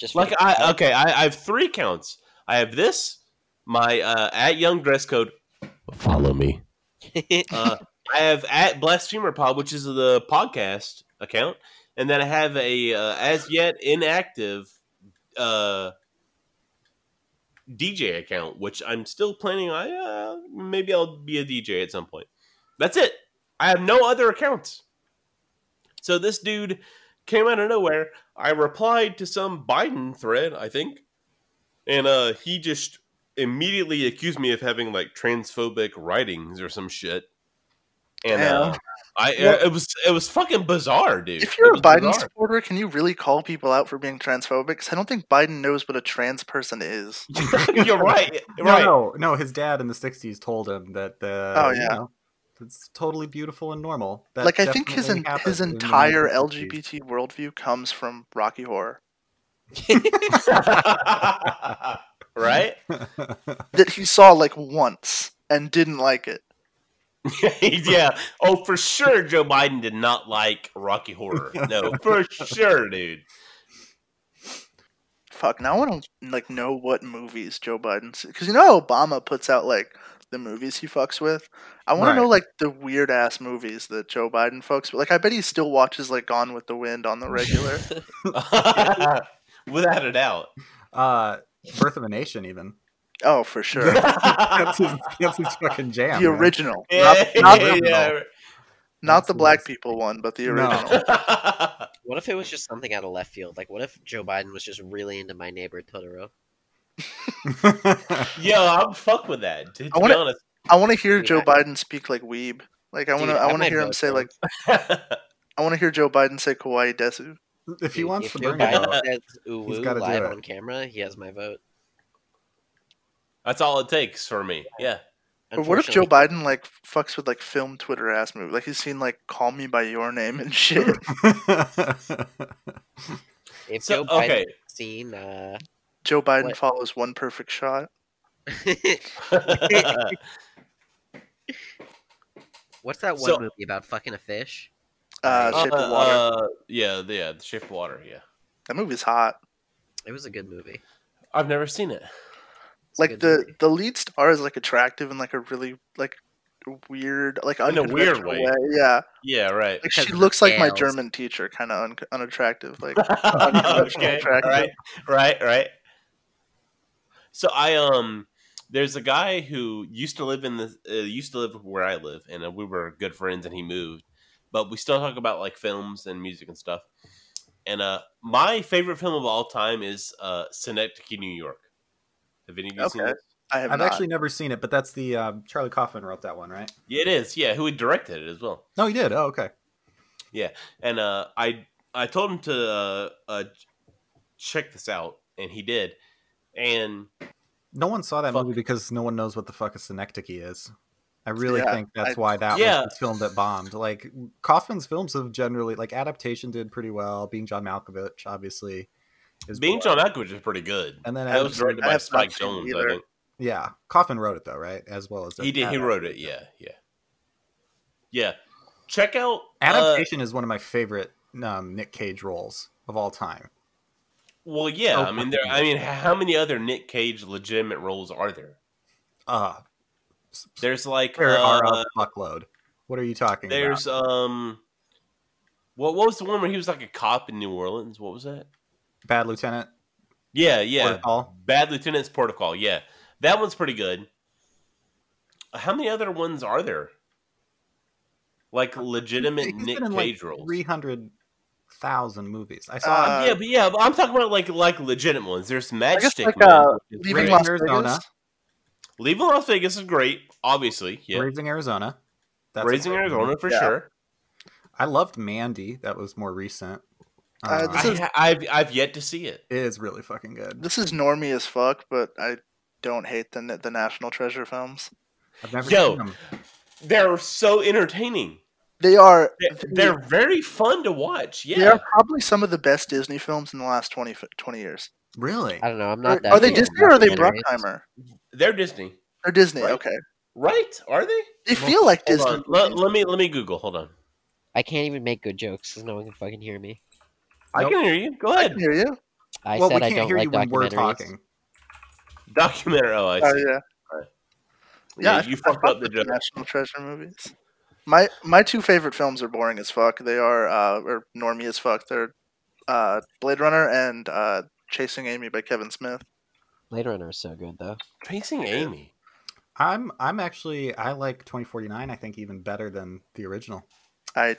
[SPEAKER 2] Just for
[SPEAKER 1] Like
[SPEAKER 2] the-
[SPEAKER 1] I okay, I, I have three counts. I have this, my uh, at young dress code. Follow me. Uh, I have at blasphemer pod, which is the podcast account, and then I have a uh, as yet inactive uh, DJ account, which I'm still planning. I uh, maybe I'll be a DJ at some point. That's it. I have no other accounts. So this dude came out of nowhere. I replied to some Biden thread, I think, and uh, he just immediately accused me of having like transphobic writings or some shit. And uh,
[SPEAKER 3] Damn.
[SPEAKER 1] I
[SPEAKER 3] Well-
[SPEAKER 1] it was it was fucking bizarre, dude.
[SPEAKER 3] If you're
[SPEAKER 1] It
[SPEAKER 3] a
[SPEAKER 1] was
[SPEAKER 3] Biden
[SPEAKER 1] bizarre.
[SPEAKER 3] supporter, can you really call people out for being transphobic? 'Cause I don't think Biden knows what a trans person is.
[SPEAKER 1] you're right,
[SPEAKER 4] No,
[SPEAKER 1] right.
[SPEAKER 4] no, no. His dad in the '60s told him that the.
[SPEAKER 3] Oh,
[SPEAKER 4] you
[SPEAKER 3] yeah.
[SPEAKER 4] know, it's totally beautiful and normal. That
[SPEAKER 3] like I think his
[SPEAKER 4] definitely
[SPEAKER 3] en- his
[SPEAKER 4] happened in the
[SPEAKER 3] entire
[SPEAKER 4] 1960s.
[SPEAKER 3] LGBT worldview comes from Rocky Horror.
[SPEAKER 1] right?
[SPEAKER 3] That he saw like once and didn't like it.
[SPEAKER 1] yeah. Oh, for sure, Joe Biden did not like Rocky Horror. No, for sure, dude.
[SPEAKER 3] Fuck. Now I want to like know what movies Joe Biden's because you know how Obama puts out like the movies he fucks with. I want
[SPEAKER 4] Right.
[SPEAKER 3] to know like the weird ass movies that Joe Biden fucks with. Like I bet he still watches like Gone with the Wind on the regular.
[SPEAKER 1] Without a doubt.
[SPEAKER 4] uh, Birth of a Nation, even.
[SPEAKER 3] oh, for sure.
[SPEAKER 4] That's his, that's his fucking jam.
[SPEAKER 3] the
[SPEAKER 4] man.
[SPEAKER 3] original,
[SPEAKER 1] yeah,
[SPEAKER 3] not, not,
[SPEAKER 1] yeah,
[SPEAKER 3] not the
[SPEAKER 4] That's
[SPEAKER 3] black
[SPEAKER 4] nice.
[SPEAKER 3] people one, but the
[SPEAKER 4] No.
[SPEAKER 3] original.
[SPEAKER 1] yeah.
[SPEAKER 2] what if it was just something out of left field? Like, what if Joe Biden was just really into my neighbor Totoro?
[SPEAKER 1] Yo, I'm fuck with that. To, to
[SPEAKER 3] I wanna-
[SPEAKER 1] be honest.
[SPEAKER 3] I want to hear Joe
[SPEAKER 2] Yeah.
[SPEAKER 3] Biden speak like weeb. Like I want to,
[SPEAKER 2] Dude, I
[SPEAKER 3] I want to
[SPEAKER 2] might
[SPEAKER 3] hear him
[SPEAKER 2] vote
[SPEAKER 3] say
[SPEAKER 2] for him.
[SPEAKER 3] like, I want to hear Joe Biden say Kawaii Desu.
[SPEAKER 4] if he
[SPEAKER 2] Dude,
[SPEAKER 4] wants
[SPEAKER 2] if
[SPEAKER 4] to
[SPEAKER 2] Joe
[SPEAKER 4] bring it
[SPEAKER 2] Biden
[SPEAKER 4] up,
[SPEAKER 2] says "Ooh,
[SPEAKER 4] he's
[SPEAKER 2] woo"
[SPEAKER 4] gotta do
[SPEAKER 2] live
[SPEAKER 4] it.
[SPEAKER 2] on camera, he has my vote.
[SPEAKER 1] That's all it takes for me. Yeah.
[SPEAKER 3] Or what if Joe
[SPEAKER 2] Unfortunately-
[SPEAKER 3] Biden like fucks with like film Twitter ass movie? Like he's seen like Call Me by Your Name and shit.
[SPEAKER 2] If
[SPEAKER 1] So,
[SPEAKER 2] Joe Biden
[SPEAKER 1] okay.
[SPEAKER 2] seen, uh,
[SPEAKER 3] Joe Biden
[SPEAKER 2] What?
[SPEAKER 3] follows one perfect shot.
[SPEAKER 2] what's that one
[SPEAKER 1] So-
[SPEAKER 2] movie about fucking a fish?
[SPEAKER 3] Uh, Shape of Water.
[SPEAKER 1] Uh, yeah, yeah, the shape of water, yeah.
[SPEAKER 3] that movie's hot.
[SPEAKER 2] It was a good movie.
[SPEAKER 1] I've never seen it.
[SPEAKER 2] It's a
[SPEAKER 3] Like
[SPEAKER 2] good
[SPEAKER 3] the
[SPEAKER 2] movie.
[SPEAKER 3] the lead star is like attractive in like a really like weird like
[SPEAKER 1] In a weird
[SPEAKER 3] unconventional
[SPEAKER 1] way.
[SPEAKER 3] Yeah,
[SPEAKER 1] Yeah, right.
[SPEAKER 3] like
[SPEAKER 2] Because
[SPEAKER 3] she
[SPEAKER 2] of the
[SPEAKER 3] looks like my
[SPEAKER 2] scales.
[SPEAKER 3] German teacher, kind of un- unattractive. Like Unconventional
[SPEAKER 1] okay,
[SPEAKER 3] attractive.
[SPEAKER 1] right, right, right. So I um, there's a guy who used to live in the uh, used to live where I live, and uh, we were good friends, and he moved, but we still talk about like films and music and stuff. And uh, my favorite film of all time is uh, Synecdoche, New York. Have any of you seen
[SPEAKER 3] Okay.
[SPEAKER 1] it?
[SPEAKER 3] I have
[SPEAKER 4] I've
[SPEAKER 3] not.
[SPEAKER 4] actually never seen it, but that's the um, Charlie Kaufman wrote that one, right?
[SPEAKER 1] Yeah, it is. Yeah, who directed it as well.
[SPEAKER 4] No, he did. Oh, okay.
[SPEAKER 1] and uh, I I told him to uh, uh, check this out, and he did. And
[SPEAKER 4] No one saw that
[SPEAKER 1] Fuck.
[SPEAKER 4] movie because no one knows what the fuck a synecdoche is. I really
[SPEAKER 3] Yeah,
[SPEAKER 4] think that's
[SPEAKER 3] I-
[SPEAKER 4] why that
[SPEAKER 1] Yeah.
[SPEAKER 4] was the film that bombed. Like Kaufman's films have generally like adaptation did pretty well. Being John Malkovich, obviously, is
[SPEAKER 1] Being
[SPEAKER 4] below.
[SPEAKER 1] John Malkovich is pretty good.
[SPEAKER 4] and then
[SPEAKER 1] That was
[SPEAKER 4] adaptation-
[SPEAKER 1] directed
[SPEAKER 3] I
[SPEAKER 1] by
[SPEAKER 3] have not
[SPEAKER 1] Spike
[SPEAKER 3] seen
[SPEAKER 1] Jones,
[SPEAKER 3] either.
[SPEAKER 1] I think.
[SPEAKER 4] yeah, Kaufman wrote it though, right? As well as the
[SPEAKER 1] He did. He wrote it. Yeah, yeah, yeah. Check out uh,
[SPEAKER 4] Adaptation is one of my favorite um, Nick Cage roles of all time.
[SPEAKER 1] well, yeah.
[SPEAKER 4] Oh,
[SPEAKER 1] I mean, there. I mean, how many other Nick Cage legitimate roles are there?
[SPEAKER 4] Uh,
[SPEAKER 1] There's like
[SPEAKER 4] there are
[SPEAKER 1] uh,
[SPEAKER 4] a fuckload. What are you talking
[SPEAKER 1] There's
[SPEAKER 4] about?
[SPEAKER 1] um, what what was the one where he was like a cop in New Orleans? What was that?
[SPEAKER 4] Bad Lieutenant.
[SPEAKER 1] Yeah, yeah.
[SPEAKER 4] Protocol.
[SPEAKER 1] Bad Lieutenant's Protocol. Yeah, that one's pretty good. How many other ones are there? Like legitimate
[SPEAKER 4] He's
[SPEAKER 1] Nick
[SPEAKER 4] been in,
[SPEAKER 1] Cage
[SPEAKER 4] like
[SPEAKER 1] roles.
[SPEAKER 4] Three hundred thousand movies. I saw
[SPEAKER 3] Uh,
[SPEAKER 1] yeah, but yeah, but I'm talking about like like legitimate ones. There's
[SPEAKER 3] guess
[SPEAKER 1] Matchstick
[SPEAKER 3] like,
[SPEAKER 1] Man,
[SPEAKER 3] uh,
[SPEAKER 1] which is
[SPEAKER 3] Leaving
[SPEAKER 1] great.
[SPEAKER 4] Raising
[SPEAKER 3] Las
[SPEAKER 4] Arizona.
[SPEAKER 3] Vegas.
[SPEAKER 1] Leaving Las Vegas is great, obviously. Yeah,
[SPEAKER 4] Raising Arizona.
[SPEAKER 1] Raising
[SPEAKER 4] a-
[SPEAKER 1] Arizona for
[SPEAKER 3] Yeah.
[SPEAKER 1] sure.
[SPEAKER 4] I loved Mandy. That was more recent.
[SPEAKER 3] Uh,
[SPEAKER 4] Uh,
[SPEAKER 3] This is-
[SPEAKER 1] I, I've I've yet to see it.
[SPEAKER 4] it is really fucking good.
[SPEAKER 3] This is normie as fuck, but I don't hate the na- the National Treasure films.
[SPEAKER 4] I've never
[SPEAKER 1] Yo.
[SPEAKER 4] seen them.
[SPEAKER 1] They're so entertaining.
[SPEAKER 3] They are
[SPEAKER 1] They're, they're very fun to watch.
[SPEAKER 3] they are
[SPEAKER 1] Yeah,
[SPEAKER 3] probably some of the best Disney films in the last 20, f- 20 years.
[SPEAKER 4] Really?
[SPEAKER 2] I don't know. I'm
[SPEAKER 3] Are,
[SPEAKER 2] not that.
[SPEAKER 3] are they
[SPEAKER 2] big on
[SPEAKER 3] Disney or are they
[SPEAKER 2] documentaries.
[SPEAKER 3] Bruckheimer?
[SPEAKER 1] they're Disney,
[SPEAKER 3] They're Disney.
[SPEAKER 1] Right.
[SPEAKER 3] Okay,
[SPEAKER 1] right? Are they?
[SPEAKER 3] they
[SPEAKER 4] Well,
[SPEAKER 3] feel like
[SPEAKER 1] Hold
[SPEAKER 3] Disney.
[SPEAKER 1] on. Let,
[SPEAKER 3] movies.
[SPEAKER 1] let me let me Google. Hold on.
[SPEAKER 2] I can't even make good jokes because no one can fucking hear me.
[SPEAKER 1] I
[SPEAKER 4] Nope.
[SPEAKER 1] can hear you. Go
[SPEAKER 3] I
[SPEAKER 1] ahead.
[SPEAKER 3] can hear you.
[SPEAKER 2] I
[SPEAKER 4] well,
[SPEAKER 2] said
[SPEAKER 4] we
[SPEAKER 2] I
[SPEAKER 4] can't
[SPEAKER 2] don't
[SPEAKER 4] hear
[SPEAKER 2] like
[SPEAKER 4] you when we're
[SPEAKER 2] documentaries.
[SPEAKER 4] talking.
[SPEAKER 1] Documentary. Oh, I see.
[SPEAKER 3] Oh yeah, yeah.
[SPEAKER 1] Yeah,
[SPEAKER 3] I
[SPEAKER 1] you
[SPEAKER 3] I
[SPEAKER 1] fucked up the
[SPEAKER 3] with
[SPEAKER 1] joke.
[SPEAKER 3] National Treasure movies. My my two favorite films are boring as fuck. They are uh, or normie as fuck. They're uh, Blade Runner and uh, Chasing Amy by Kevin Smith.
[SPEAKER 2] Blade Runner is so good though.
[SPEAKER 1] Tracing Amy.
[SPEAKER 4] I'm I'm actually I like 2049. I think even better than the original.
[SPEAKER 3] I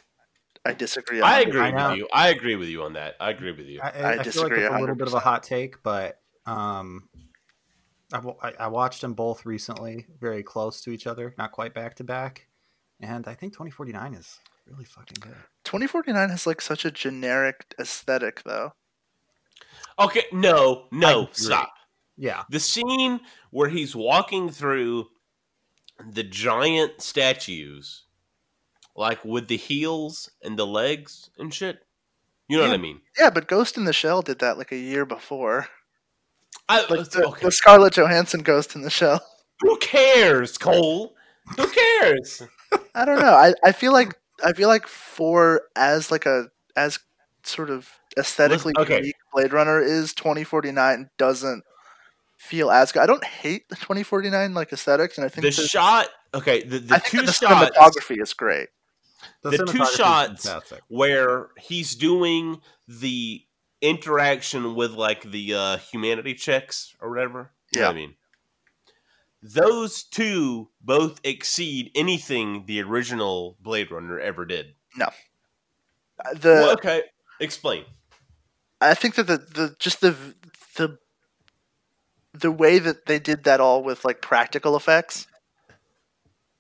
[SPEAKER 3] I disagree.
[SPEAKER 1] I
[SPEAKER 3] on that.
[SPEAKER 1] agree
[SPEAKER 4] I know.
[SPEAKER 1] with you. I agree with you on that. I agree with you.
[SPEAKER 3] I
[SPEAKER 4] I, I, I feel like
[SPEAKER 3] disagree
[SPEAKER 4] it's a little bit of a
[SPEAKER 3] 100%.
[SPEAKER 4] hot take, but um, I, wa- I, I watched them both recently, very close to each other, not quite back to back, and I think 2049 is really fucking good.
[SPEAKER 3] 2049 has like such a generic aesthetic though.
[SPEAKER 1] Okay, no,
[SPEAKER 4] I
[SPEAKER 1] no,
[SPEAKER 4] agree.
[SPEAKER 1] stop.
[SPEAKER 4] Yeah,
[SPEAKER 1] The scene where he's walking through the giant statues, like with the heels and the legs and shit. You know what I mean?
[SPEAKER 3] Yeah, but Ghost in the Shell did that like a year before.
[SPEAKER 1] I,
[SPEAKER 3] Like the,
[SPEAKER 1] okay.
[SPEAKER 3] the Scarlett Johansson Ghost in the Shell.
[SPEAKER 1] Who cares, Cole? Who cares?
[SPEAKER 3] I don't know. I, I feel like I feel like for as like a as sort of aesthetically
[SPEAKER 1] Listen- okay.
[SPEAKER 3] unique Blade Runner is 2049 doesn't feel as good. I don't hate the 2049 like aesthetics, and I think
[SPEAKER 1] the
[SPEAKER 3] there's-
[SPEAKER 1] shot. Okay, the,
[SPEAKER 3] I
[SPEAKER 1] the
[SPEAKER 3] think
[SPEAKER 1] two
[SPEAKER 3] that the
[SPEAKER 1] shots
[SPEAKER 3] cinematography is great.
[SPEAKER 1] The two
[SPEAKER 4] cinematography is
[SPEAKER 1] shots-
[SPEAKER 4] fantastic.
[SPEAKER 1] where he's doing the interaction with like the uh, humanity checks or whatever. You know what I mean, those two both exceed anything the original Blade Runner ever did.
[SPEAKER 3] Uh, The
[SPEAKER 1] Well, okay, explain.
[SPEAKER 3] I think that the, the just the the the way that they did that all with like practical effects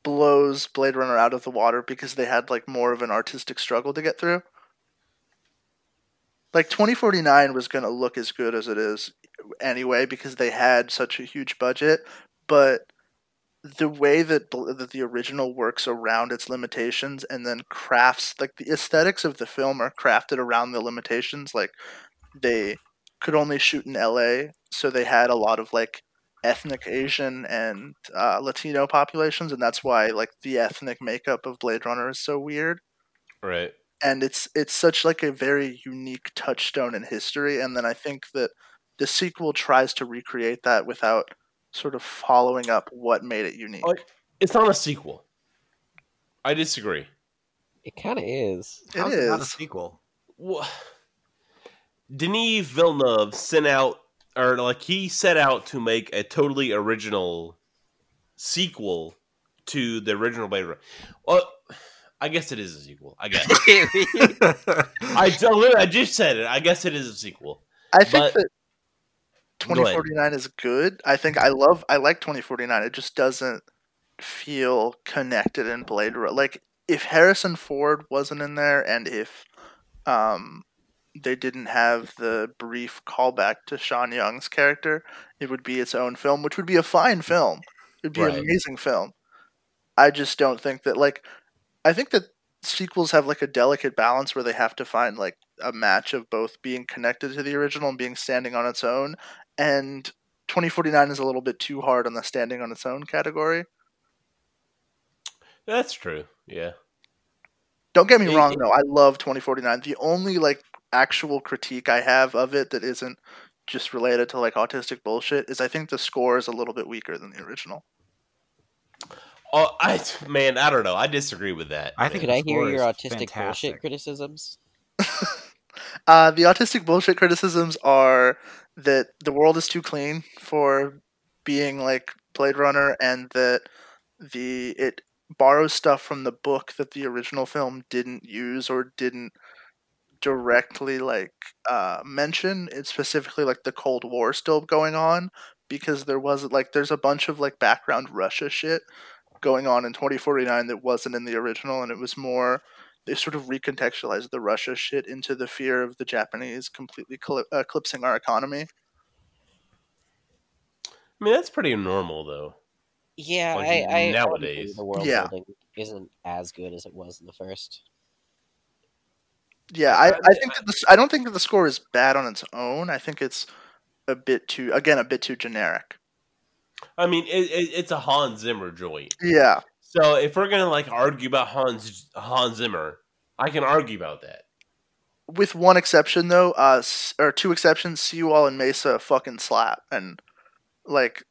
[SPEAKER 3] blows Blade Runner out of the water because they had like more of an artistic struggle to get through. Like 2049 was going to look as good as it is anyway because they had such a huge budget, but the way that, bl- that the original works around its limitations and then crafts like the aesthetics of the film are crafted around the limitations like they could only shoot in LA, so they had a lot of like ethnic Asian and uh, Latino populations, and that's why like the ethnic makeup of Blade Runner is so weird.
[SPEAKER 1] Right.
[SPEAKER 3] And it's it's such like a very unique touchstone in history. And then I think that the sequel tries to recreate that without sort of following up what made it unique.
[SPEAKER 1] Oh, It's not a sequel. I disagree.
[SPEAKER 2] It kind of is.
[SPEAKER 3] it
[SPEAKER 4] How's it not a
[SPEAKER 3] is.
[SPEAKER 4] sequel?
[SPEAKER 1] Wha- Denis Villeneuve sent out, or like he set out to make a totally original sequel to the original Blade Runner. Well, I guess it is a sequel. I guess I don't. I just said it. I guess it is a sequel.
[SPEAKER 3] I think
[SPEAKER 1] but-
[SPEAKER 3] that
[SPEAKER 1] Go ahead.
[SPEAKER 3] 2049 is good. I think I love I like 2049. It just doesn't feel connected in Blade Runner. Like if Harrison Ford wasn't in there and if um they didn't have the brief callback to Sean Young's character, it would be its own film, which would be a fine film. It'd be
[SPEAKER 1] Right.
[SPEAKER 3] an amazing film. I just don't think that like I think that sequels have like a delicate balance where they have to find like a match of both being connected to the original and being standing on its own and 2049 is a little bit too hard on the standing on its own category.
[SPEAKER 1] That's true. Yeah.
[SPEAKER 3] Don't get me
[SPEAKER 1] Yeah,
[SPEAKER 3] wrong
[SPEAKER 1] yeah.
[SPEAKER 3] though, I love 2049. The only like actual critique I have of it that isn't just related to like autistic bullshit is I think the score is a little bit weaker than the original.
[SPEAKER 1] Oh, I man, I don't know. I disagree with that.
[SPEAKER 4] I think
[SPEAKER 2] Could I
[SPEAKER 4] Explorer
[SPEAKER 2] hear your
[SPEAKER 4] is
[SPEAKER 2] autistic
[SPEAKER 4] fantastic.
[SPEAKER 2] bullshit criticisms?
[SPEAKER 3] Uh, the autistic bullshit criticisms are that the world is too clean for being like Blade Runner, and that the it borrows stuff from the book that the original film didn't use or didn't directly like uh, mention. It's specifically like the Cold War still going on because there was like there's a bunch of like background Russia shit going on in 2049 that wasn't in the original, and it was more they sort of recontextualized the Russia shit into the fear of the Japanese completely cl- eclipsing our economy.
[SPEAKER 1] I mean, that's pretty normal though.
[SPEAKER 2] Yeah,
[SPEAKER 1] Like,
[SPEAKER 2] I, I
[SPEAKER 1] nowadays.
[SPEAKER 2] probably the world
[SPEAKER 3] Yeah.
[SPEAKER 2] building isn't as good as it was in the first.
[SPEAKER 3] Yeah, I, I think that the, s- I don't think that the score is bad on its own. I think it's a bit too again a bit too generic.
[SPEAKER 1] I mean, it, it, it's a Hans Zimmer joint.
[SPEAKER 3] Yeah,
[SPEAKER 1] So if we're gonna like argue about Hans Hans Zimmer, I can argue about that.
[SPEAKER 3] with one exception though, uh, s- or two exceptions. Seawall and Mesa fucking slap and like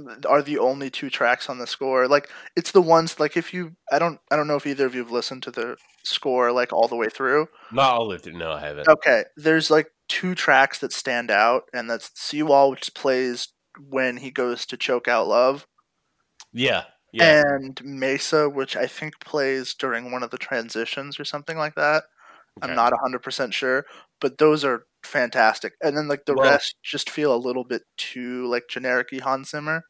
[SPEAKER 3] th- are the only two tracks on the score. Like it's the ones like if you I don't I don't know if either of you have listened to the score like all the way through.
[SPEAKER 1] Not all lifted. No, I haven't.
[SPEAKER 3] Okay, there's like two tracks that stand out, and that's Seawall, which plays when he goes to choke out love,
[SPEAKER 1] Yeah, yeah.
[SPEAKER 3] and Mesa, which I think plays during one of the transitions or something like that.
[SPEAKER 1] Okay.
[SPEAKER 3] I'm not 100% sure, but those are fantastic. And then like the
[SPEAKER 1] Well-
[SPEAKER 3] rest just feel a little bit too like generic Hans Zimmer.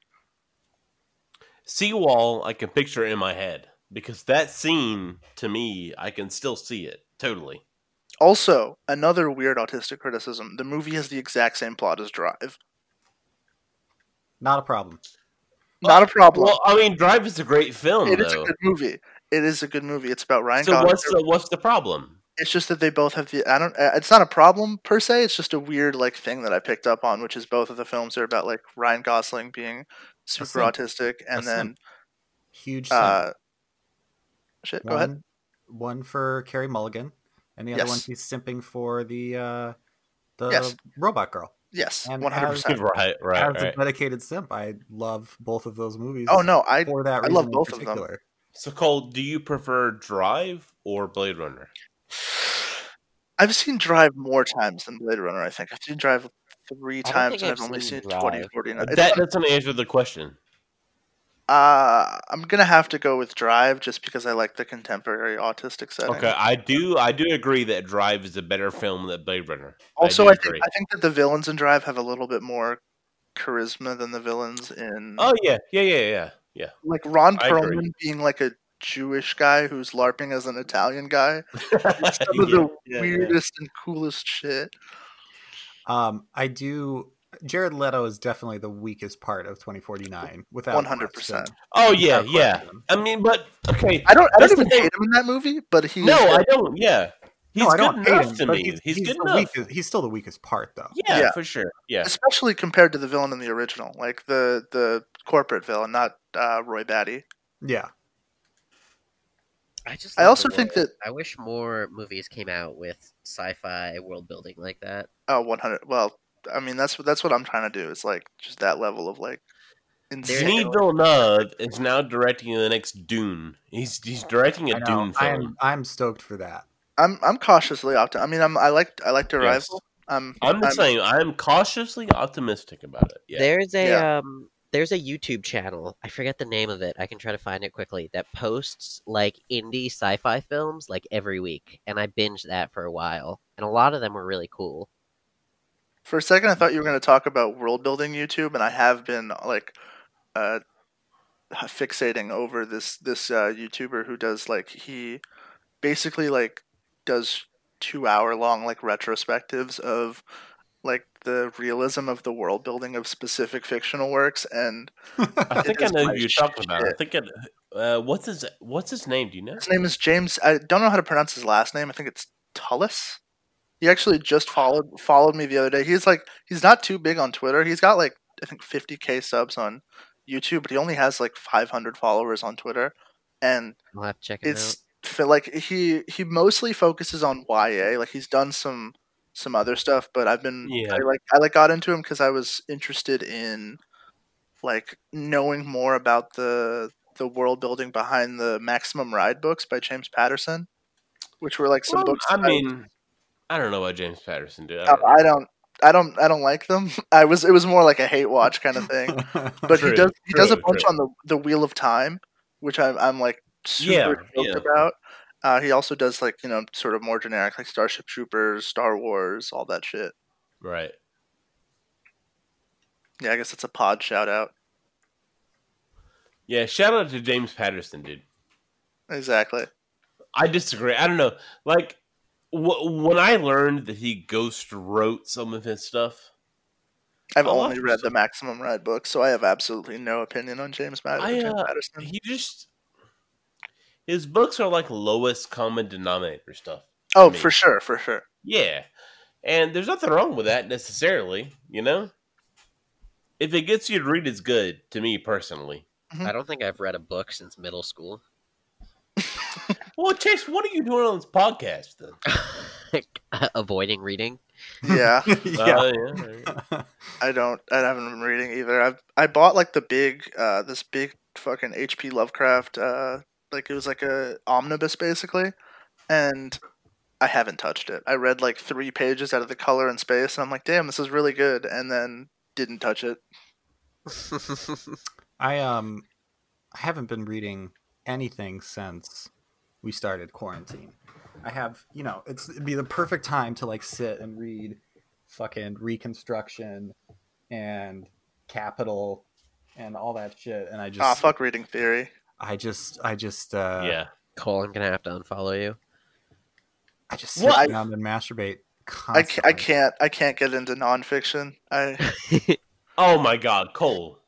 [SPEAKER 1] Seawall, I can picture in my head because that scene to me, I can still see it totally.
[SPEAKER 3] Also, another weird autistic criticism the movie has the exact same plot as Drive.
[SPEAKER 4] Not a problem.
[SPEAKER 3] Not a problem.
[SPEAKER 1] Well, I mean, Drive is a great film,
[SPEAKER 3] it is a
[SPEAKER 1] Oh, though.
[SPEAKER 3] good movie. It is a good movie. It's about Ryan
[SPEAKER 1] So
[SPEAKER 3] Gosling.
[SPEAKER 1] what's the what's the problem?
[SPEAKER 3] it's just that they both have the i don't uh, it's not a problem per se it's just a weird like thing that i picked up on which is both of the films are about like ryan gosling being super
[SPEAKER 4] simp.
[SPEAKER 3] autistic and
[SPEAKER 4] A
[SPEAKER 3] then
[SPEAKER 4] simp. Huge.
[SPEAKER 3] uh
[SPEAKER 4] simp.
[SPEAKER 3] shit go ahead
[SPEAKER 4] One- One for Carrie Mulligan, and the other
[SPEAKER 3] Yes.
[SPEAKER 4] one he's simping for the uh, the
[SPEAKER 3] Yes.
[SPEAKER 4] robot girl.
[SPEAKER 3] yes
[SPEAKER 4] and
[SPEAKER 3] 100%
[SPEAKER 1] Right, right,
[SPEAKER 4] As
[SPEAKER 1] right.
[SPEAKER 4] a dedicated simp, I love both of those movies.
[SPEAKER 3] oh no i
[SPEAKER 4] for that
[SPEAKER 3] I
[SPEAKER 4] reason
[SPEAKER 3] love
[SPEAKER 4] in
[SPEAKER 3] both of them.
[SPEAKER 4] particular.
[SPEAKER 1] So Cole, do you prefer Drive or Blade Runner?
[SPEAKER 3] i've seen drive more times than blade runner i think i've seen drive three
[SPEAKER 2] I don't
[SPEAKER 3] times
[SPEAKER 2] think
[SPEAKER 3] and
[SPEAKER 2] I've
[SPEAKER 3] i've only
[SPEAKER 2] seen
[SPEAKER 3] seen
[SPEAKER 2] Drive.
[SPEAKER 3] 2049 It's
[SPEAKER 1] That
[SPEAKER 3] not-
[SPEAKER 1] doesn't answer the question.
[SPEAKER 3] uh i'm gonna have to go with drive just because i like the contemporary autistic setting
[SPEAKER 1] Okay, I do I do agree that Drive is a better film than Blade Runner.
[SPEAKER 3] Also,
[SPEAKER 1] do
[SPEAKER 3] I,
[SPEAKER 1] agree.
[SPEAKER 3] think, I think that the villains in Drive have a little bit more charisma than the villains in
[SPEAKER 1] Oh yeah, yeah, yeah, yeah, yeah.
[SPEAKER 3] like Ron
[SPEAKER 1] I agree.
[SPEAKER 3] Perlman being like a Jewish guy who's larping as an Italian guy. It's some of
[SPEAKER 1] Yeah,
[SPEAKER 3] the
[SPEAKER 1] yeah, yeah.
[SPEAKER 3] weirdest and coolest shit.
[SPEAKER 4] Um, I do. Jared Leto is definitely the weakest part of 2049. Without
[SPEAKER 3] One hundred percent.
[SPEAKER 4] question.
[SPEAKER 1] Oh yeah,
[SPEAKER 4] Without
[SPEAKER 1] yeah.
[SPEAKER 4] question.
[SPEAKER 1] I mean, but okay.
[SPEAKER 3] I don't. I
[SPEAKER 1] That's
[SPEAKER 3] don't
[SPEAKER 1] the
[SPEAKER 3] even
[SPEAKER 1] thing.
[SPEAKER 3] hate him in that movie, but he.
[SPEAKER 1] No, I don't. Yeah, he's
[SPEAKER 4] no, I
[SPEAKER 1] good
[SPEAKER 4] don't hate
[SPEAKER 1] enough
[SPEAKER 4] him,
[SPEAKER 1] to
[SPEAKER 4] but
[SPEAKER 1] me.
[SPEAKER 4] He's,
[SPEAKER 1] He's,
[SPEAKER 4] he's
[SPEAKER 1] good
[SPEAKER 4] the
[SPEAKER 1] enough.
[SPEAKER 4] weakest- he's still the weakest part, though.
[SPEAKER 1] Yeah,
[SPEAKER 3] Yeah.
[SPEAKER 1] for sure. Yeah,
[SPEAKER 3] especially compared to the villain in the original, like the the corporate villain, not uh, Roy Batty.
[SPEAKER 4] Yeah.
[SPEAKER 2] I just.
[SPEAKER 3] I
[SPEAKER 2] love the
[SPEAKER 3] also think
[SPEAKER 2] world.
[SPEAKER 3] that-
[SPEAKER 2] I wish more movies came out with sci-fi world building like that.
[SPEAKER 3] Oh, 100. Well, I mean that's what that's what I'm trying to do. It's like just that level of like
[SPEAKER 2] There-
[SPEAKER 3] insane.
[SPEAKER 1] Denis Villeneuve is now directing the next Dune. He's he's directing
[SPEAKER 4] I
[SPEAKER 1] a
[SPEAKER 4] know.
[SPEAKER 1] Dune
[SPEAKER 4] I
[SPEAKER 1] film.
[SPEAKER 4] am I'm stoked for that.
[SPEAKER 3] I'm I'm cautiously optimistic. I mean, I'm I like I like the
[SPEAKER 1] Yes.
[SPEAKER 3] rival. Um,
[SPEAKER 1] I'm the same. I'm cautiously optimistic about it. Yeah.
[SPEAKER 2] There's a
[SPEAKER 3] Yeah.
[SPEAKER 2] um there's a YouTube channel. I forget the name of it. I can try to find it quickly that posts like indie sci-fi films like every week and I binged that for a while. And a lot of them were really cool.
[SPEAKER 3] For a second, I thought you were going to talk about world building YouTube, and I have been like uh, fixating over this this uh, YouTuber who does like he basically like does two hour long like retrospectives of like the realism of the world building of specific fictional works and
[SPEAKER 1] I think I
[SPEAKER 3] is
[SPEAKER 1] know who
[SPEAKER 3] my
[SPEAKER 1] you're talking about. I
[SPEAKER 3] shit.
[SPEAKER 1] think I, uh, what's his what's his name? Do you know?
[SPEAKER 3] his name is James I don't know how to pronounce his last name I think it's Tullis he actually just followed followed me the other day he's like he's not too big on Twitter he's got like I think 50k subs on YouTube, but he only has like 500 followers on Twitter, and
[SPEAKER 2] I'll have to check it out.
[SPEAKER 3] it's fi- like he he mostly focuses on YA. Like he's done some some other stuff, but I've been
[SPEAKER 1] Yeah.
[SPEAKER 3] I like I like got into him because I was interested in like knowing more about the the world building behind the Maximum Ride books by James Patterson, which were like some
[SPEAKER 1] Well,
[SPEAKER 3] books.
[SPEAKER 1] I
[SPEAKER 3] that I-
[SPEAKER 1] mean, I don't know about James Patterson, dude. I
[SPEAKER 3] I
[SPEAKER 1] don't know.
[SPEAKER 3] I don't. I don't. I don't like them. I was. It was more like a hate watch kind of thing. But
[SPEAKER 1] True,
[SPEAKER 3] he does. He does a
[SPEAKER 1] true,
[SPEAKER 3] bunch
[SPEAKER 1] true.
[SPEAKER 3] on the the Wheel of Time, which I'm. I'm like super
[SPEAKER 1] Yeah,
[SPEAKER 3] stoked
[SPEAKER 1] yeah.
[SPEAKER 3] about. Uh, he also does like you know sort of more generic like Starship Troopers, Star Wars, all that shit.
[SPEAKER 1] right.
[SPEAKER 3] Yeah, I guess it's a pod shout out.
[SPEAKER 1] Yeah, shout out to James Patterson, dude.
[SPEAKER 3] Exactly.
[SPEAKER 1] I disagree. I don't know. Like w- when I learned that he ghost wrote some of his stuff,
[SPEAKER 3] I've
[SPEAKER 1] I
[SPEAKER 3] only
[SPEAKER 1] love
[SPEAKER 3] read
[SPEAKER 1] this.
[SPEAKER 3] the Maximum Ride book, so I have absolutely no opinion on James, Pat-
[SPEAKER 1] I,
[SPEAKER 3] James
[SPEAKER 1] uh,
[SPEAKER 3] Patterson.
[SPEAKER 1] he just his books are like lowest common denominator stuff.
[SPEAKER 3] oh,
[SPEAKER 1] me.
[SPEAKER 3] for sure, for sure.
[SPEAKER 1] Yeah. And there's nothing wrong with that necessarily, you know? If it gets you to read, it's good to me personally.
[SPEAKER 4] hmm
[SPEAKER 2] I don't think I've read a book since middle school.
[SPEAKER 1] Well, Chase, what are you doing on this podcast then?
[SPEAKER 2] uh, Avoiding reading.
[SPEAKER 3] Yeah,
[SPEAKER 4] yeah.
[SPEAKER 1] Uh, yeah, yeah.
[SPEAKER 3] I don't. I haven't been reading either. I I bought like the big, uh, this big fucking H.P. Lovecraft. Uh, like it was like a omnibus basically, and I haven't touched it. I read like three pages out of the Color in Space, and I'm like, damn, this is really good. And then didn't touch it.
[SPEAKER 4] I um I haven't been reading anything since we started quarantine. I have, you know, it's it'd be the perfect time to like sit and read fucking reconstruction and capital and all that shit and I just
[SPEAKER 3] Ah, fuck reading theory.
[SPEAKER 4] I just I just uh
[SPEAKER 1] yeah.
[SPEAKER 2] Cole, I'm gonna have to unfollow you.
[SPEAKER 4] I just sit
[SPEAKER 1] Well, I-
[SPEAKER 4] down and masturbate
[SPEAKER 3] I, ca-
[SPEAKER 4] constantly.
[SPEAKER 3] I can't. I can't get into nonfiction. I
[SPEAKER 1] Oh my god, Cole.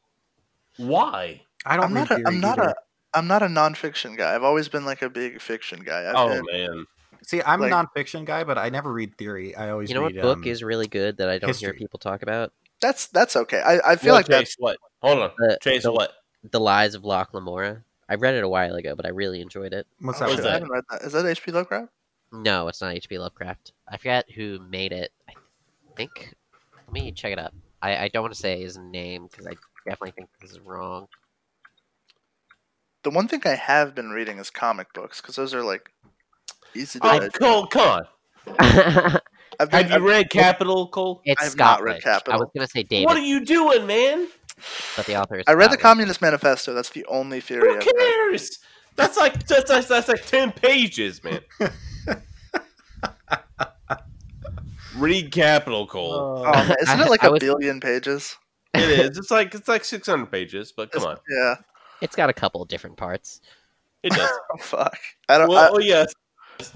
[SPEAKER 1] Why?
[SPEAKER 4] I don't
[SPEAKER 3] I'm not.
[SPEAKER 4] read
[SPEAKER 3] A,
[SPEAKER 4] theory
[SPEAKER 3] I'm not
[SPEAKER 4] either.
[SPEAKER 3] a. I'm not a nonfiction guy. I've always been like a big fiction guy. I've
[SPEAKER 1] Oh
[SPEAKER 3] been,
[SPEAKER 1] man.
[SPEAKER 4] See, I'm
[SPEAKER 3] like-
[SPEAKER 4] a nonfiction guy, but I never read theory. I always
[SPEAKER 2] You know what
[SPEAKER 4] read,
[SPEAKER 2] book
[SPEAKER 4] um,
[SPEAKER 2] is really good that I don't hear
[SPEAKER 4] history.
[SPEAKER 2] people talk about?
[SPEAKER 3] that's that's okay. I, I feel
[SPEAKER 1] Well,
[SPEAKER 3] like
[SPEAKER 1] Chase, what? Hold on.
[SPEAKER 2] The-
[SPEAKER 1] Chase,
[SPEAKER 2] the-
[SPEAKER 1] what?
[SPEAKER 2] The Lies of Loch Lamora. I read it a while ago, but I really enjoyed it.
[SPEAKER 4] what's
[SPEAKER 3] that's.
[SPEAKER 1] What's
[SPEAKER 4] that? shit?
[SPEAKER 3] I
[SPEAKER 1] that?
[SPEAKER 3] haven't read that. Is that H.P. Lovecraft?
[SPEAKER 2] No, it's not H.P. Lovecraft. I forgot who made it. I think. Let me check it up. I, I don't want to say his name because I definitely think this is wrong.
[SPEAKER 3] The one thing I have been reading is comic books because those are like easy to.
[SPEAKER 1] Oh,
[SPEAKER 3] read.
[SPEAKER 1] Cole, come on.
[SPEAKER 2] it's
[SPEAKER 3] I've been,
[SPEAKER 1] Have you
[SPEAKER 3] I've-
[SPEAKER 1] read Capital, Cole?
[SPEAKER 3] have
[SPEAKER 2] Scott
[SPEAKER 3] not read
[SPEAKER 2] Lynch. I
[SPEAKER 3] Capital.
[SPEAKER 2] was going to say
[SPEAKER 1] What are
[SPEAKER 2] David,
[SPEAKER 1] you doing, man?
[SPEAKER 2] but the author is.
[SPEAKER 3] I read
[SPEAKER 2] Scott
[SPEAKER 3] the
[SPEAKER 2] Lynch.
[SPEAKER 3] Communist Manifesto. That's the only theory.
[SPEAKER 1] Who
[SPEAKER 3] I've read.
[SPEAKER 1] cares? That's like that's, that's, that's like ten pages, man. Read Capital, Cole.
[SPEAKER 3] Oh, man, isn't
[SPEAKER 2] I-
[SPEAKER 3] it like
[SPEAKER 2] I
[SPEAKER 3] a
[SPEAKER 2] was-
[SPEAKER 3] billion pages?
[SPEAKER 1] It is. It's like it's like six hundred pages, but come on,
[SPEAKER 3] Yeah.
[SPEAKER 2] It's got a couple different parts.
[SPEAKER 1] it does.
[SPEAKER 3] Oh, fuck. I don't.
[SPEAKER 1] Well,
[SPEAKER 3] I,
[SPEAKER 1] oh yes,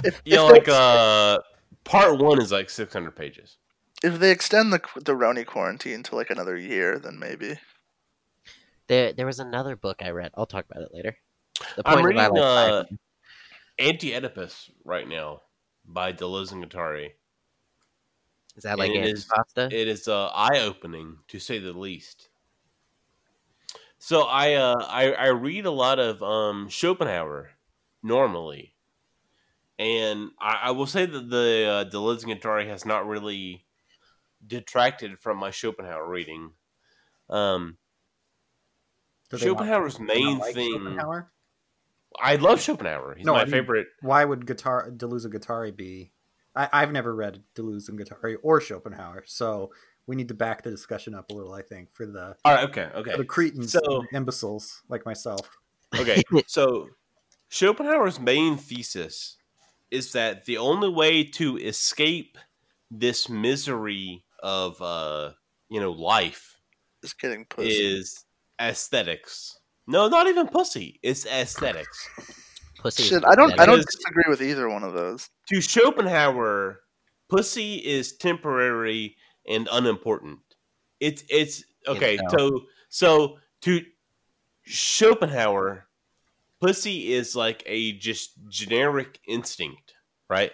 [SPEAKER 3] if,
[SPEAKER 1] yeah.
[SPEAKER 3] if,
[SPEAKER 1] Like
[SPEAKER 3] they,
[SPEAKER 1] uh, part one is like six hundred pages.
[SPEAKER 3] if they extend the qu- the Roni quarantine to like another year, then maybe.
[SPEAKER 2] There, there was another book I read. I'll talk about it later. The
[SPEAKER 1] I'm
[SPEAKER 2] point is, I
[SPEAKER 1] reading,
[SPEAKER 2] like
[SPEAKER 1] uh, Anti Oedipus right now by Deleuze and Guattari.
[SPEAKER 2] is that like
[SPEAKER 1] it
[SPEAKER 2] Andy
[SPEAKER 1] is-
[SPEAKER 2] Costa?
[SPEAKER 1] It is uh, eye opening to say the least. So I, uh, I I read a lot of um, Schopenhauer normally, and I, I will say that the uh, Deleuze and Guattari has not really detracted from my Schopenhauer reading. Um,
[SPEAKER 4] Do they not-
[SPEAKER 1] Schopenhauer's
[SPEAKER 4] do they not
[SPEAKER 1] main
[SPEAKER 4] like
[SPEAKER 1] thing.
[SPEAKER 4] Schopenhauer?
[SPEAKER 1] I love Schopenhauer. He's
[SPEAKER 4] No,
[SPEAKER 1] my
[SPEAKER 4] I mean-
[SPEAKER 1] favorite.
[SPEAKER 4] why would guitar Deleuze and Guattari be? I, I've never read Deleuze and Guattari or Schopenhauer, so we need to back the discussion up a little. I think for the
[SPEAKER 1] All right. Okay. Okay.
[SPEAKER 4] for the cretins,
[SPEAKER 1] So-
[SPEAKER 4] and imbeciles like myself.
[SPEAKER 1] Okay, so Schopenhauer's main thesis is that the only way to escape this misery of uh, you know life
[SPEAKER 3] Just kidding. Pussy.
[SPEAKER 1] is aesthetics. No, not even pussy. It's aesthetics.
[SPEAKER 2] Pussy. is
[SPEAKER 3] Shit,
[SPEAKER 2] good
[SPEAKER 3] I don't.
[SPEAKER 2] then.
[SPEAKER 3] I don't
[SPEAKER 1] Because-
[SPEAKER 3] disagree with either one of those.
[SPEAKER 1] to Schopenhauer, pussy is temporary and unimportant. It's it's okay.
[SPEAKER 2] It's
[SPEAKER 1] So so to Schopenhauer, pussy is like a just generic instinct, right?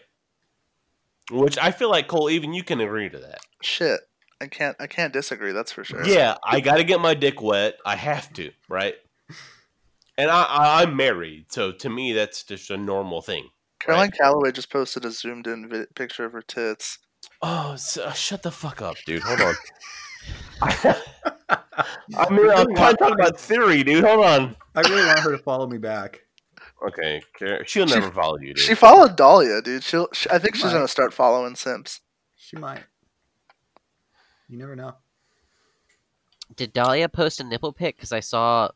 [SPEAKER 1] Which I feel like Cole, even you can agree to that.
[SPEAKER 3] Shit, I can't. I can't disagree. That's for sure.
[SPEAKER 1] Yeah, I got to get my dick wet. I have to, right? And I, I I'm married, so to me that's just a normal thing.
[SPEAKER 3] Caroline Calloway just posted a zoomed in vi- picture of her tits.
[SPEAKER 1] Oh, s uh, shut the fuck up, dude. Hold on. I mean, I'm trying to talk about theory, dude. Hold on.
[SPEAKER 4] I really want her to follow me back.
[SPEAKER 1] Okay, Kara- she'll never follow you. Dude.
[SPEAKER 3] She followed Dahlia, dude. She'll. She, I think she's
[SPEAKER 4] Right.
[SPEAKER 3] gonna start following Simps.
[SPEAKER 4] She might. You never know.
[SPEAKER 2] Did Dahlia post a nipple pic? Because I saw.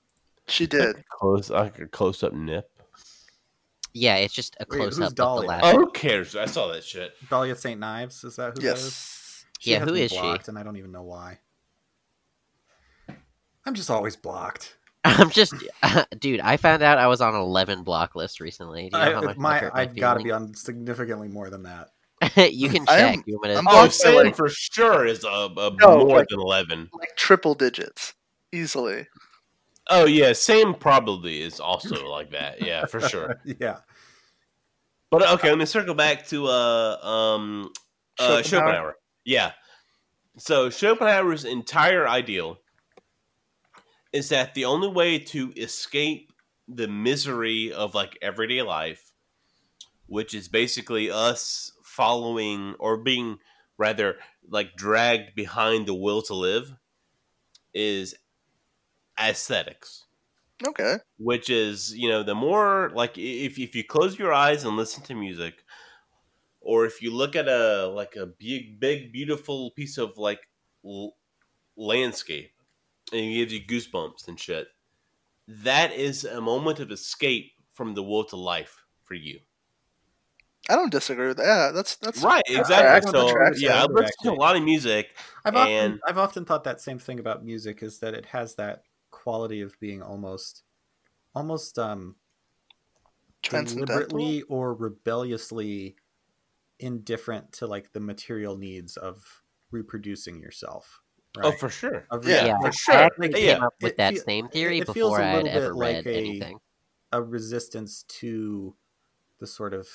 [SPEAKER 3] She did.
[SPEAKER 1] close like a close up nip.
[SPEAKER 2] Yeah, it's just a
[SPEAKER 4] Wait,
[SPEAKER 2] close
[SPEAKER 4] who's
[SPEAKER 2] up of the
[SPEAKER 4] Dahlia?
[SPEAKER 2] last.
[SPEAKER 1] Oh, who cares? I saw that shit.
[SPEAKER 4] Dahlia St. Knives, is that who that is?
[SPEAKER 3] Yes.
[SPEAKER 2] Yeah,
[SPEAKER 4] has
[SPEAKER 2] who
[SPEAKER 4] me
[SPEAKER 2] is she?
[SPEAKER 4] blocked, And I don't even know why. I'm just always blocked.
[SPEAKER 2] I'm just, dude. I found out I was on an 11 block list recently. Do you know how
[SPEAKER 4] I,
[SPEAKER 2] much that
[SPEAKER 4] my,
[SPEAKER 2] hurt my
[SPEAKER 4] I've got to be
[SPEAKER 2] feelings?
[SPEAKER 4] on significantly more than that.
[SPEAKER 2] you can
[SPEAKER 3] I
[SPEAKER 2] check.
[SPEAKER 3] am-
[SPEAKER 2] you want me to-
[SPEAKER 3] I'm
[SPEAKER 1] Oh,
[SPEAKER 3] Oh,
[SPEAKER 1] I'm saying
[SPEAKER 3] silly.
[SPEAKER 1] for sure is a, a
[SPEAKER 3] No,
[SPEAKER 1] more
[SPEAKER 3] like-
[SPEAKER 1] than eleven.
[SPEAKER 3] Like triple digits, easily.
[SPEAKER 1] Oh yeah, same probably is also like that. Yeah, for sure.
[SPEAKER 4] Yeah.
[SPEAKER 1] But okay, let me circle back to uh um uh, Schopenhauer.
[SPEAKER 3] Schopenhauer.
[SPEAKER 1] Yeah. So Schopenhauer's entire ideal is that the only way to escape the misery of like everyday life, which is basically us following or being rather like dragged behind the will to live, is aesthetics
[SPEAKER 3] Okay.
[SPEAKER 1] which is you know the more like i- if if you close your eyes and listen to music or if you look at a like a big big beautiful piece of like l- landscape and it gives you goosebumps and shit that is a moment of escape from the will to life for you
[SPEAKER 3] I don't disagree with that. Yeah, that's that's
[SPEAKER 1] right
[SPEAKER 3] I
[SPEAKER 1] exactly
[SPEAKER 3] can
[SPEAKER 1] so
[SPEAKER 3] track
[SPEAKER 1] yeah i
[SPEAKER 4] that,
[SPEAKER 1] listen to a lot of music
[SPEAKER 4] I've
[SPEAKER 1] And-
[SPEAKER 4] often I've often thought that same thing about music is that it has that quality of being almost almost um
[SPEAKER 3] transcendental.
[SPEAKER 4] deliberately or rebelliously indifferent to like the material needs of reproducing yourself. Right?
[SPEAKER 1] oh for sure
[SPEAKER 4] Of
[SPEAKER 1] yeah,
[SPEAKER 4] re-
[SPEAKER 2] Yeah.
[SPEAKER 1] for
[SPEAKER 2] I
[SPEAKER 1] sure
[SPEAKER 2] actually
[SPEAKER 1] yeah
[SPEAKER 2] came up with
[SPEAKER 4] It
[SPEAKER 2] that
[SPEAKER 4] feel-
[SPEAKER 2] same theory
[SPEAKER 4] it feels
[SPEAKER 2] before
[SPEAKER 4] a
[SPEAKER 2] I had
[SPEAKER 4] little
[SPEAKER 2] ever
[SPEAKER 4] bit
[SPEAKER 2] read
[SPEAKER 4] like a-
[SPEAKER 2] anything.
[SPEAKER 4] a resistance to the sort of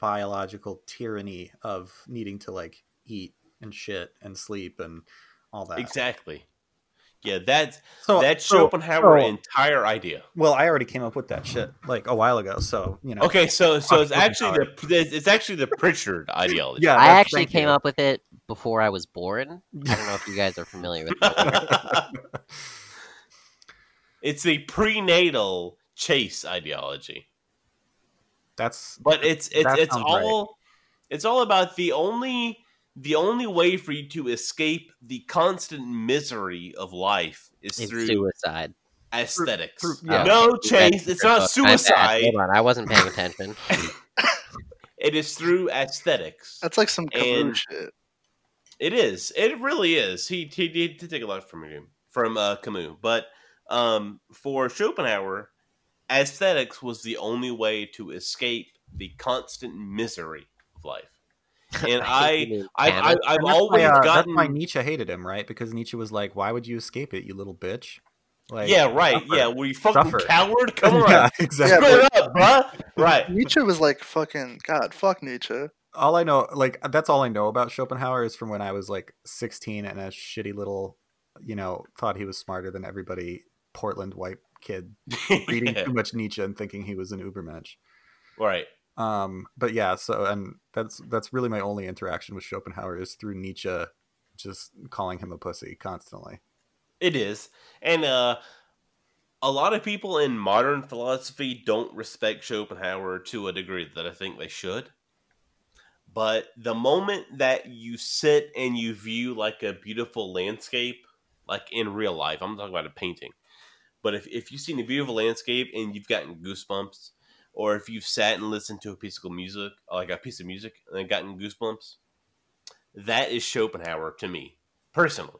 [SPEAKER 4] biological tyranny of needing to like eat and shit and sleep and all that.
[SPEAKER 1] exactly yeah that's
[SPEAKER 4] So
[SPEAKER 1] that's
[SPEAKER 4] so-
[SPEAKER 1] schopenhauer's
[SPEAKER 4] so-
[SPEAKER 1] entire idea
[SPEAKER 4] Well, I already came up with that shit like a while ago, so you know.
[SPEAKER 1] Okay, so so it's
[SPEAKER 4] Fucking
[SPEAKER 1] actually the it's actually the Pritchard ideology.
[SPEAKER 4] Yeah,
[SPEAKER 2] I
[SPEAKER 4] that's-
[SPEAKER 2] actually
[SPEAKER 4] uh, thank
[SPEAKER 2] came
[SPEAKER 4] you.
[SPEAKER 2] up with it before I was born. I don't know if you guys are familiar with that. word.
[SPEAKER 1] it's the prenatal chase ideology,
[SPEAKER 4] That's
[SPEAKER 1] but it's it's
[SPEAKER 4] That
[SPEAKER 1] it's
[SPEAKER 4] sounds right.
[SPEAKER 1] all it's all about the only the only way for you to escape the constant misery of life is
[SPEAKER 2] It's
[SPEAKER 1] through
[SPEAKER 2] suicide. Oh,
[SPEAKER 1] aesthetics.
[SPEAKER 4] through- yeah.
[SPEAKER 1] No
[SPEAKER 2] You guys
[SPEAKER 1] chase. It's
[SPEAKER 2] are
[SPEAKER 1] not
[SPEAKER 2] both- my bad.
[SPEAKER 1] suicide.
[SPEAKER 2] Hold on, I wasn't paying attention.
[SPEAKER 1] It is through aesthetics.
[SPEAKER 3] That's like some Camus
[SPEAKER 1] And-
[SPEAKER 3] shit.
[SPEAKER 1] It is. It really is. He he did take a lot from him from uh, Camus, but um, for Schopenhauer, aesthetics was the only way to escape the constant misery of life. And
[SPEAKER 2] think
[SPEAKER 1] I
[SPEAKER 2] you mean
[SPEAKER 1] I, I
[SPEAKER 2] Camus.
[SPEAKER 1] I've
[SPEAKER 4] And that's why,
[SPEAKER 1] always
[SPEAKER 4] uh,
[SPEAKER 1] gotten
[SPEAKER 4] That's why Nietzsche hated him, right? Because Nietzsche was like, "Why would you escape it, you little bitch?" Like,
[SPEAKER 1] yeah right
[SPEAKER 4] suffer.
[SPEAKER 1] yeah were you fucking
[SPEAKER 4] Suffer.
[SPEAKER 1] coward come on
[SPEAKER 4] yeah, exactly.
[SPEAKER 1] Screw it up bruh right
[SPEAKER 3] Nietzsche was like fucking God. Fuck Nietzsche.
[SPEAKER 4] all I know, like that's all I know about Schopenhauer is from when I was like 16 and a shitty little, you know, thought he was smarter than everybody Portland white kid reading
[SPEAKER 1] Yeah,
[SPEAKER 4] too much Nietzsche and thinking he was an Ubermensch.
[SPEAKER 1] right
[SPEAKER 4] Um, but yeah, so and that's that's really my only interaction with Schopenhauer is through Nietzsche, just calling him a pussy constantly.
[SPEAKER 1] It is. And uh a lot of people in modern philosophy don't respect Schopenhauer to a degree that I think they should. But the moment that you sit and you view like a beautiful landscape, like in real life, I'm talking about a painting. But if, if you've seen a beautiful landscape and you've gotten goosebumps, or if you've sat and listened to a piece of music, like a piece of music, and gotten goosebumps, that is Schopenhauer to me, personally.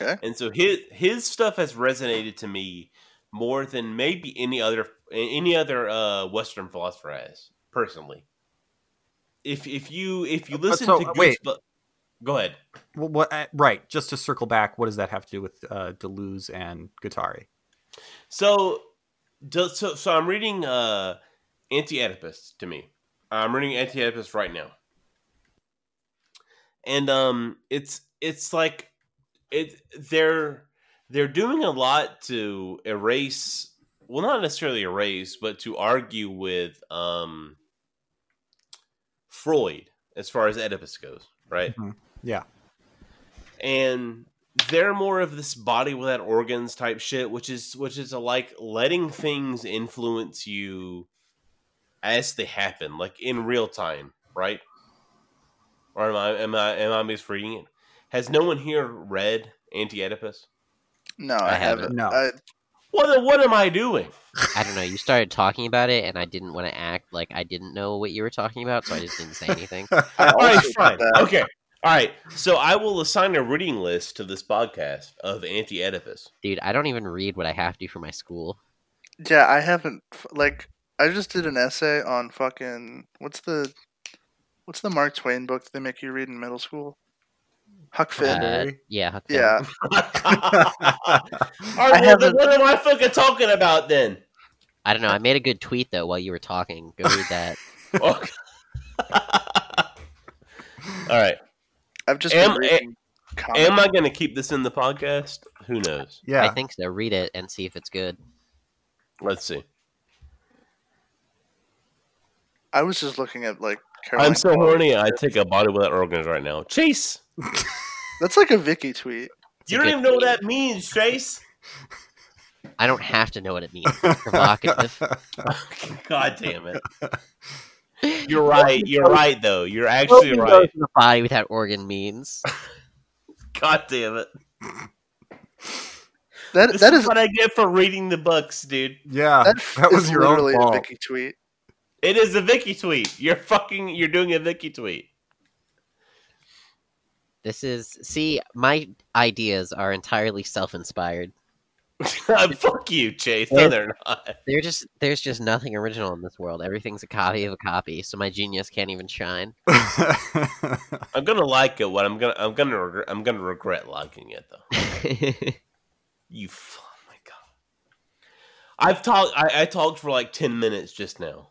[SPEAKER 1] And so his his stuff has resonated to me more than maybe any other any other uh, Western philosopher has personally. If if you if you
[SPEAKER 4] But
[SPEAKER 1] listen
[SPEAKER 4] so,
[SPEAKER 1] to
[SPEAKER 4] uh, wait.
[SPEAKER 1] Goosebumps- go ahead.
[SPEAKER 4] Well, what? uh, Right. Just to circle back, what does that have to do with uh, Deleuze and Guattari?
[SPEAKER 1] So do- so so I'm reading uh, Anti Oedipus to me. I'm reading Anti Oedipus right now, and um, it's it's like it they're they're doing a lot to erase well not necessarily erase but to argue with um freud as far as oedipus goes right
[SPEAKER 4] Mhm. Yeah.
[SPEAKER 1] and they're more of this body without organs type shit, which is which is a, like letting things influence you as they happen, like in real time, right? Or am I am I am I misreading it? Has no one here read Anti Oedipus?
[SPEAKER 3] No, I, haven't.
[SPEAKER 4] haven't. No.
[SPEAKER 3] Uh,
[SPEAKER 2] Uh,
[SPEAKER 3] I,
[SPEAKER 1] Well, then what am I doing?
[SPEAKER 2] I don't know. You started talking about it, and I didn't want to act like I didn't know what you were talking about, so I just didn't say anything.
[SPEAKER 3] I
[SPEAKER 1] All right,
[SPEAKER 3] also did
[SPEAKER 1] fine.
[SPEAKER 3] that.
[SPEAKER 1] Okay. All right. So I will assign a reading list to this podcast of Anti Oedipus.
[SPEAKER 2] Dude, I don't even read what I have to for my school.
[SPEAKER 3] Yeah, I haven't. f- Like, I just did an essay on fucking what's the what's the Mark Twain book that they make you read in middle school? Huck Finn.
[SPEAKER 2] Uh,
[SPEAKER 4] February?
[SPEAKER 2] yeah. Huck Finn.
[SPEAKER 3] yeah,
[SPEAKER 1] All right, well, then
[SPEAKER 3] haven't-
[SPEAKER 1] what am I fucking talking about then?
[SPEAKER 2] I don't know. I made a good tweet though while you were talking. Go read that.
[SPEAKER 1] All right.
[SPEAKER 3] I've just
[SPEAKER 1] Am-
[SPEAKER 3] been reading. comic-
[SPEAKER 1] Am I going to keep this in the podcast? Who knows?
[SPEAKER 4] Yeah.
[SPEAKER 2] I think so. Read it and see if it's good.
[SPEAKER 1] Let's see.
[SPEAKER 3] I was just looking at like. Caroline
[SPEAKER 1] I'm so
[SPEAKER 3] Pollock.
[SPEAKER 1] horny. I take a body without organs right now. Chase,
[SPEAKER 3] That's like a Vicky tweet.
[SPEAKER 2] It's
[SPEAKER 1] you
[SPEAKER 2] a
[SPEAKER 1] don't
[SPEAKER 2] good
[SPEAKER 1] even know what
[SPEAKER 2] tweet.
[SPEAKER 1] that means, Chase.
[SPEAKER 2] I don't have to know what it means. It's provocative.
[SPEAKER 1] God damn it. You're right. You're right, though. You're actually
[SPEAKER 2] Nobody knows
[SPEAKER 1] right.
[SPEAKER 2] what a body without organ means.
[SPEAKER 1] God damn it.
[SPEAKER 3] That
[SPEAKER 1] This
[SPEAKER 3] that
[SPEAKER 1] is,
[SPEAKER 3] is
[SPEAKER 1] what I get for reading the books, dude.
[SPEAKER 4] yeah.
[SPEAKER 3] that,
[SPEAKER 4] That,
[SPEAKER 3] f-
[SPEAKER 4] was
[SPEAKER 3] is
[SPEAKER 4] your own
[SPEAKER 3] literally
[SPEAKER 4] fault.
[SPEAKER 3] a Vicky tweet.
[SPEAKER 1] It is a Vicky tweet. You're fucking. You're doing a Vicky tweet.
[SPEAKER 2] This is see, my ideas are entirely self-inspired.
[SPEAKER 1] Uh, Fuck you, Chase. No, they're not.
[SPEAKER 2] They're just there's just nothing original in this world. Everything's a copy of a copy, so my genius can't even shine.
[SPEAKER 1] I'm gonna like it. What I'm gonna. I'm gonna. Regret, I'm gonna regret liking it though. You, f- oh my god! I've talked. I, I talked for like ten minutes just now.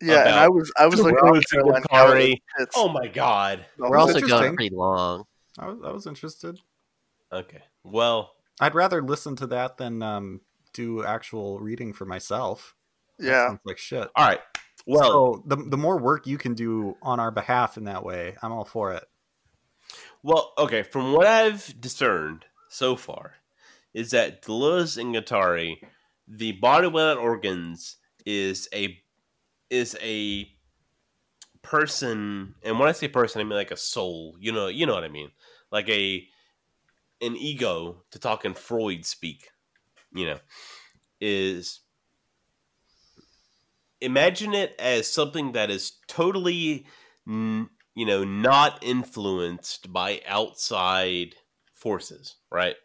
[SPEAKER 3] Yeah, and
[SPEAKER 1] About
[SPEAKER 3] I was I was
[SPEAKER 1] Rose
[SPEAKER 3] looking
[SPEAKER 1] and
[SPEAKER 3] at Caroline
[SPEAKER 1] Bakari.
[SPEAKER 3] Pollock's
[SPEAKER 1] Oh my god!
[SPEAKER 3] tits.
[SPEAKER 2] We're also
[SPEAKER 4] interesting.
[SPEAKER 2] going pretty long.
[SPEAKER 4] I, was, I was interested.
[SPEAKER 1] Okay. Well,
[SPEAKER 4] I'd rather listen to that than um, do actual reading for myself. That
[SPEAKER 3] yeah.
[SPEAKER 4] sounds like shit.
[SPEAKER 1] all right. Well,
[SPEAKER 4] so the the more work you can do on our behalf in that way, I'm all for it.
[SPEAKER 1] well, okay. From what I've discerned so far, is that Deleuze and Guattari, the body without organs, is a is a person, and when I say person, I mean like a soul. You know, you know what I mean, like a an ego to talk in Freud speak. You know, is imagine it as something that is totally, n- you know, not influenced by outside forces, right?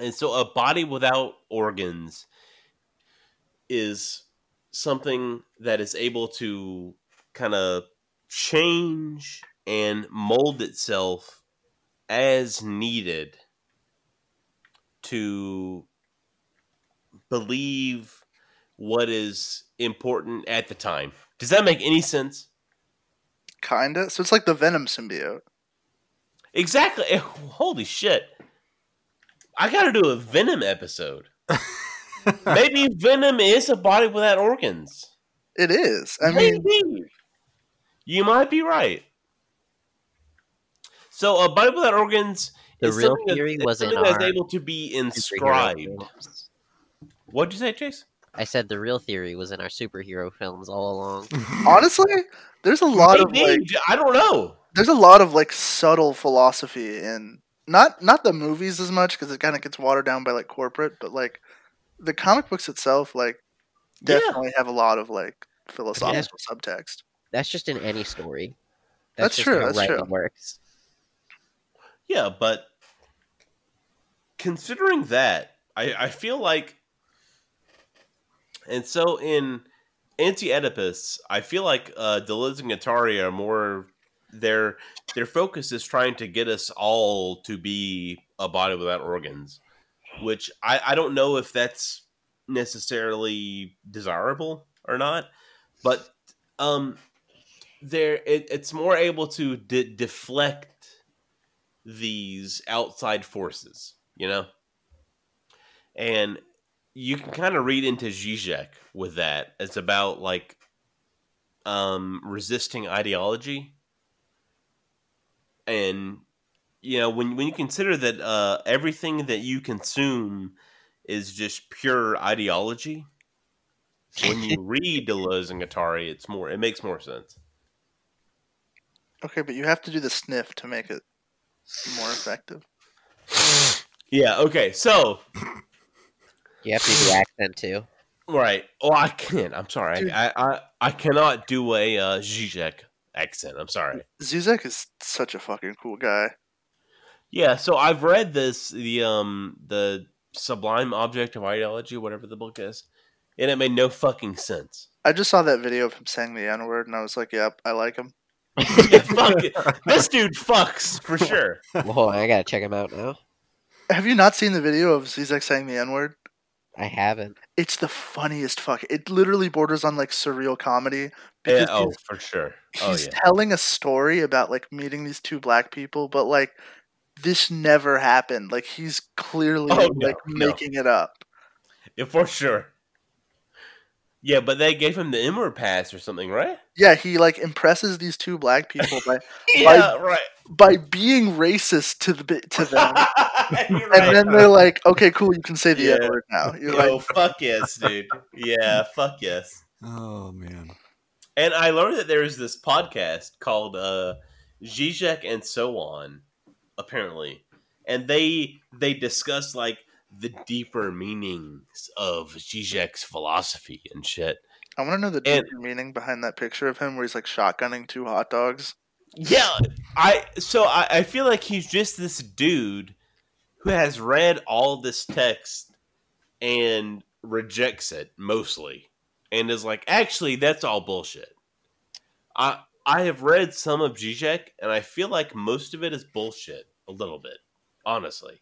[SPEAKER 1] And so a body without organs is something that is able to kind of change and mold itself as needed to believe what is important at the time. Does that make any sense?
[SPEAKER 3] Kinda. So it's like the Venom symbiote.
[SPEAKER 1] Exactly. Holy shit. I got to do a Venom episode. Maybe Venom is a body without organs.
[SPEAKER 3] It is. I mean,
[SPEAKER 1] Maybe. You might be right. So a body without organs
[SPEAKER 2] The
[SPEAKER 1] is
[SPEAKER 2] real
[SPEAKER 1] something that-
[SPEAKER 2] theory
[SPEAKER 1] it's
[SPEAKER 2] was in
[SPEAKER 1] something that's
[SPEAKER 2] our
[SPEAKER 1] able to be
[SPEAKER 2] superhero
[SPEAKER 1] inscribed.
[SPEAKER 2] films.
[SPEAKER 1] What'd you say, Chase?
[SPEAKER 2] I said the real theory was in our superhero films all along.
[SPEAKER 3] honestly, there's a lot of
[SPEAKER 1] Maybe.
[SPEAKER 3] like
[SPEAKER 1] I don't know.
[SPEAKER 3] there's a lot of like subtle philosophy in not not the movies as much because it kind of gets watered down by like corporate, but like the comic books itself like
[SPEAKER 1] Yeah.
[SPEAKER 3] definitely have a lot of like philosophical subtext.
[SPEAKER 2] That's just in any story.
[SPEAKER 3] That's
[SPEAKER 2] just
[SPEAKER 3] true,
[SPEAKER 2] How
[SPEAKER 3] that's
[SPEAKER 2] writing
[SPEAKER 3] true.
[SPEAKER 2] works.
[SPEAKER 1] Yeah, but considering that, I, I feel like, and so in Anti Oedipus, I feel like uh, Deleuze and Guattari are more their their focus is trying to get us all to be a body without organs, which I, I don't know if that's necessarily desirable or not, but um, there it, it's more able to de- deflect these outside forces, you know? And you can kind of read into Zizek with that. It's about like um resisting ideology and you know when when you consider that uh, everything that you consume is just pure ideology. When you read Deleuze and Guattari, it's more it makes more sense.
[SPEAKER 3] Okay, but you have to do the sniff to make it more effective.
[SPEAKER 1] Yeah. Okay. So
[SPEAKER 2] You have to do the accent too.
[SPEAKER 1] right. Oh, I can't. I'm sorry.
[SPEAKER 3] Dude.
[SPEAKER 1] I, I I cannot do a uh, Zizek accent. I'm sorry.
[SPEAKER 3] Zuzek is such a fucking cool guy.
[SPEAKER 1] Yeah, so I've read this the um the Sublime Object of Ideology, whatever the book is, and it made no fucking sense.
[SPEAKER 3] I just saw that video of him saying the N word, and I was like, "Yep, I like him."
[SPEAKER 1] Yeah, fuck it. This dude fucks for sure.
[SPEAKER 2] Well, hold on, I gotta check him out now.
[SPEAKER 3] Have you not seen the video of Zizek saying the N word?
[SPEAKER 2] I haven't.
[SPEAKER 3] It's the funniest fuck. It literally borders on like surreal comedy
[SPEAKER 1] Yeah,
[SPEAKER 3] because
[SPEAKER 1] oh, for sure. Oh
[SPEAKER 3] he's
[SPEAKER 1] yeah.
[SPEAKER 3] telling a story about like meeting these two black people, but like this never happened. Like he's clearly
[SPEAKER 1] Oh, no,
[SPEAKER 3] like
[SPEAKER 1] no.
[SPEAKER 3] making it up.
[SPEAKER 1] yeah. For sure. Yeah, but they gave him the Emmer pass or something, right?
[SPEAKER 3] Yeah, he like impresses these two black people by
[SPEAKER 1] Yeah, right.
[SPEAKER 3] by being racist to the bi- to them,
[SPEAKER 1] You're
[SPEAKER 3] and
[SPEAKER 1] right.
[SPEAKER 3] then they're like, "Okay, cool, you can say the
[SPEAKER 1] Yeah.
[SPEAKER 3] N word now." You're
[SPEAKER 1] Yo,
[SPEAKER 3] like,
[SPEAKER 1] fuck yes, dude. Yeah, fuck yes.
[SPEAKER 4] Oh man.
[SPEAKER 1] And I learned that there is this podcast called uh, Zizek and So On, apparently, and they they discuss like the deeper meanings of Zizek's philosophy and shit.
[SPEAKER 3] I want to know the
[SPEAKER 1] And-
[SPEAKER 3] deeper meaning behind that picture of him where he's like shotgunning two hot dogs.
[SPEAKER 1] Yeah, I so I, I feel like he's just this dude who has read all this text and rejects it mostly, and is like, actually, that's all bullshit. I I have read some of Zizek, and I feel like most of it is bullshit. A little bit, honestly.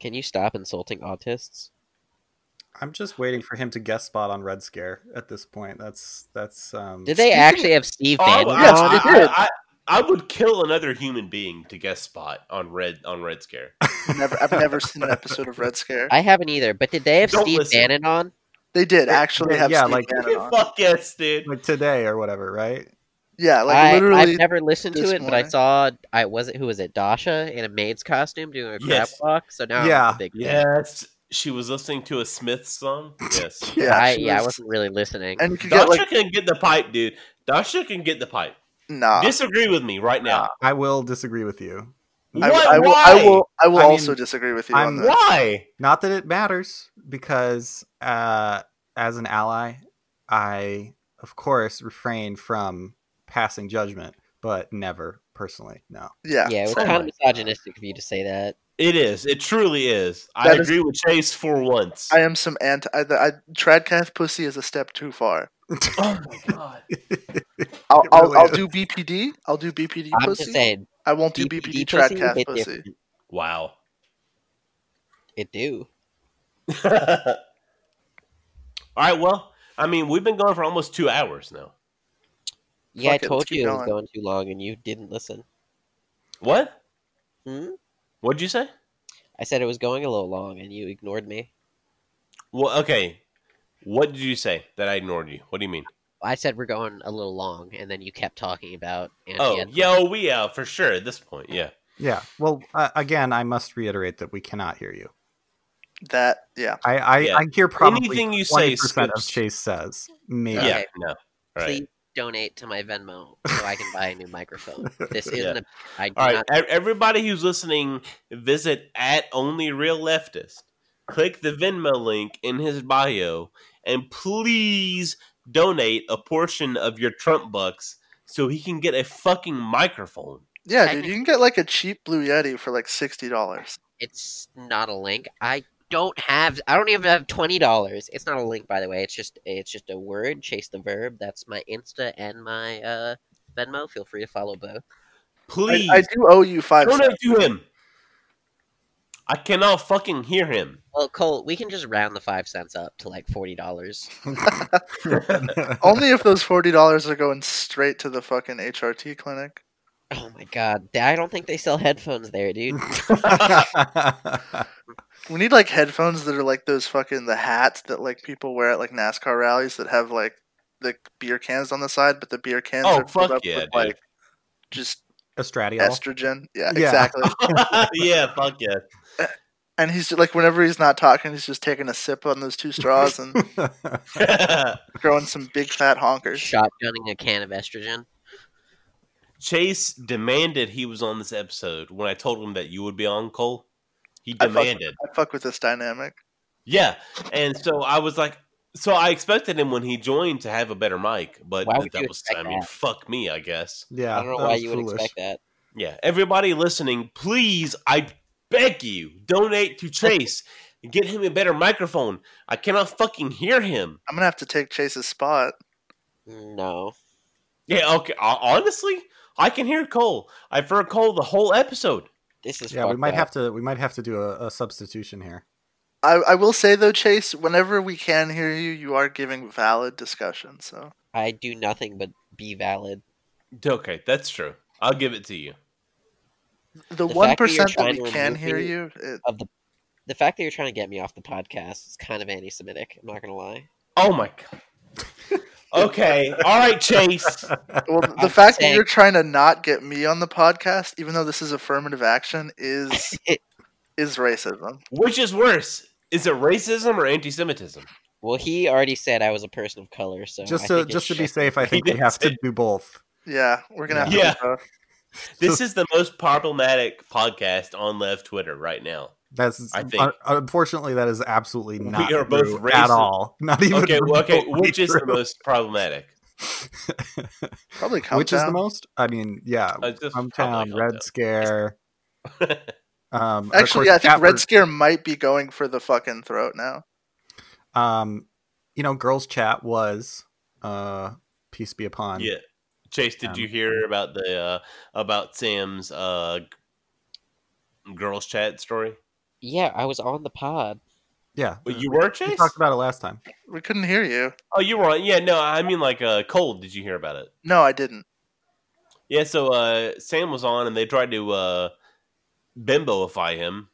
[SPEAKER 2] Can you stop insulting autists?
[SPEAKER 4] I'm just waiting for him to guest spot on Red Scare at this point. That's that's um
[SPEAKER 2] Did they
[SPEAKER 1] Speaking
[SPEAKER 2] actually have Steve
[SPEAKER 1] Oh, I,
[SPEAKER 2] Bannon?
[SPEAKER 3] Yes,
[SPEAKER 1] I-
[SPEAKER 3] they did.
[SPEAKER 1] I- I would kill another human being to guest spot on Red on Red Scare.
[SPEAKER 3] Never, I've never seen an episode of Red Scare.
[SPEAKER 2] I haven't either. But did they have
[SPEAKER 1] Don't
[SPEAKER 2] Steve
[SPEAKER 1] listen.
[SPEAKER 2] Bannon on?
[SPEAKER 3] They did
[SPEAKER 4] They-
[SPEAKER 3] actually
[SPEAKER 4] they-
[SPEAKER 3] have
[SPEAKER 4] yeah,
[SPEAKER 3] Steve
[SPEAKER 4] like-
[SPEAKER 3] Bannon on.
[SPEAKER 1] Fuck yes, dude.
[SPEAKER 4] like today or whatever, right?
[SPEAKER 3] Yeah, like
[SPEAKER 2] I,
[SPEAKER 3] literally.
[SPEAKER 2] I've never listened to
[SPEAKER 3] this
[SPEAKER 2] it, but I
[SPEAKER 3] morning.
[SPEAKER 2] saw I was it who was it Dasha in a maid's costume doing a crab
[SPEAKER 1] Yes.
[SPEAKER 2] walk. So now
[SPEAKER 4] Yeah.
[SPEAKER 2] I'm a big fan.
[SPEAKER 1] Yes. She was listening to a Smith song. Yes.
[SPEAKER 3] Yeah,
[SPEAKER 2] I,
[SPEAKER 3] she
[SPEAKER 2] yeah, I
[SPEAKER 3] was-
[SPEAKER 2] wasn't really listening.
[SPEAKER 3] and you could
[SPEAKER 1] Dasha
[SPEAKER 3] get like
[SPEAKER 1] can get the pipe, dude. Dasha can get the pipe.
[SPEAKER 3] nah.
[SPEAKER 1] Disagree with me right now.
[SPEAKER 4] I will disagree with you.
[SPEAKER 3] uh, I,
[SPEAKER 1] What?
[SPEAKER 3] I will.
[SPEAKER 1] Why?
[SPEAKER 3] I will. uh, I will
[SPEAKER 4] I mean,
[SPEAKER 3] also disagree with you on
[SPEAKER 4] I'm-
[SPEAKER 3] this.
[SPEAKER 1] Why?
[SPEAKER 4] Not that it matters, because uh, as an ally, I of course refrain from passing judgment, but never personally. No,
[SPEAKER 3] Yeah,
[SPEAKER 2] yeah, it was
[SPEAKER 3] same.
[SPEAKER 2] kind of
[SPEAKER 4] my
[SPEAKER 2] misogynistic of you to say that.
[SPEAKER 1] It is. It truly is. I
[SPEAKER 3] That is-
[SPEAKER 1] agree with Chase for once.
[SPEAKER 3] I am some anti. I, I tradcath pussy is a step too far.
[SPEAKER 1] oh my god.
[SPEAKER 3] I'll
[SPEAKER 4] It
[SPEAKER 3] I'll,
[SPEAKER 4] really
[SPEAKER 3] I'll
[SPEAKER 4] is.
[SPEAKER 3] do BPD. I'll do BPD
[SPEAKER 2] I'm
[SPEAKER 3] pussy.
[SPEAKER 2] just saying,
[SPEAKER 3] I won't do BPD,
[SPEAKER 2] DPD pussy,
[SPEAKER 3] tradcath
[SPEAKER 2] it,
[SPEAKER 3] pussy.
[SPEAKER 2] different.
[SPEAKER 1] Wow.
[SPEAKER 2] it do.
[SPEAKER 1] All right. Well, I mean, we've been going for almost two hours now.
[SPEAKER 2] Yeah,
[SPEAKER 3] Fuck it,
[SPEAKER 2] I
[SPEAKER 3] let's
[SPEAKER 2] told
[SPEAKER 3] keep
[SPEAKER 2] you it was
[SPEAKER 3] going.
[SPEAKER 2] going too long, and you didn't listen.
[SPEAKER 1] What?
[SPEAKER 2] Hmm?
[SPEAKER 1] What'd you say?
[SPEAKER 2] I said it was going a little long, and you ignored me.
[SPEAKER 1] Well, okay. What did you say that I ignored you? What do you mean?
[SPEAKER 2] I said we're going a little long, and then you kept talking about. And
[SPEAKER 1] Oh, yo, we out for sure at this point. Yeah.
[SPEAKER 4] yeah. Well, uh, again, I must reiterate that we cannot hear you.
[SPEAKER 3] That yeah.
[SPEAKER 4] I I,
[SPEAKER 1] Yeah.
[SPEAKER 4] I hear probably
[SPEAKER 1] Anything you say
[SPEAKER 4] 20% of
[SPEAKER 1] skips-
[SPEAKER 4] Chase says. Maybe.
[SPEAKER 1] Yeah.
[SPEAKER 2] Okay.
[SPEAKER 1] No. All right.
[SPEAKER 2] Please donate to my Venmo so I can buy a new microphone. This
[SPEAKER 1] Yeah.
[SPEAKER 2] isn't a. I do
[SPEAKER 1] All right,
[SPEAKER 2] not.
[SPEAKER 1] e- everybody who's listening, visit at Only Real Leftist. Click the Venmo link in his bio, and please donate a portion of your Trump bucks so he can get a fucking microphone.
[SPEAKER 3] Yeah, dude, you can get like a cheap blue yeti for like sixty dollars.
[SPEAKER 2] It's not a link. I don't have. I don't even have twenty dollars. It's not a link, by the way. It's just. It's just a word. Chase the verb. That's my Insta and my uh Venmo. Feel free to follow both.
[SPEAKER 1] Please
[SPEAKER 3] I, I do owe you five. cents.
[SPEAKER 1] donate to him. I cannot fucking hear him.
[SPEAKER 2] Well, Cole, we can just round the five cents up to like forty dollars.
[SPEAKER 3] Only if those forty dollars are going straight to the fucking HRT clinic.
[SPEAKER 2] Oh my god! I don't think they sell headphones there, dude.
[SPEAKER 3] We need like headphones that are like those fucking the hats that like people wear at like NASCAR rallies that have like the beer cans on the side, but the beer cans
[SPEAKER 1] Oh,
[SPEAKER 3] are filled
[SPEAKER 1] fuck
[SPEAKER 3] up
[SPEAKER 1] yeah,
[SPEAKER 3] with
[SPEAKER 1] dude.
[SPEAKER 3] like just
[SPEAKER 4] estradiol.
[SPEAKER 3] estrogen. Yeah,
[SPEAKER 4] Yeah.
[SPEAKER 3] exactly.
[SPEAKER 1] yeah, fuck yeah.
[SPEAKER 3] and he's just, like, whenever he's not talking, he's just taking a sip on those two straws and throwing some big fat honkers.
[SPEAKER 2] Shotgunning a can of estrogen.
[SPEAKER 1] Chase demanded he was on this episode when I told him that you would be on Cole. He
[SPEAKER 3] I fuck-
[SPEAKER 1] demanded.
[SPEAKER 3] I fuck with this dynamic.
[SPEAKER 1] Yeah. And so I was like, so I expected him when he joined to have a better mic, but
[SPEAKER 2] Why would
[SPEAKER 1] that
[SPEAKER 2] you
[SPEAKER 1] was, I
[SPEAKER 2] expect
[SPEAKER 1] mean,
[SPEAKER 2] that?
[SPEAKER 1] fuck me, I guess.
[SPEAKER 4] yeah,
[SPEAKER 2] I don't know
[SPEAKER 4] that
[SPEAKER 2] why
[SPEAKER 4] was
[SPEAKER 2] you would expect that.
[SPEAKER 1] Yeah. Everybody listening, please, I beg you, donate to Chase and get him a better microphone. I cannot fucking hear him.
[SPEAKER 3] I'm gonna have to take Chase's spot.
[SPEAKER 2] No.
[SPEAKER 1] Yeah. Okay. ho- Honestly, I can hear Cole. I've heard Cole the whole episode.
[SPEAKER 2] This is
[SPEAKER 4] Yeah, we
[SPEAKER 2] fucked
[SPEAKER 4] might
[SPEAKER 2] up.
[SPEAKER 4] have to we might have to do a, a substitution here.
[SPEAKER 3] I, I will say though, Chase, whenever we can hear you, you are giving valid discussion. So
[SPEAKER 2] I do nothing but be valid.
[SPEAKER 1] Okay. That's true. I'll give it to you.
[SPEAKER 3] the
[SPEAKER 2] The
[SPEAKER 3] one
[SPEAKER 2] fact that you're
[SPEAKER 3] percent that
[SPEAKER 2] trying
[SPEAKER 3] we
[SPEAKER 2] to
[SPEAKER 3] can
[SPEAKER 2] remove
[SPEAKER 3] hear
[SPEAKER 2] me-
[SPEAKER 3] you, it,
[SPEAKER 2] Of the the fact that you're trying to get me off the podcast is kind of anti-Semitic. I'm not gonna lie.
[SPEAKER 1] Oh my god. Okay. All right, Chase.
[SPEAKER 3] well, the
[SPEAKER 2] I'm
[SPEAKER 3] fact that
[SPEAKER 2] saying-
[SPEAKER 3] you're trying to not get me on the podcast, even though this is affirmative action, is is racism.
[SPEAKER 1] Which is worse? Is it racism or anti-Semitism?
[SPEAKER 2] Well, he already said I was a person of color, so
[SPEAKER 4] just
[SPEAKER 2] I
[SPEAKER 4] to
[SPEAKER 2] think it's
[SPEAKER 4] just to be
[SPEAKER 2] shit.
[SPEAKER 4] safe, I think we
[SPEAKER 1] did
[SPEAKER 4] have to
[SPEAKER 1] say-
[SPEAKER 4] do both.
[SPEAKER 3] Yeah, we're gonna have to.
[SPEAKER 1] Yeah.
[SPEAKER 3] do both.
[SPEAKER 1] This is the most problematic podcast on left Twitter right now.
[SPEAKER 4] That's
[SPEAKER 1] I
[SPEAKER 4] I
[SPEAKER 1] think-
[SPEAKER 4] think. unfortunately, that is absolutely
[SPEAKER 1] We
[SPEAKER 4] not.
[SPEAKER 1] are both
[SPEAKER 4] true at
[SPEAKER 1] racist.
[SPEAKER 4] all. Not even
[SPEAKER 1] Okay, well, okay,
[SPEAKER 4] remotely
[SPEAKER 1] which is the
[SPEAKER 4] true.
[SPEAKER 1] most problematic?
[SPEAKER 3] Probably come
[SPEAKER 4] which is the most? I mean, yeah,
[SPEAKER 1] Uh, just probably
[SPEAKER 4] hometown
[SPEAKER 1] Comptown.
[SPEAKER 4] Red Scare. Um, of
[SPEAKER 3] Actually,
[SPEAKER 4] course,
[SPEAKER 3] yeah, I think Red
[SPEAKER 4] Catbird-
[SPEAKER 3] Scare might be going for the fucking throat now.
[SPEAKER 4] Um, you know, girls' chat was uh, peace be upon.
[SPEAKER 1] Yeah, Chase, did
[SPEAKER 4] Um,
[SPEAKER 1] you hear about the uh, about Sam's uh, g- girls' chat story?
[SPEAKER 2] Yeah, I was on the pod.
[SPEAKER 4] yeah.
[SPEAKER 1] Well, you were
[SPEAKER 4] We
[SPEAKER 1] Chase.
[SPEAKER 4] Uh, talked about it last time.
[SPEAKER 3] We couldn't hear you.
[SPEAKER 1] Oh, you were on. Yeah, no, I mean like uh, Cole. Did you hear about it?
[SPEAKER 3] No, I didn't.
[SPEAKER 1] Yeah, so uh, Sam was on, and they tried to uh, bimboify him.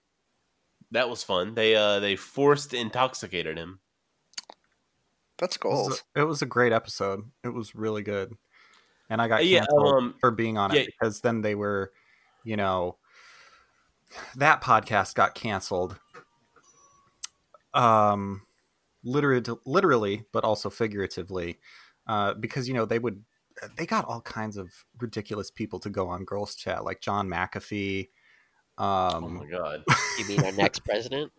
[SPEAKER 1] That was fun. They uh, they forced intoxicated him.
[SPEAKER 3] That's
[SPEAKER 4] It was,
[SPEAKER 3] gold.
[SPEAKER 4] a, it was a great episode. It was really good, and I got
[SPEAKER 1] yeah,
[SPEAKER 4] canceled
[SPEAKER 1] um,
[SPEAKER 4] for being on
[SPEAKER 1] yeah.
[SPEAKER 4] it because then they were, you know, that podcast got canceled. Um, literally, literally, but also figuratively, uh, because you know they would they got all kinds of ridiculous people to go on girls' chat, like John McAfee.
[SPEAKER 1] oh my
[SPEAKER 4] Um,
[SPEAKER 1] god.
[SPEAKER 2] You mean our next president?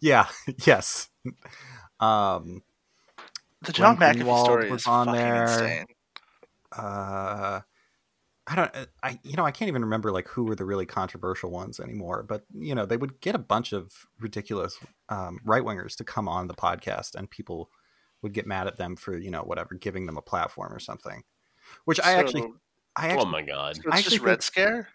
[SPEAKER 4] yeah, yes. Um,
[SPEAKER 3] The John
[SPEAKER 4] Lincoln
[SPEAKER 3] McAfee
[SPEAKER 4] Wald
[SPEAKER 3] story
[SPEAKER 4] was
[SPEAKER 3] is
[SPEAKER 4] on
[SPEAKER 3] fucking
[SPEAKER 4] there.
[SPEAKER 3] insane.
[SPEAKER 4] uh I don't uh, I you know I can't even remember like who were the really controversial ones anymore but you know they would get a bunch of ridiculous um, right wingers to come on the podcast and people would get mad at them for you know whatever giving them a platform or something which I actually
[SPEAKER 3] So-
[SPEAKER 4] I
[SPEAKER 1] Oh
[SPEAKER 4] actually
[SPEAKER 1] my god.
[SPEAKER 3] so it's
[SPEAKER 4] I actually
[SPEAKER 3] just
[SPEAKER 4] think-
[SPEAKER 3] Red Scare.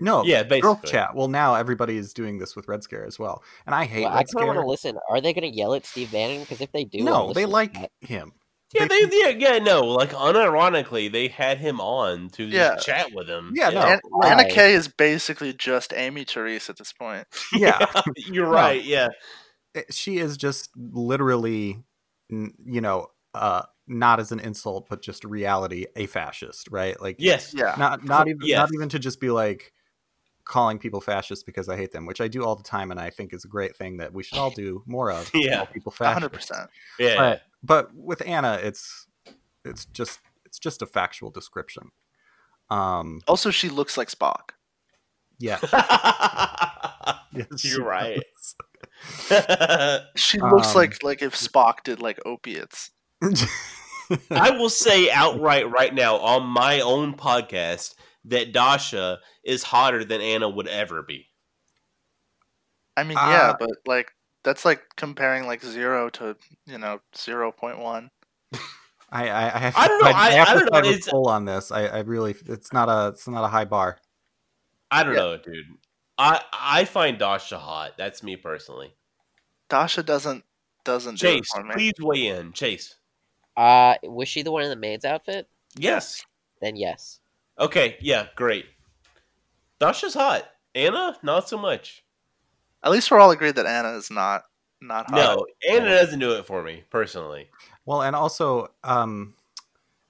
[SPEAKER 4] no
[SPEAKER 1] Yeah,
[SPEAKER 4] girl
[SPEAKER 1] basically.
[SPEAKER 4] chat well now everybody is doing this with Red Scare as well and I hate
[SPEAKER 2] Well, I
[SPEAKER 4] Red
[SPEAKER 2] kind of want
[SPEAKER 4] Scare
[SPEAKER 2] to listen. Are they going to yell at Steve Bannon? Because if they do, I'll
[SPEAKER 4] no
[SPEAKER 2] listen
[SPEAKER 4] they
[SPEAKER 2] to
[SPEAKER 4] like
[SPEAKER 2] that.
[SPEAKER 4] him
[SPEAKER 1] Yeah,
[SPEAKER 4] They-
[SPEAKER 1] they, yeah, yeah, no, like unironically, they had him on to just
[SPEAKER 3] Yeah.
[SPEAKER 1] chat with him.
[SPEAKER 4] Yeah, no.
[SPEAKER 3] An-
[SPEAKER 2] why?
[SPEAKER 3] Anna Kay is basically just Amy Therese at this point.
[SPEAKER 4] yeah
[SPEAKER 1] you're right. Yeah,
[SPEAKER 4] it- eh, she is just literally n- you know uh not as an insult but just reality a fascist right like
[SPEAKER 1] yes,
[SPEAKER 3] Yeah.
[SPEAKER 4] not not even
[SPEAKER 1] Yes.
[SPEAKER 4] not even to just be like calling people fascists because i hate them which i do all the time and i think is a great thing that we should all do more of
[SPEAKER 1] Yeah.
[SPEAKER 4] call people
[SPEAKER 3] hundred
[SPEAKER 4] fascists
[SPEAKER 3] percent.
[SPEAKER 1] yeah.
[SPEAKER 4] but, but with anna it's it's just it's just a factual description um
[SPEAKER 3] Also, she looks like Spock.
[SPEAKER 4] yeah yes, she
[SPEAKER 1] You're right.
[SPEAKER 4] does.
[SPEAKER 3] She looks
[SPEAKER 4] Um,
[SPEAKER 3] like like if Spock did like opiates.
[SPEAKER 1] I will say outright right now on my own podcast that Dasha is hotter than Anna would ever be.
[SPEAKER 3] I mean, yeah,
[SPEAKER 4] Ah.
[SPEAKER 3] but like that's like comparing like zero to you know zero point one.
[SPEAKER 4] I, I, I have
[SPEAKER 1] I don't know,
[SPEAKER 4] side-
[SPEAKER 1] I-
[SPEAKER 4] have
[SPEAKER 1] I
[SPEAKER 4] to
[SPEAKER 1] don't know,
[SPEAKER 4] side with
[SPEAKER 1] it's-
[SPEAKER 4] Cole on this. I, I really, it's not a, it's not a high bar.
[SPEAKER 1] I don't
[SPEAKER 3] Yeah.
[SPEAKER 1] know, dude. I I find Dasha hot. That's me personally.
[SPEAKER 3] Dasha doesn't doesn't do it
[SPEAKER 1] Chase,
[SPEAKER 3] for me.
[SPEAKER 1] please weigh in. Chase.
[SPEAKER 2] Uh, was she the one in the maid's outfit?
[SPEAKER 1] Yes.
[SPEAKER 2] Then yes.
[SPEAKER 1] Okay, yeah, great. Dasha's hot. Anna, not so much.
[SPEAKER 3] At least we're all agreed that Anna is not not hot.
[SPEAKER 1] No, Anna doesn't do it for me personally.
[SPEAKER 4] Well, and also, um,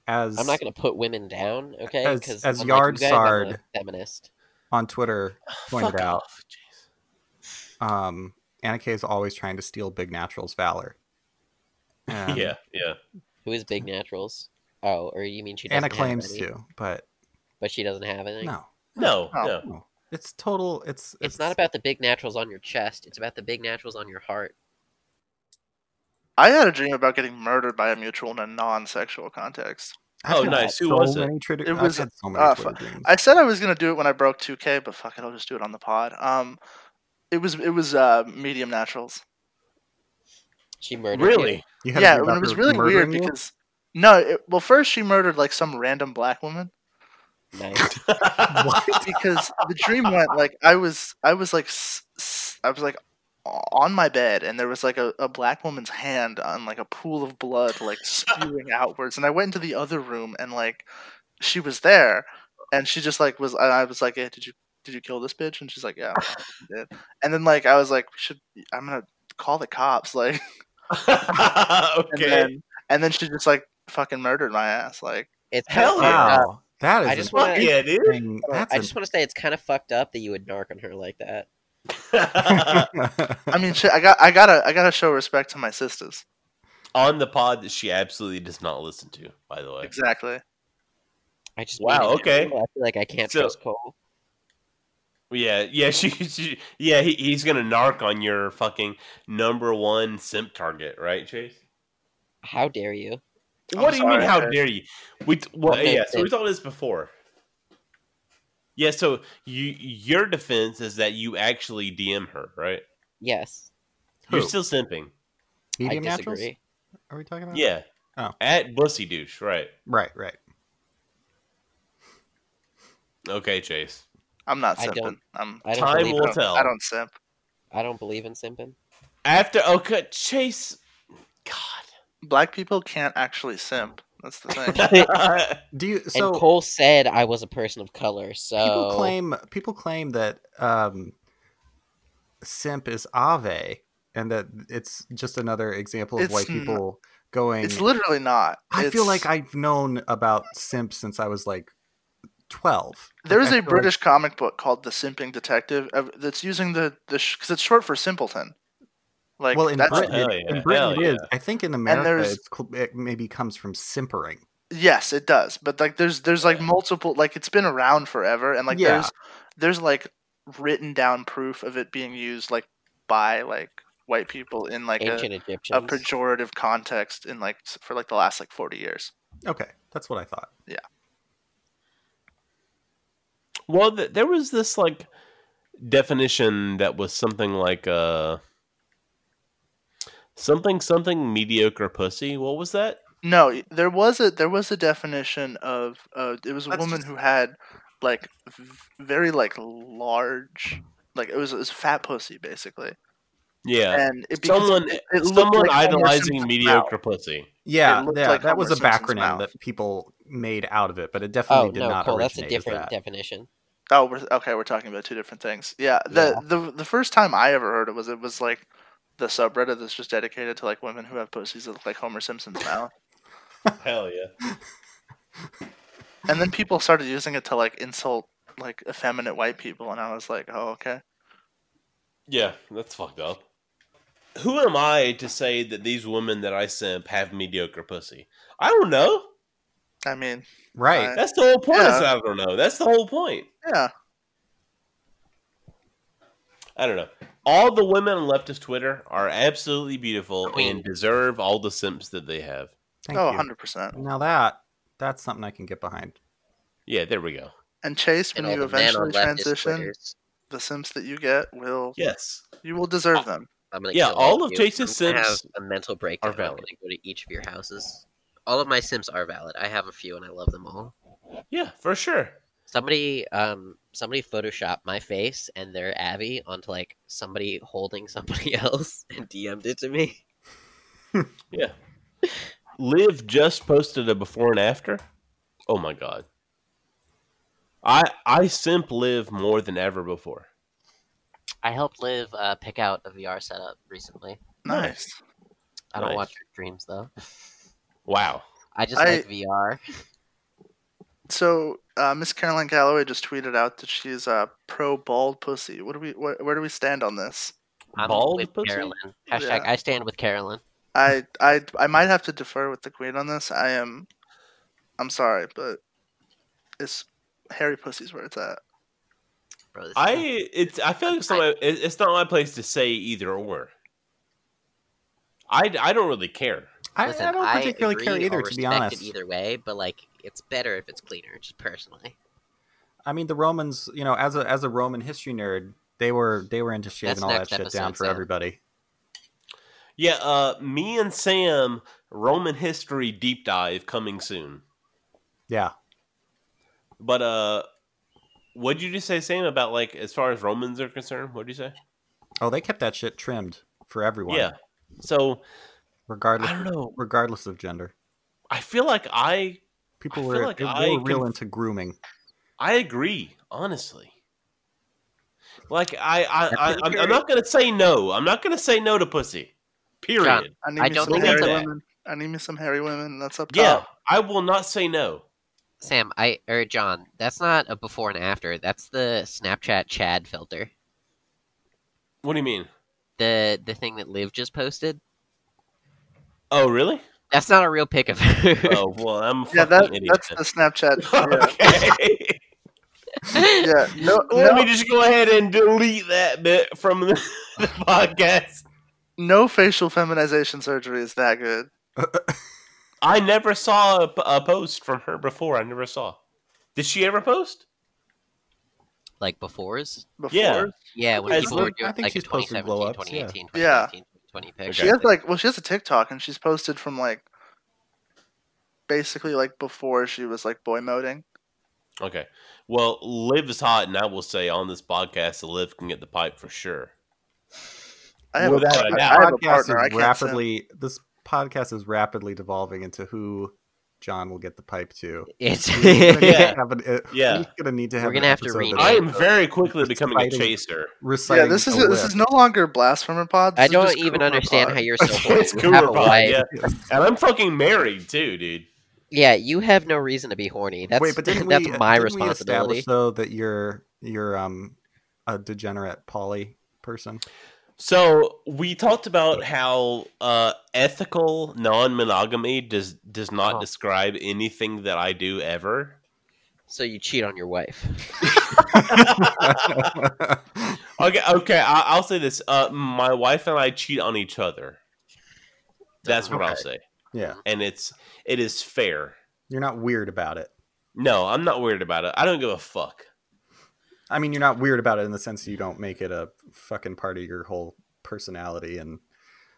[SPEAKER 4] as
[SPEAKER 2] I'm not going to put women down, okay?
[SPEAKER 4] As-
[SPEAKER 2] 'Cause unlike
[SPEAKER 4] as
[SPEAKER 2] you guys, I'm a
[SPEAKER 4] Yardsard-
[SPEAKER 2] feminist.
[SPEAKER 4] on Twitter pointed
[SPEAKER 1] Fuck
[SPEAKER 4] out,
[SPEAKER 1] off. Jeez.
[SPEAKER 4] um, Annika is always trying to steal Big Natural's valor. And
[SPEAKER 1] yeah, yeah.
[SPEAKER 2] Who is big naturals? Oh, or you mean she doesn't
[SPEAKER 4] Anna
[SPEAKER 2] have
[SPEAKER 4] claims
[SPEAKER 2] any,
[SPEAKER 4] to, but
[SPEAKER 2] but she doesn't have any.
[SPEAKER 4] no,
[SPEAKER 1] No,
[SPEAKER 3] Oh.
[SPEAKER 1] no.
[SPEAKER 4] no, it's total. It's
[SPEAKER 2] It's not about the big naturals on your chest. It's about the big naturals on your heart.
[SPEAKER 3] I had a dream about getting murdered by a mutual in a non-sexual context.
[SPEAKER 4] I've
[SPEAKER 1] Oh,
[SPEAKER 4] had
[SPEAKER 1] nice. Who
[SPEAKER 4] so
[SPEAKER 1] was it?
[SPEAKER 4] many Twitter-
[SPEAKER 3] It
[SPEAKER 4] I've
[SPEAKER 3] was-
[SPEAKER 4] had so many
[SPEAKER 3] ah,
[SPEAKER 4] Twitter
[SPEAKER 3] fu-
[SPEAKER 4] dreams.
[SPEAKER 3] I said I was gonna do it when I broke 2K, but fuck it, I'll just do it on the pod. Um, it was it was uh, medium naturals.
[SPEAKER 2] She murdered.
[SPEAKER 1] Really?
[SPEAKER 2] You.
[SPEAKER 4] You had a
[SPEAKER 3] Yeah, and
[SPEAKER 4] dream
[SPEAKER 3] it
[SPEAKER 4] about
[SPEAKER 3] was
[SPEAKER 4] her
[SPEAKER 3] really weird
[SPEAKER 4] murdering you?
[SPEAKER 3] because no, it, well, first she murdered like some random black woman
[SPEAKER 2] Nice.
[SPEAKER 3] because the dream went like I was I was like s- s- I was like on my bed and there was like a, a black woman's hand on like a pool of blood like spewing outwards and I went into the other room and like she was there and she just like was and I was like hey, did you did you kill this bitch and she's like yeah I did and then like I was like should I'm gonna call the cops like and
[SPEAKER 1] okay.
[SPEAKER 3] then and then she just like fucking murdered my ass like
[SPEAKER 2] It's kinda
[SPEAKER 1] Hell
[SPEAKER 2] fucked
[SPEAKER 1] yeah.
[SPEAKER 2] up.
[SPEAKER 4] Wow, that is.
[SPEAKER 2] I
[SPEAKER 4] an
[SPEAKER 2] just wanna-
[SPEAKER 1] Fuck yeah, dude.
[SPEAKER 4] interesting- That's
[SPEAKER 2] I
[SPEAKER 4] an-
[SPEAKER 2] just want to say it's kind of fucked up that you would narc on her like that.
[SPEAKER 3] I mean shit, I got I gotta I gotta show respect to my sisters
[SPEAKER 1] On the pod that she absolutely does not listen to, by the way.
[SPEAKER 3] exactly
[SPEAKER 2] I just
[SPEAKER 1] Wow,
[SPEAKER 2] made it
[SPEAKER 1] okay.
[SPEAKER 2] natural. I feel like I can't
[SPEAKER 1] So-
[SPEAKER 2] trust Cole.
[SPEAKER 1] Yeah, yeah, she, she yeah, he, he's gonna narc on your fucking number one simp target, right, Chase?
[SPEAKER 2] How dare you?
[SPEAKER 3] I'm
[SPEAKER 1] what do you mean?
[SPEAKER 3] sorry,
[SPEAKER 1] How
[SPEAKER 3] Chase.
[SPEAKER 1] dare you? We t- well,
[SPEAKER 2] Okay,
[SPEAKER 1] yeah. So we
[SPEAKER 2] Chase.
[SPEAKER 1] talked this before. Yeah. So you your defense is that you actually DM her, right?
[SPEAKER 2] Yes,
[SPEAKER 1] You're
[SPEAKER 4] Who?
[SPEAKER 1] still simping.
[SPEAKER 4] medium
[SPEAKER 2] I
[SPEAKER 4] naturals.
[SPEAKER 2] disagree.
[SPEAKER 4] Are we talking about?
[SPEAKER 1] Yeah.
[SPEAKER 4] Oh.
[SPEAKER 1] At bussy douche, right?
[SPEAKER 4] Right. Right.
[SPEAKER 1] Okay, Chase.
[SPEAKER 3] I'm not
[SPEAKER 2] I
[SPEAKER 3] simping.
[SPEAKER 2] don't-
[SPEAKER 3] I'm
[SPEAKER 2] I don't
[SPEAKER 1] Time
[SPEAKER 2] believe.
[SPEAKER 1] will
[SPEAKER 3] I don't-
[SPEAKER 1] tell.
[SPEAKER 3] I don't simp.
[SPEAKER 2] I don't believe in simping.
[SPEAKER 1] After okay, Chase. God.
[SPEAKER 3] Black people can't actually simp. That's the thing.
[SPEAKER 4] Do you? So
[SPEAKER 2] and Cole said I was a person of color, so
[SPEAKER 4] people claim people claim that um, simp is ave, and that it's just another example of
[SPEAKER 3] It's
[SPEAKER 4] white
[SPEAKER 3] n-
[SPEAKER 4] people going.
[SPEAKER 3] it's literally not.
[SPEAKER 4] I feel
[SPEAKER 3] It's-
[SPEAKER 4] like I've known about simp since I was like twelve.
[SPEAKER 3] there is
[SPEAKER 4] a
[SPEAKER 3] a British comic book called The Simping Detective of, that's using the the because it's short for simpleton. Like
[SPEAKER 4] well, in
[SPEAKER 3] that's
[SPEAKER 4] Britain,
[SPEAKER 1] Hell
[SPEAKER 4] it- in
[SPEAKER 1] yeah,
[SPEAKER 4] Britain
[SPEAKER 1] hell
[SPEAKER 4] it is.
[SPEAKER 1] yeah.
[SPEAKER 4] I think in America,
[SPEAKER 3] there's-
[SPEAKER 4] it's, cl- it maybe comes from simpering.
[SPEAKER 3] yes, it does. But like there's there's like
[SPEAKER 1] Yeah.
[SPEAKER 3] multiple like it's been around forever and like
[SPEAKER 4] Yeah.
[SPEAKER 3] there's there's like written down proof of it being used like by like white people in like a,
[SPEAKER 2] ancient
[SPEAKER 3] a
[SPEAKER 2] Egyptians.
[SPEAKER 3] pejorative context in like s- for like the last like 40 years.
[SPEAKER 4] Okay, that's what I thought.
[SPEAKER 1] Well, th- there was this like definition that was something like uh something something mediocre pussy. What was that?
[SPEAKER 3] No, there was a there was a definition of uh, it was a
[SPEAKER 4] That's
[SPEAKER 3] woman
[SPEAKER 4] just-
[SPEAKER 3] who had like v- very like large like it was, it was fat pussy basically,
[SPEAKER 1] Yeah,
[SPEAKER 3] and it because
[SPEAKER 1] someone
[SPEAKER 3] it, Uh, it looked
[SPEAKER 1] someone
[SPEAKER 3] like Homer
[SPEAKER 1] idolizing
[SPEAKER 3] Simpson's
[SPEAKER 1] mediocre
[SPEAKER 3] mouth.
[SPEAKER 1] pussy.
[SPEAKER 4] Yeah,
[SPEAKER 3] looked
[SPEAKER 4] yeah,
[SPEAKER 3] like
[SPEAKER 4] that
[SPEAKER 3] Homer
[SPEAKER 4] was a
[SPEAKER 3] Simpson's
[SPEAKER 4] backronym
[SPEAKER 3] mouth.
[SPEAKER 4] that people made out of it, but it definitely
[SPEAKER 2] oh
[SPEAKER 4] did
[SPEAKER 2] no,
[SPEAKER 4] not
[SPEAKER 2] Cole, that's
[SPEAKER 4] originate
[SPEAKER 2] a
[SPEAKER 4] as
[SPEAKER 2] different
[SPEAKER 4] that.
[SPEAKER 2] definition.
[SPEAKER 3] Oh, we're, okay, we're talking about two different things. Yeah, the, the the first time I ever heard it was it was like the subreddit that's just dedicated to like women who have pussies that look like Homer Simpson's mouth,
[SPEAKER 1] Hell yeah.
[SPEAKER 3] and then people started using it to like insult like effeminate white people, and I was like, oh okay.
[SPEAKER 1] Yeah, that's fucked up. Who am I to say that these women that I simp have mediocre pussy? I don't know.
[SPEAKER 3] I mean,
[SPEAKER 4] Right.
[SPEAKER 3] Uh,
[SPEAKER 1] That's the whole point. is
[SPEAKER 3] Yeah.
[SPEAKER 1] I don't know. That's the whole point.
[SPEAKER 3] yeah,
[SPEAKER 1] I don't know. All the women on leftist Twitter are absolutely beautiful
[SPEAKER 2] Queen.
[SPEAKER 1] and deserve all the simps that they have.
[SPEAKER 4] Thank
[SPEAKER 3] oh,
[SPEAKER 4] you.
[SPEAKER 3] 100%.
[SPEAKER 4] Now that that's something I can get behind.
[SPEAKER 1] Yeah, there we go.
[SPEAKER 3] And Chase, when
[SPEAKER 2] and all
[SPEAKER 3] you
[SPEAKER 2] the men on
[SPEAKER 3] eventually
[SPEAKER 2] leftist
[SPEAKER 3] transition,
[SPEAKER 2] Twitters.
[SPEAKER 3] the Sims that you get will
[SPEAKER 1] Yes.
[SPEAKER 3] you will
[SPEAKER 4] Oh,
[SPEAKER 3] deserve them.
[SPEAKER 2] I'm gonna
[SPEAKER 1] Yeah,
[SPEAKER 2] kill
[SPEAKER 1] all of
[SPEAKER 2] you.
[SPEAKER 1] Jason's
[SPEAKER 2] I'm gonna
[SPEAKER 1] Sims
[SPEAKER 2] have a mental breakdown. I'm
[SPEAKER 1] valid.
[SPEAKER 2] gonna go to each of your houses. All of my Sims are valid. I have a few and I love them all.
[SPEAKER 1] Yeah, for sure.
[SPEAKER 2] Somebody, um, somebody photoshopped my face and their Abby onto like somebody holding somebody else and DM'd it to me.
[SPEAKER 1] Yeah. Liv just posted a before and after. Oh my god. I I simp Liv more than ever before.
[SPEAKER 2] I helped Liv uh, pick out a VR setup recently.
[SPEAKER 1] Nice.
[SPEAKER 3] Nice.
[SPEAKER 2] I don't
[SPEAKER 1] Nice.
[SPEAKER 2] watch her dreams though.
[SPEAKER 1] Wow.
[SPEAKER 2] I just
[SPEAKER 3] I-
[SPEAKER 2] like VR.
[SPEAKER 3] So uh, Miss Caroline Galloway just tweeted out that she's uh, pro bald pussy. What do we? Wh- where do we stand on this?
[SPEAKER 2] I'm
[SPEAKER 1] Bald
[SPEAKER 2] with
[SPEAKER 1] pussy?
[SPEAKER 2] Carolyn. Hashtag
[SPEAKER 3] Yeah.
[SPEAKER 2] I stand with Carolyn.
[SPEAKER 3] I I I might have to defer with the queen on this. I am. I'm sorry, but it's hairy pussy's where it's at.
[SPEAKER 2] Bro, this is
[SPEAKER 1] I it's I feel like it's not my, it- it's not my place to say either or. I I don't really care.
[SPEAKER 4] I,
[SPEAKER 2] Listen,
[SPEAKER 4] I don't particularly
[SPEAKER 2] agree
[SPEAKER 4] care either,
[SPEAKER 2] or
[SPEAKER 4] to be
[SPEAKER 2] respect it
[SPEAKER 4] honest.
[SPEAKER 2] Either way, but like it's better if it's cleaner, just personally.
[SPEAKER 4] I mean, the Romans, you know, as a as a Roman history nerd, they were they were into shaving
[SPEAKER 2] That's
[SPEAKER 4] all that
[SPEAKER 2] next
[SPEAKER 4] shit down
[SPEAKER 2] episode,
[SPEAKER 4] for
[SPEAKER 2] Sam.
[SPEAKER 4] everybody.
[SPEAKER 1] Yeah, uh, me and Sam Roman history deep dive coming soon.
[SPEAKER 4] Yeah,
[SPEAKER 1] But uh, what did you just say, Sam? About like as far as Romans are concerned, what did you say?
[SPEAKER 4] Oh, they kept that shit trimmed for everyone.
[SPEAKER 1] Yeah. So
[SPEAKER 4] regardless,
[SPEAKER 1] I don't know.
[SPEAKER 4] regardless of gender,
[SPEAKER 1] I feel like I
[SPEAKER 4] people
[SPEAKER 1] I
[SPEAKER 4] were
[SPEAKER 1] feel like
[SPEAKER 4] they
[SPEAKER 1] I
[SPEAKER 4] were real
[SPEAKER 1] conf-
[SPEAKER 4] into grooming.
[SPEAKER 1] I agree, honestly. Like I, I,
[SPEAKER 2] That's
[SPEAKER 1] I
[SPEAKER 2] a
[SPEAKER 1] I'm, I'm
[SPEAKER 2] period.
[SPEAKER 1] not gonna say no. I'm not gonna say no to pussy. Period.
[SPEAKER 2] John,
[SPEAKER 3] I need
[SPEAKER 2] I
[SPEAKER 3] me
[SPEAKER 2] don't
[SPEAKER 3] some
[SPEAKER 2] think
[SPEAKER 3] hairy
[SPEAKER 2] that's
[SPEAKER 1] a-
[SPEAKER 3] women. I need me some hairy women. That's up
[SPEAKER 1] yeah,
[SPEAKER 3] top.
[SPEAKER 1] I will not say no.
[SPEAKER 2] Sam, I or John, that's not a before and after. That's the Snapchat Chad filter.
[SPEAKER 1] What do you mean?
[SPEAKER 2] The the thing that Liv just posted.
[SPEAKER 1] Oh, really?
[SPEAKER 2] That's not a real pic of her.
[SPEAKER 1] Oh, well, I'm a
[SPEAKER 3] Yeah,
[SPEAKER 1] fucking
[SPEAKER 3] that,
[SPEAKER 1] idiot.
[SPEAKER 3] that's the Snapchat. Yeah,
[SPEAKER 1] okay.
[SPEAKER 3] yeah. No,
[SPEAKER 1] Let me
[SPEAKER 3] no,
[SPEAKER 1] just go ahead and delete that bit from the, the podcast.
[SPEAKER 3] no facial feminization surgery is that good.
[SPEAKER 1] I never saw a, p- a post from her before. I never saw. Did she ever post?
[SPEAKER 2] like befores.
[SPEAKER 3] Before
[SPEAKER 1] Yeah.
[SPEAKER 2] Yeah, when
[SPEAKER 1] Yeah,
[SPEAKER 2] people
[SPEAKER 1] Liv-
[SPEAKER 2] were doing
[SPEAKER 4] I think
[SPEAKER 2] like a
[SPEAKER 4] she's posted
[SPEAKER 2] 2017,
[SPEAKER 4] blow-ups, yeah.
[SPEAKER 2] 2018,
[SPEAKER 3] Yeah.
[SPEAKER 2] 2019, 2020 pic.
[SPEAKER 1] Okay.
[SPEAKER 3] she has like, well, she has a TikTok and she's posted from like, basically like before she was like boy moding.
[SPEAKER 1] Okay. Well, Liv is hot, and I will say on this podcast, Liv can get the pipe for sure.
[SPEAKER 3] I have,
[SPEAKER 1] Without
[SPEAKER 3] a,
[SPEAKER 1] a
[SPEAKER 3] partner-
[SPEAKER 1] doubt.
[SPEAKER 3] I have a
[SPEAKER 4] Podcast
[SPEAKER 3] partner. I
[SPEAKER 4] is
[SPEAKER 3] can't send-
[SPEAKER 4] rapidly this podcast is rapidly devolving into who John will get the pipe to.
[SPEAKER 2] It's
[SPEAKER 4] We're gonna
[SPEAKER 1] Yeah.
[SPEAKER 4] have an- uh,
[SPEAKER 1] Yeah.
[SPEAKER 4] we're gonna need to have.
[SPEAKER 2] We're gonna
[SPEAKER 4] an
[SPEAKER 2] have to
[SPEAKER 4] episode
[SPEAKER 2] rename
[SPEAKER 4] that's
[SPEAKER 1] I am very quickly
[SPEAKER 4] Just
[SPEAKER 1] becoming a
[SPEAKER 4] fighting.
[SPEAKER 1] chaser.
[SPEAKER 4] reciting
[SPEAKER 3] Yeah, this is
[SPEAKER 4] a
[SPEAKER 3] this
[SPEAKER 4] list.
[SPEAKER 3] is no longer blasphemer pod.
[SPEAKER 2] I
[SPEAKER 3] this is
[SPEAKER 2] don't
[SPEAKER 3] just
[SPEAKER 2] even
[SPEAKER 3] Cooper
[SPEAKER 2] understand
[SPEAKER 3] pod.
[SPEAKER 2] how you're so horny.
[SPEAKER 1] it's
[SPEAKER 2] You have a
[SPEAKER 1] cooler, pie,
[SPEAKER 2] wife.
[SPEAKER 1] yeah. And I'm fucking married too, dude.
[SPEAKER 2] Yeah, you have no reason to be horny. That's
[SPEAKER 4] Wait, but didn't
[SPEAKER 2] that's
[SPEAKER 4] we, uh,
[SPEAKER 2] my
[SPEAKER 4] didn't We
[SPEAKER 2] responsibility.
[SPEAKER 4] establish though that you're you're um a degenerate poly person.
[SPEAKER 1] So we talked about how uh, ethical non-monogamy does does not
[SPEAKER 4] Uh-huh.
[SPEAKER 2] Oh.
[SPEAKER 1] describe anything that I do ever.
[SPEAKER 2] So you cheat on your wife.
[SPEAKER 1] Okay, okay, I, I'll say this: uh, my wife and I cheat on each other. That's what I'll
[SPEAKER 2] Okay.
[SPEAKER 1] say,
[SPEAKER 4] yeah,
[SPEAKER 1] and it's it is fair.
[SPEAKER 4] you're not weird about it.
[SPEAKER 1] No, I'm not worried about it. I don't give a fuck.
[SPEAKER 4] I mean, you're not weird about it in the sense you don't make it a fucking part of your whole personality and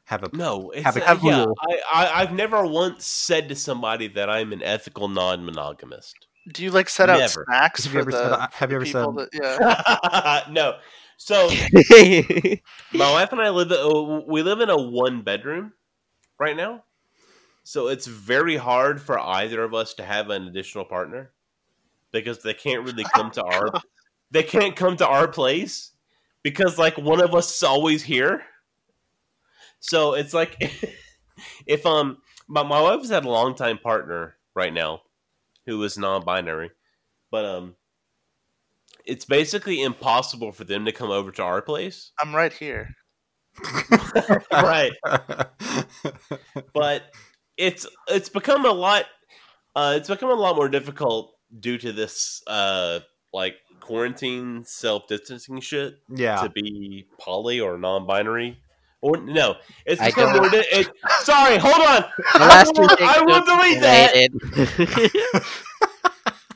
[SPEAKER 4] have a.
[SPEAKER 1] No, it's
[SPEAKER 4] Have a
[SPEAKER 1] uh, yeah,
[SPEAKER 4] rule.
[SPEAKER 1] I, I, I've never once said to somebody that I'm an ethical non-monogamist.
[SPEAKER 3] Do you like set out
[SPEAKER 1] Never.
[SPEAKER 3] snacks
[SPEAKER 4] Have
[SPEAKER 3] for
[SPEAKER 4] you ever
[SPEAKER 3] the
[SPEAKER 4] said? Have you ever said?
[SPEAKER 3] people that? Yeah.
[SPEAKER 1] no, so
[SPEAKER 2] That's
[SPEAKER 1] my wife and I live uh, we live in a one bedroom right now. So it's very hard for either of us to have an additional partner because they can't really come to our they can't come to our place because like one of us is always here. So it's like if um my, my wife has had a long time partner right now who is non-binary but um it's basically impossible for them to come over to our place
[SPEAKER 3] I'm right here.
[SPEAKER 1] right but it's it's become a lot uh, it's become a lot more difficult due to this uh like quarantine self distancing shit
[SPEAKER 4] yeah,
[SPEAKER 1] to be poly or non-binary or no it's
[SPEAKER 2] I
[SPEAKER 1] become
[SPEAKER 2] don't-
[SPEAKER 1] more di- it, sorry hold on
[SPEAKER 2] The last two
[SPEAKER 1] I
[SPEAKER 2] things
[SPEAKER 1] will
[SPEAKER 2] are
[SPEAKER 1] delete that.
[SPEAKER 2] related.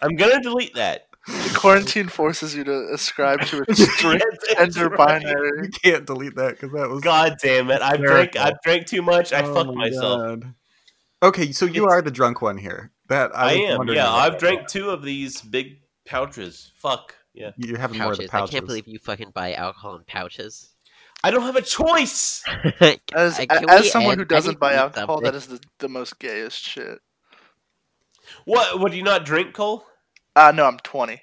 [SPEAKER 1] i'm gonna delete that
[SPEAKER 3] The quarantine forces you to ascribe to a strict gender binary.
[SPEAKER 4] you can't delete that because that was.
[SPEAKER 1] god damn it i drank i drank too much i
[SPEAKER 4] Oh
[SPEAKER 1] fucked
[SPEAKER 4] my
[SPEAKER 1] myself
[SPEAKER 4] God. Okay, so you
[SPEAKER 1] It's-
[SPEAKER 4] are the drunk one here. That I,
[SPEAKER 1] I,
[SPEAKER 4] was
[SPEAKER 1] am.
[SPEAKER 4] wondering
[SPEAKER 1] Yeah,
[SPEAKER 4] about
[SPEAKER 1] I've
[SPEAKER 4] that.
[SPEAKER 1] drank two of these big pouches. Fuck. Yeah.
[SPEAKER 4] You're having more of the
[SPEAKER 2] pouches. I
[SPEAKER 4] pouches.
[SPEAKER 2] can't believe you fucking buy alcohol in pouches.
[SPEAKER 1] I don't have a choice.
[SPEAKER 3] As,
[SPEAKER 2] I- can we
[SPEAKER 3] as someone
[SPEAKER 2] end-
[SPEAKER 3] who
[SPEAKER 2] I need
[SPEAKER 3] doesn't
[SPEAKER 2] to
[SPEAKER 3] buy
[SPEAKER 2] eat
[SPEAKER 3] alcohol, that
[SPEAKER 2] something.
[SPEAKER 3] is the, the most gayest shit.
[SPEAKER 1] What? What do you not drink, Cole?
[SPEAKER 3] Uh, no, I'm 20.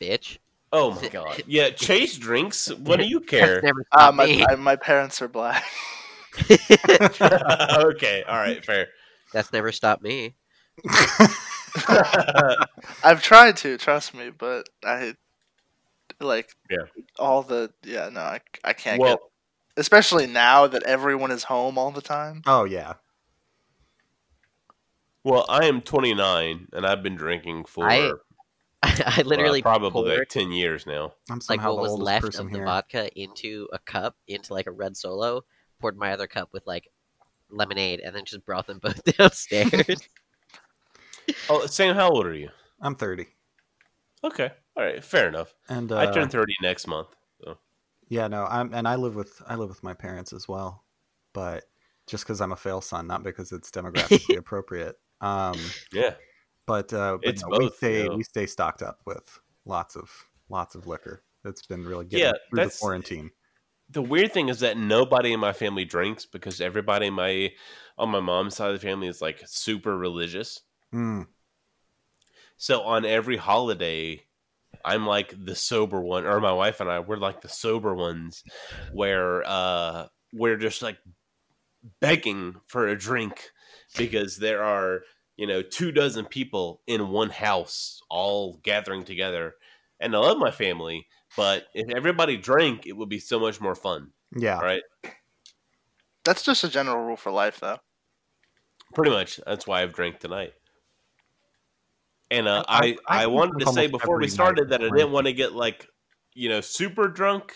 [SPEAKER 2] bitch.
[SPEAKER 1] Oh my god. Yeah, Chase drinks. What do you care?
[SPEAKER 2] That's never
[SPEAKER 3] Uh,
[SPEAKER 2] stopped
[SPEAKER 3] my,
[SPEAKER 2] me.
[SPEAKER 3] I, my parents are black.
[SPEAKER 1] okay. All right. Fair.
[SPEAKER 2] That's never stopped me.
[SPEAKER 3] I've tried to trust me, but I like
[SPEAKER 1] Yeah.
[SPEAKER 3] all the yeah no I, I can't
[SPEAKER 1] well,
[SPEAKER 3] get especially now that everyone is home all the time.
[SPEAKER 4] oh yeah.
[SPEAKER 1] well, I am 29 and I've been drinking for
[SPEAKER 2] I-
[SPEAKER 1] well,
[SPEAKER 2] I literally
[SPEAKER 1] probably
[SPEAKER 2] poured,
[SPEAKER 1] like 10 years now.
[SPEAKER 4] I'm
[SPEAKER 2] like
[SPEAKER 4] somehow
[SPEAKER 2] what was
[SPEAKER 4] the oldest
[SPEAKER 2] left
[SPEAKER 4] person
[SPEAKER 2] of the
[SPEAKER 4] here.
[SPEAKER 2] vodka into a cup into like a red solo. Poured my other cup with like lemonade, and then just brought them both downstairs.
[SPEAKER 1] Oh, Sam, how old are you?
[SPEAKER 4] I'm 30.
[SPEAKER 1] Okay. All right. Fair enough.
[SPEAKER 4] And uh,
[SPEAKER 1] I turn 30 next month. So.
[SPEAKER 4] Yeah, no, I'm and I live with I live with my parents as well, but just because I'm a fail son, not because it's demographically appropriate. Um,
[SPEAKER 1] Yeah.
[SPEAKER 4] but uh, but
[SPEAKER 1] It's
[SPEAKER 4] no, we
[SPEAKER 1] both,
[SPEAKER 4] stay
[SPEAKER 1] you know.
[SPEAKER 4] we stay stocked up with lots of lots of liquor. It's been really getting
[SPEAKER 1] Yeah,
[SPEAKER 4] through the
[SPEAKER 1] that's-
[SPEAKER 4] quarantine.
[SPEAKER 1] The weird thing is that nobody in my family drinks because everybody in my on my mom's side of the family is like super religious.
[SPEAKER 4] Mm,
[SPEAKER 1] So on every holiday, I'm like the sober one, or my wife and I, we're like the sober ones where uh we're just like begging for a drink because there are, you know, two dozen people in one house all gathering together. And I love my family, but if everybody drank, it would be so much more fun.
[SPEAKER 4] yeah,
[SPEAKER 1] Right.
[SPEAKER 3] That's just a general rule for life, though.
[SPEAKER 1] Pretty much. That's why I've drank tonight. And uh, I,
[SPEAKER 4] I- I
[SPEAKER 1] I,
[SPEAKER 4] think
[SPEAKER 1] wanted
[SPEAKER 4] that's
[SPEAKER 1] to say
[SPEAKER 4] almost
[SPEAKER 1] before we
[SPEAKER 4] every night
[SPEAKER 1] started that I
[SPEAKER 4] before.
[SPEAKER 1] didn't want to get like, you know, super drunk,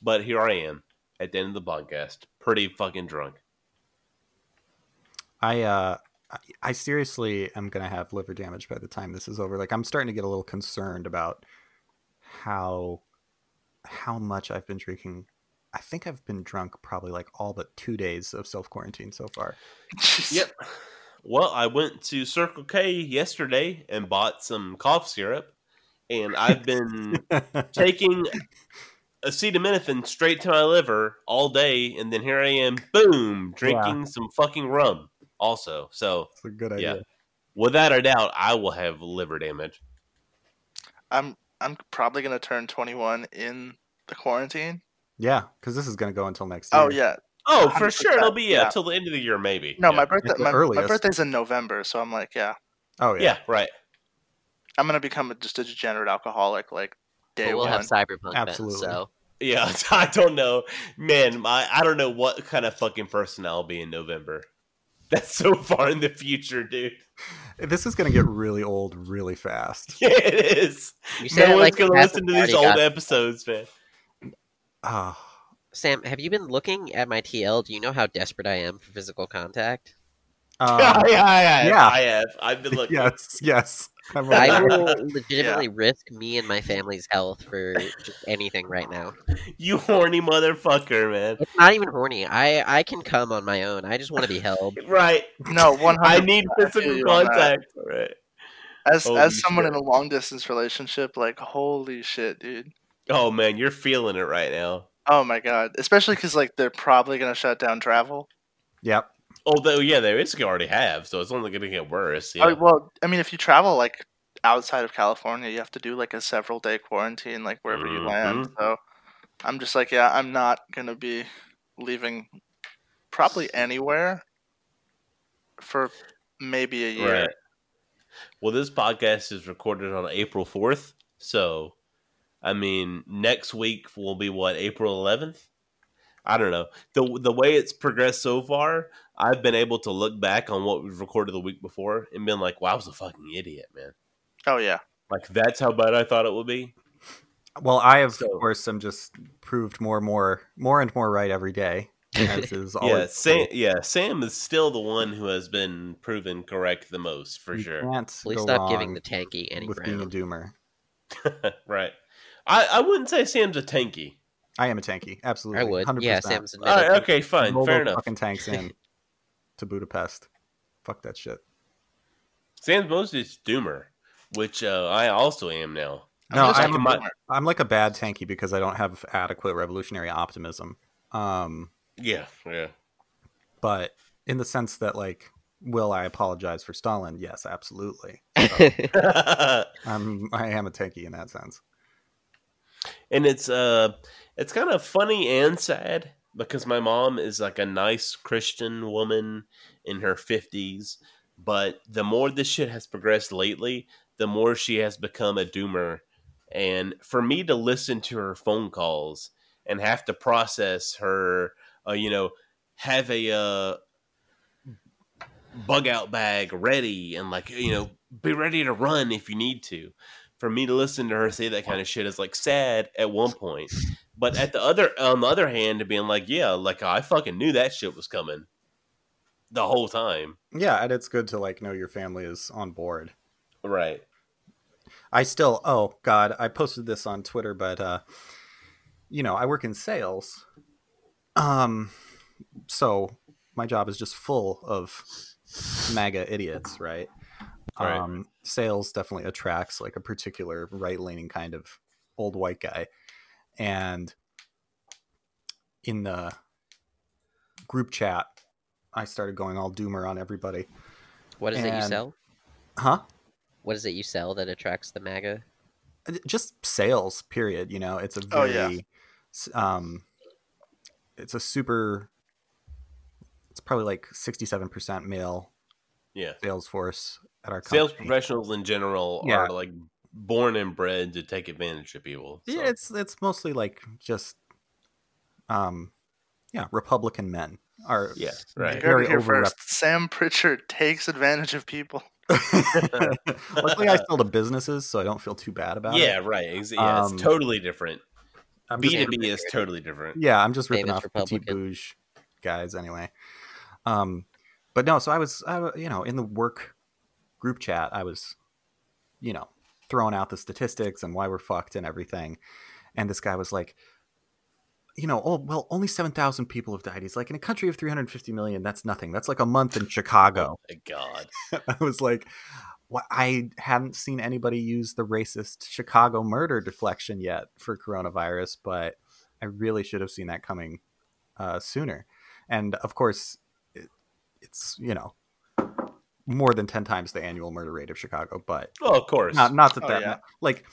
[SPEAKER 1] but here I am at the end of the podcast, pretty fucking drunk.
[SPEAKER 4] I uh, I, I seriously am gonna have liver damage by the time this is over. Like, I'm starting to get a little concerned about how how much I've been drinking. I think I've been drunk probably like all but two days of self quarantine so far.
[SPEAKER 1] Yep. Well, I went to Circle K yesterday and bought some cough syrup, and I've been taking acetaminophen straight to my liver all day, and then here I am, boom, drinking some fucking rum. Also, so
[SPEAKER 4] It's a good idea.
[SPEAKER 1] Yeah. without a doubt, I will have liver damage.
[SPEAKER 3] I'm I'm probably gonna turn 21 in the quarantine.
[SPEAKER 4] Yeah, because this is going to go until next year.
[SPEAKER 3] Oh yeah,
[SPEAKER 1] Oh, for
[SPEAKER 3] 100%,
[SPEAKER 1] sure, it'll be yeah,
[SPEAKER 3] yeah.
[SPEAKER 1] till the end of the year, maybe.
[SPEAKER 3] no,
[SPEAKER 1] yeah.
[SPEAKER 3] my birthday
[SPEAKER 4] It's the
[SPEAKER 3] my, my
[SPEAKER 4] earliest.
[SPEAKER 3] birthday's in November, so I'm like, yeah,
[SPEAKER 4] Oh
[SPEAKER 1] yeah.
[SPEAKER 4] yeah.
[SPEAKER 1] right.
[SPEAKER 3] I'm gonna become a, just a degenerate alcoholic like day
[SPEAKER 2] but we'll
[SPEAKER 3] one.
[SPEAKER 2] have cyberpunk
[SPEAKER 4] Absolutely.
[SPEAKER 2] then. So
[SPEAKER 1] Yeah, I don't know, man. My I don't know what kind of fucking person I'll be in November. That's so far in the future, dude.
[SPEAKER 4] This is going to get really old really fast.
[SPEAKER 1] Yeah, it is.
[SPEAKER 2] you
[SPEAKER 1] No
[SPEAKER 2] said
[SPEAKER 1] one's
[SPEAKER 2] it like you
[SPEAKER 1] gonna listen
[SPEAKER 2] haven't
[SPEAKER 1] to these
[SPEAKER 2] already
[SPEAKER 1] old
[SPEAKER 2] got-
[SPEAKER 1] episodes, man.
[SPEAKER 4] Oh,
[SPEAKER 2] Sam, have you been looking at my TL? Do you know how desperate I am for physical contact?
[SPEAKER 3] Um,
[SPEAKER 1] yeah, yeah, I have.
[SPEAKER 4] yeah.
[SPEAKER 1] I have. I've been looking.
[SPEAKER 4] Ah. yes, yes. I'm
[SPEAKER 2] I
[SPEAKER 4] already-
[SPEAKER 2] will legitimately risk me and my family's health for just anything right now.
[SPEAKER 1] You horny motherfucker, man.
[SPEAKER 2] It's not even horny. I I can come on my own. I just want to be held.
[SPEAKER 1] Right.
[SPEAKER 3] No, 100.
[SPEAKER 1] I need
[SPEAKER 3] I feel
[SPEAKER 1] physical
[SPEAKER 3] you on that.
[SPEAKER 1] contact. Right.
[SPEAKER 3] As
[SPEAKER 1] Holy
[SPEAKER 3] as someone
[SPEAKER 1] shit.
[SPEAKER 3] in a long distance relationship, like holy shit, dude.
[SPEAKER 1] Oh man, you're feeling it right now.
[SPEAKER 3] Oh my god, especially because like they're probably gonna shut down travel.
[SPEAKER 4] Yep.
[SPEAKER 1] Although, yeah, they basically already have, so it's only going to get worse. Yeah.
[SPEAKER 3] Oh, well, I mean, if you travel like outside of California, you have to do like a several day quarantine, like wherever you land.
[SPEAKER 1] Mm-hmm.
[SPEAKER 3] So I'm just like, yeah, I'm not gonna be leaving probably anywhere for maybe a year.
[SPEAKER 1] Right. Well, this podcast is recorded on April 4th. So, I mean, next week will be what, April 11th? I don't know. The, the way it's progressed so far, I've been able to look back on what we've recorded the week before and been like, wow, I was a fucking idiot, man.
[SPEAKER 3] Oh yeah,
[SPEAKER 1] Like, that's how bad I thought it would be.
[SPEAKER 4] Well, I have,
[SPEAKER 1] So-
[SPEAKER 4] of course, I'm just proved more and more, more and more right every day. As is always
[SPEAKER 1] yeah, Sam, yeah, Sam is still the one who has been proven correct the most, for
[SPEAKER 4] You
[SPEAKER 1] sure.
[SPEAKER 4] Can't
[SPEAKER 2] Please
[SPEAKER 4] go
[SPEAKER 2] stop giving
[SPEAKER 4] wrong
[SPEAKER 2] the tanky any
[SPEAKER 4] with being a
[SPEAKER 2] ground.
[SPEAKER 4] doomer.
[SPEAKER 1] right. I, I wouldn't say Sam's a tanky.
[SPEAKER 4] I am a tanky. Absolutely.
[SPEAKER 2] I would.
[SPEAKER 4] 100%.
[SPEAKER 2] Yeah, Sam's
[SPEAKER 1] All
[SPEAKER 2] admitted.
[SPEAKER 1] right, okay, fine,
[SPEAKER 4] Roll
[SPEAKER 1] fair
[SPEAKER 4] those
[SPEAKER 1] enough.
[SPEAKER 4] Fucking tanks in to Budapest. Fuck that shit.
[SPEAKER 1] Sam's most is Doomer, which uh, I also am now.
[SPEAKER 4] No,
[SPEAKER 3] just
[SPEAKER 1] I'm
[SPEAKER 3] like
[SPEAKER 1] a
[SPEAKER 3] a
[SPEAKER 1] mon-
[SPEAKER 3] boomer.
[SPEAKER 4] I'm like a bad tanky because I don't have adequate revolutionary optimism. Um,
[SPEAKER 1] Yeah, yeah.
[SPEAKER 4] but in the sense that, like, will I apologize for Stalin? Yes, absolutely. I'm I am a tanky in that sense.
[SPEAKER 1] and it's uh, it's kind of funny and sad because my mom is like a nice Christian woman, in her 50s. But the more this shit has progressed lately, the more she has become a doomer. And for me to listen to her phone calls and have to process her, uh, you know, have a uh, bug out bag ready and like, you know, be ready to run if you need to. For me to listen to her say that kind of shit is like sad at one point. But at the other, on the other hand, to being like, yeah, like I fucking knew that shit was coming the whole time.
[SPEAKER 4] Yeah, and it's good to like know your family is on board.
[SPEAKER 1] Right.
[SPEAKER 4] I still oh god, I posted this on Twitter, but uh you know, I work in sales. Um so my job is just full of MAGA idiots, right?
[SPEAKER 1] Right.
[SPEAKER 4] Um sales definitely attracts like a particular right leaning kind of old white guy. And in the group chat, I started going all doomer on everybody.
[SPEAKER 2] What is it you
[SPEAKER 4] And-
[SPEAKER 2] sell?
[SPEAKER 4] Huh?
[SPEAKER 2] What is it you sell that attracts the MAGA?
[SPEAKER 4] just sales period you know it's a
[SPEAKER 3] Oh,
[SPEAKER 4] very
[SPEAKER 3] yeah.
[SPEAKER 4] s- um it's a super it's probably like 67% male
[SPEAKER 1] Yeah.
[SPEAKER 4] sales force at our company.
[SPEAKER 1] Sales professionals in general
[SPEAKER 4] Yeah.
[SPEAKER 1] are like born and bred to take advantage of people. so-
[SPEAKER 4] yeah it's it's mostly like just um yeah republican men are
[SPEAKER 1] yeah, right.
[SPEAKER 3] You heard
[SPEAKER 4] Very
[SPEAKER 3] it here
[SPEAKER 4] overrep-
[SPEAKER 3] first. Sam Pritchard takes advantage of people.
[SPEAKER 4] luckily i sell to businesses so i don't feel too bad about
[SPEAKER 1] Yeah,
[SPEAKER 4] it
[SPEAKER 1] right. ex- Yeah,
[SPEAKER 4] Um,
[SPEAKER 1] it's totally different.
[SPEAKER 4] I'm just-
[SPEAKER 1] B two B is totally different.
[SPEAKER 4] Yeah, I'm just ripping
[SPEAKER 2] Famous
[SPEAKER 4] off Petit
[SPEAKER 2] Republican.
[SPEAKER 4] Bouge guys anyway. Um, but no, so I was, I, wa- you know, in the work group chat, I was, you know, throwing out the statistics and why we're fucked and everything. And this guy was like, you know, oh, well, only 7,000 people have died. He's like, in a country of 350 million, that's nothing. That's like a month in Chicago.
[SPEAKER 1] My God,
[SPEAKER 4] I was like, what? I hadn't seen anybody use the racist Chicago murder deflection yet for coronavirus, but I really should have seen that coming uh, sooner. And of course, it, it's you know more than ten times the annual murder rate of Chicago, but
[SPEAKER 1] well, of course.
[SPEAKER 4] not not that
[SPEAKER 3] Oh,
[SPEAKER 4] that
[SPEAKER 3] yeah.
[SPEAKER 4] like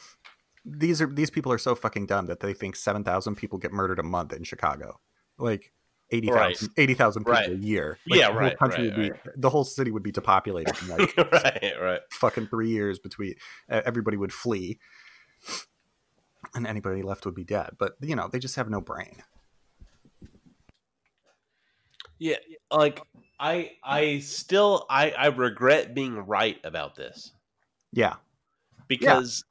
[SPEAKER 4] these are these people are so fucking dumb that they think seven thousand people get murdered a month in Chicago, like. 80,000 80,000 people
[SPEAKER 1] Right.
[SPEAKER 4] a year.
[SPEAKER 1] Yeah,
[SPEAKER 4] the whole
[SPEAKER 1] right,
[SPEAKER 4] country
[SPEAKER 1] right,
[SPEAKER 4] would be- The whole city would be depopulated in like
[SPEAKER 1] right, right.
[SPEAKER 4] fucking three years between uh, everybody would flee and anybody left would be dead but you know they just have no brain
[SPEAKER 1] Yeah, like I, I still, I, I regret being right about this
[SPEAKER 4] yeah
[SPEAKER 1] because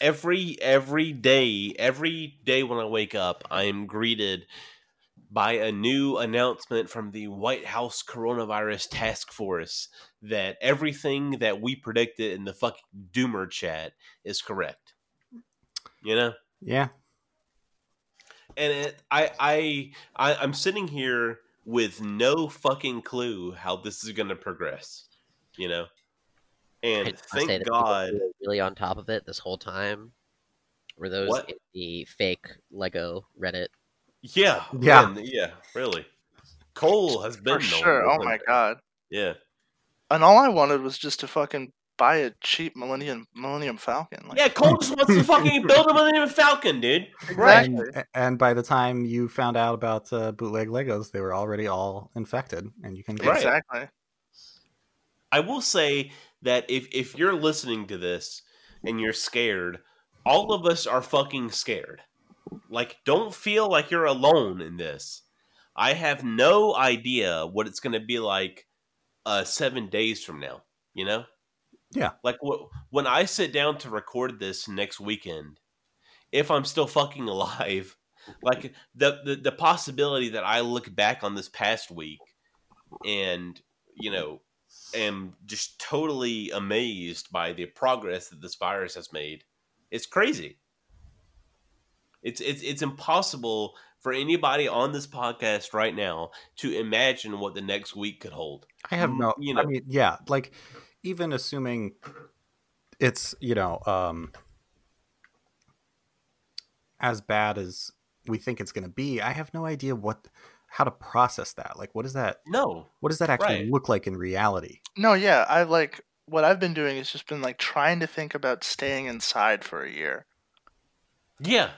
[SPEAKER 1] every every day, every day when I wake up, I am greeted by a new announcement from the White House Coronavirus Task Force that everything that we predicted in the fucking Doomer chat is correct. You know.
[SPEAKER 4] yeah
[SPEAKER 1] and it, I, I I I'm sitting here with no fucking clue how this is going to progress, you know.
[SPEAKER 2] I'd
[SPEAKER 1] And
[SPEAKER 2] say that
[SPEAKER 1] thank
[SPEAKER 2] people
[SPEAKER 1] God,
[SPEAKER 2] who were really on top of it this whole time were those
[SPEAKER 1] What?
[SPEAKER 2] in the fake Lego Reddit.
[SPEAKER 1] yeah,
[SPEAKER 4] Yeah.
[SPEAKER 1] man, yeah, really. Cole has been
[SPEAKER 3] For
[SPEAKER 1] the
[SPEAKER 3] sure.
[SPEAKER 1] one,
[SPEAKER 3] Oh my god.
[SPEAKER 1] yeah,
[SPEAKER 3] And all I wanted was just to fucking buy a cheap Millennium Millennium Falcon. Like,
[SPEAKER 1] yeah. Cole just wants to fucking build him a Falcon, dude.
[SPEAKER 3] Right.
[SPEAKER 4] and, and by the time you found out about uh, bootleg legos they were already all infected and you can get
[SPEAKER 1] Right.
[SPEAKER 3] Exactly.
[SPEAKER 1] I will say that if if you're listening to this and you're scared, all of us are fucking scared. Like don't feel like you're alone in this. I have no idea what it's going to be like uh 7 days from now, you know?
[SPEAKER 4] Yeah.
[SPEAKER 1] Like wh- when I sit down to record this next weekend, if I'm still fucking alive, like the the, the possibility that I look back on this past week and, you know, am just totally amazed by the progress that this virus has made. It's crazy. It's it's it's impossible for anybody on this podcast right now to imagine what the next week could hold.
[SPEAKER 4] i have no
[SPEAKER 1] You know.
[SPEAKER 4] i mean yeah like even assuming it's you know um as bad as we think it's going to be i have no idea what how to process that like what is that
[SPEAKER 1] No.
[SPEAKER 4] what does that actually
[SPEAKER 1] Right.
[SPEAKER 4] look like in reality
[SPEAKER 3] No, yeah, I like what I've been doing is just been like trying to think about staying inside for a year.
[SPEAKER 1] Yeah.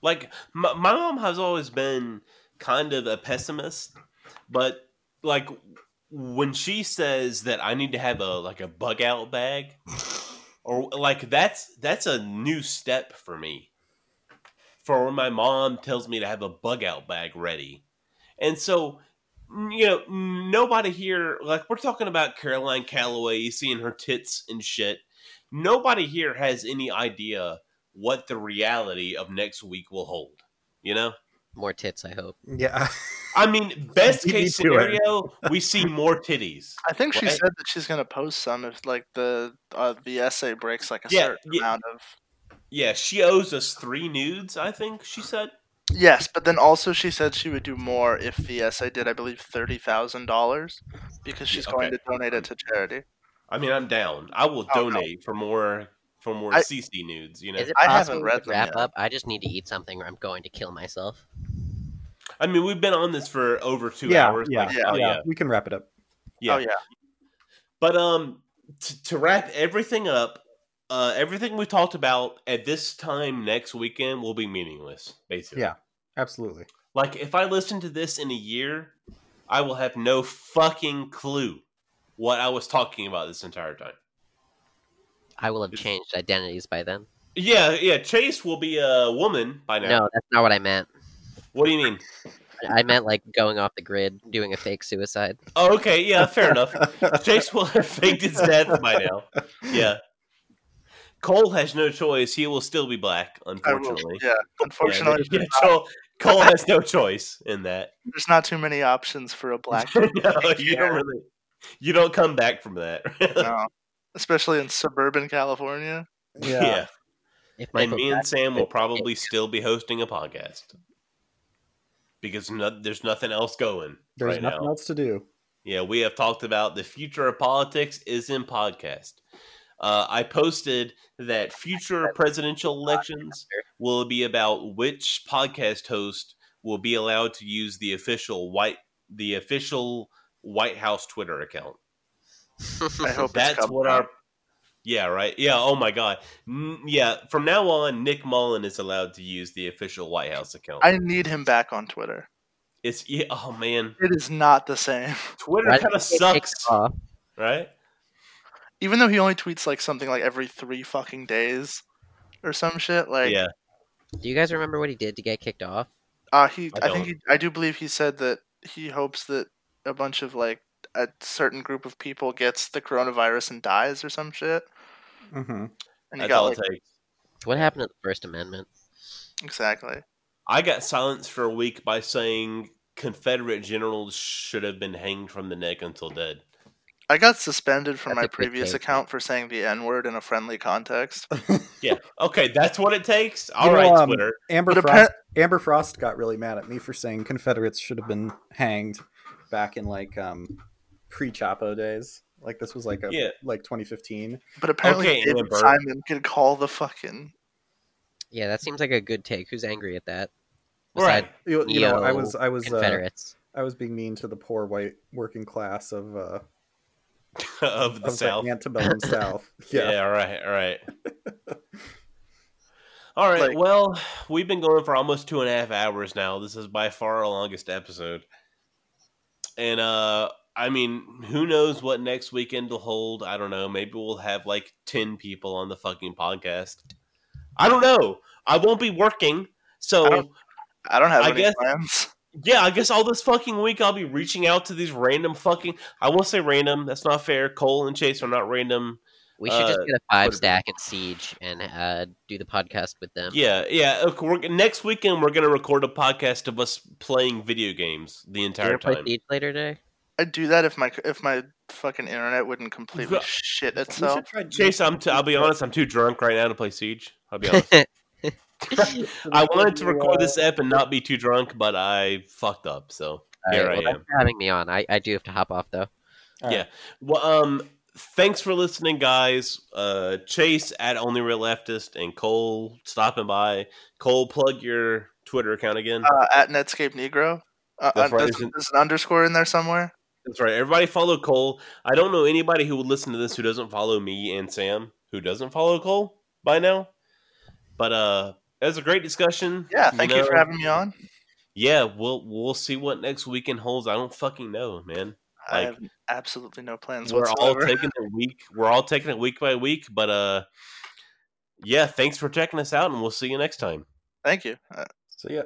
[SPEAKER 1] Like my, my mom has always been kind of a pessimist, but like when she says that I need to have a like a bug out bag, or like that's that's a new step for me. For when my mom tells me to have a bug out bag ready, and so you know nobody here like we're talking about Caroline Calloway seeing her tits and shit. Nobody here has any idea what the reality of next week will hold. You know.
[SPEAKER 2] More tits, I hope.
[SPEAKER 4] Yeah.
[SPEAKER 1] I mean, best
[SPEAKER 4] Beat me
[SPEAKER 1] case
[SPEAKER 4] to it.
[SPEAKER 1] scenario, we see more titties.
[SPEAKER 3] I think she
[SPEAKER 1] Right.
[SPEAKER 3] said that she's gonna post some if like the uh, the essay breaks like a
[SPEAKER 1] Yeah,
[SPEAKER 3] certain
[SPEAKER 1] yeah.
[SPEAKER 3] amount of.
[SPEAKER 1] Yeah, she owes us three nudes, I think she said.
[SPEAKER 3] Yes, but then also she said she would do more if the essay did, I believe, thirty thousand dollars, because she's
[SPEAKER 1] Yeah,
[SPEAKER 3] going
[SPEAKER 1] okay.
[SPEAKER 3] to donate it to charity.
[SPEAKER 1] I mean, I'm down. I will
[SPEAKER 3] Oh, no.
[SPEAKER 1] donate for more for more
[SPEAKER 3] I-
[SPEAKER 1] CC nudes, you know.
[SPEAKER 2] Is it
[SPEAKER 3] I
[SPEAKER 2] possible
[SPEAKER 3] haven't
[SPEAKER 2] we
[SPEAKER 3] read
[SPEAKER 2] could
[SPEAKER 3] them
[SPEAKER 2] wrap
[SPEAKER 3] yet.
[SPEAKER 2] up? I just need to eat something, or I'm going to kill myself.
[SPEAKER 1] I mean, we've been on this for over 2
[SPEAKER 4] Yeah,
[SPEAKER 1] hours.
[SPEAKER 4] yeah,
[SPEAKER 1] like,
[SPEAKER 3] yeah,
[SPEAKER 1] oh, yeah.
[SPEAKER 4] We can wrap it up.
[SPEAKER 1] Yeah.
[SPEAKER 3] Oh yeah,
[SPEAKER 1] But um to, to wrap everything up, uh everything we talked about at this time next weekend will be meaningless, basically.
[SPEAKER 4] Yeah. Absolutely.
[SPEAKER 1] Like if I listen to this in a year, I will have no fucking clue what I was talking about this entire time.
[SPEAKER 2] I will have
[SPEAKER 1] It's-
[SPEAKER 2] changed identities by then.
[SPEAKER 1] Yeah, yeah. Chase will be a woman by now.
[SPEAKER 2] No, that's not what I meant.
[SPEAKER 1] What do you mean?
[SPEAKER 2] I meant like going off the grid, doing a fake suicide.
[SPEAKER 1] Oh, okay, yeah, fair enough. Chase will have faked his death by now. Yeah. Cole has no choice. He will still be black,
[SPEAKER 3] I will-
[SPEAKER 1] unfortunately.
[SPEAKER 3] yeah. Unfortunately,
[SPEAKER 1] Yeah, Cole, Cole has no choice in that.
[SPEAKER 3] there's not too many options for a black.
[SPEAKER 1] no, you don't really. You don't come back from that.
[SPEAKER 3] no. Especially in suburban California.
[SPEAKER 1] yeah.
[SPEAKER 2] If
[SPEAKER 1] And
[SPEAKER 2] Michael
[SPEAKER 1] me and
[SPEAKER 2] Jackson
[SPEAKER 1] Sam will
[SPEAKER 2] could-
[SPEAKER 1] probably still be hosting a podcast because no, there's nothing else going
[SPEAKER 4] There's
[SPEAKER 1] right
[SPEAKER 4] nothing
[SPEAKER 1] now.
[SPEAKER 4] else to do.
[SPEAKER 1] Yeah, we have talked about the future of politics is in podcast. Uh, I posted that future presidential elections will be about which podcast host will be allowed to use the official white the official White House Twitter account.
[SPEAKER 3] I hope it's
[SPEAKER 1] That's
[SPEAKER 3] come
[SPEAKER 1] what
[SPEAKER 3] up.
[SPEAKER 1] our yeah right yeah oh my god N- yeah from now on Nick Mullen is allowed to use the official White House account.
[SPEAKER 3] I need him back on Twitter.
[SPEAKER 1] it's yeah, oh man
[SPEAKER 3] It is not the same.
[SPEAKER 1] Twitter
[SPEAKER 2] Why did
[SPEAKER 1] kind of
[SPEAKER 2] he get kicked
[SPEAKER 1] sucks
[SPEAKER 2] off?
[SPEAKER 1] right
[SPEAKER 3] Even though he only tweets like something like every three fucking days or some shit. Like
[SPEAKER 1] yeah
[SPEAKER 2] Do you guys remember what he did to get kicked off?
[SPEAKER 3] Uh, he,
[SPEAKER 1] I
[SPEAKER 3] I,
[SPEAKER 1] don't.
[SPEAKER 3] think, he, I do believe he said that he hopes that a bunch of like a certain group of people gets the coronavirus and dies or some shit.
[SPEAKER 4] Mm-hmm.
[SPEAKER 3] And he
[SPEAKER 1] that's
[SPEAKER 3] got
[SPEAKER 1] all
[SPEAKER 3] like
[SPEAKER 1] it takes.
[SPEAKER 2] What happened to the First Amendment?
[SPEAKER 3] exactly.
[SPEAKER 1] I got silenced for a week by saying Confederate generals should have been hanged from the neck until dead.
[SPEAKER 3] I got suspended from
[SPEAKER 2] That's
[SPEAKER 3] my
[SPEAKER 2] a good
[SPEAKER 3] previous
[SPEAKER 2] take.
[SPEAKER 3] account for saying the N word in a friendly context.
[SPEAKER 1] Yeah. Okay, that's what it takes. All
[SPEAKER 4] know,
[SPEAKER 1] right,
[SPEAKER 4] um,
[SPEAKER 1] Twitter.
[SPEAKER 4] Amber
[SPEAKER 3] But
[SPEAKER 4] Frost. Amber Frost got really mad at me for saying Confederates should have been hanged back in like um, pre-Chapo days. Like this was like a
[SPEAKER 1] Yeah.
[SPEAKER 4] like 2015.
[SPEAKER 3] But apparently,
[SPEAKER 1] Okay,
[SPEAKER 3] David
[SPEAKER 1] Amber.
[SPEAKER 3] Simon could call the fucking.
[SPEAKER 2] Yeah, that seems like a good take. Who's angry at that?
[SPEAKER 1] Right.
[SPEAKER 2] Besides
[SPEAKER 4] You, you know, I
[SPEAKER 2] Neo
[SPEAKER 4] was I was uh,
[SPEAKER 2] Confederates.
[SPEAKER 4] I was being mean to the poor white working class of uh,
[SPEAKER 1] of the
[SPEAKER 4] of
[SPEAKER 1] South.
[SPEAKER 4] the antebellum South.
[SPEAKER 1] yeah.
[SPEAKER 4] Yeah.
[SPEAKER 1] all right, all right. All right,
[SPEAKER 3] Like-
[SPEAKER 1] well, we've been going for almost two and a half hours now. This is by far our longest episode. And uh I mean, who knows what next weekend will hold? I don't know. Maybe we'll have like ten people on the fucking podcast. I don't know. I won't be working,
[SPEAKER 3] I
[SPEAKER 1] so
[SPEAKER 3] don't- I don't have
[SPEAKER 1] I
[SPEAKER 3] any
[SPEAKER 1] guess-
[SPEAKER 3] plans.
[SPEAKER 1] yeah, I guess all this fucking week I'll be reaching out to these random fucking. I won't say random. That's not fair. Cole and Chase are not random.
[SPEAKER 2] We should just
[SPEAKER 1] uh,
[SPEAKER 2] get a five
[SPEAKER 1] Twitter.
[SPEAKER 2] stack and siege and uh, do the podcast with them.
[SPEAKER 1] Yeah, yeah. okay, We're, next weekend we're gonna record a podcast of us playing video games the
[SPEAKER 2] Do you
[SPEAKER 1] entire
[SPEAKER 2] want to play
[SPEAKER 1] time.
[SPEAKER 2] siege later today?
[SPEAKER 3] I'd do that if my if my fucking internet wouldn't completely
[SPEAKER 1] Yeah.
[SPEAKER 3] shit
[SPEAKER 4] We
[SPEAKER 3] itself.
[SPEAKER 4] should try-
[SPEAKER 1] Chase, I'm. T- I'll be honest. I'm too drunk right now to play Siege. I'll be honest. I wanted to record
[SPEAKER 4] uh,
[SPEAKER 2] uh,
[SPEAKER 1] this app and not be too drunk, but I fucked up. So
[SPEAKER 2] All
[SPEAKER 1] here
[SPEAKER 2] right, well,
[SPEAKER 1] I
[SPEAKER 2] thanks
[SPEAKER 1] am.
[SPEAKER 2] for having me on. I, I do have to hop off though.
[SPEAKER 1] Well, um, thanks for listening, guys. Uh, Chase at Only Real Leftist and Cole stopping by. Cole, plug your Twitter account again.
[SPEAKER 3] Uh, at Netscape Negro. Uh,
[SPEAKER 1] That's
[SPEAKER 3] uh,
[SPEAKER 1] right,
[SPEAKER 3] there's,
[SPEAKER 1] isn't-
[SPEAKER 3] there's an underscore in there somewhere.
[SPEAKER 1] That's right. Everybody follow Cole. I don't know anybody who would listen to this who doesn't follow me and Sam, who doesn't follow Cole by now. But uh, that was a great discussion.
[SPEAKER 3] Yeah, thank you for
[SPEAKER 1] know,
[SPEAKER 3] having me on.
[SPEAKER 1] yeah, we'll we'll see what next weekend holds. I don't fucking know, man.
[SPEAKER 3] I
[SPEAKER 1] Like-
[SPEAKER 3] have absolutely no plans
[SPEAKER 1] We're all
[SPEAKER 3] whatsoever.
[SPEAKER 1] taking it week. We're all taking it week by week. But uh, yeah, thanks for checking us out, and we'll see you next time.
[SPEAKER 3] Thank you. Uh,
[SPEAKER 4] So yeah.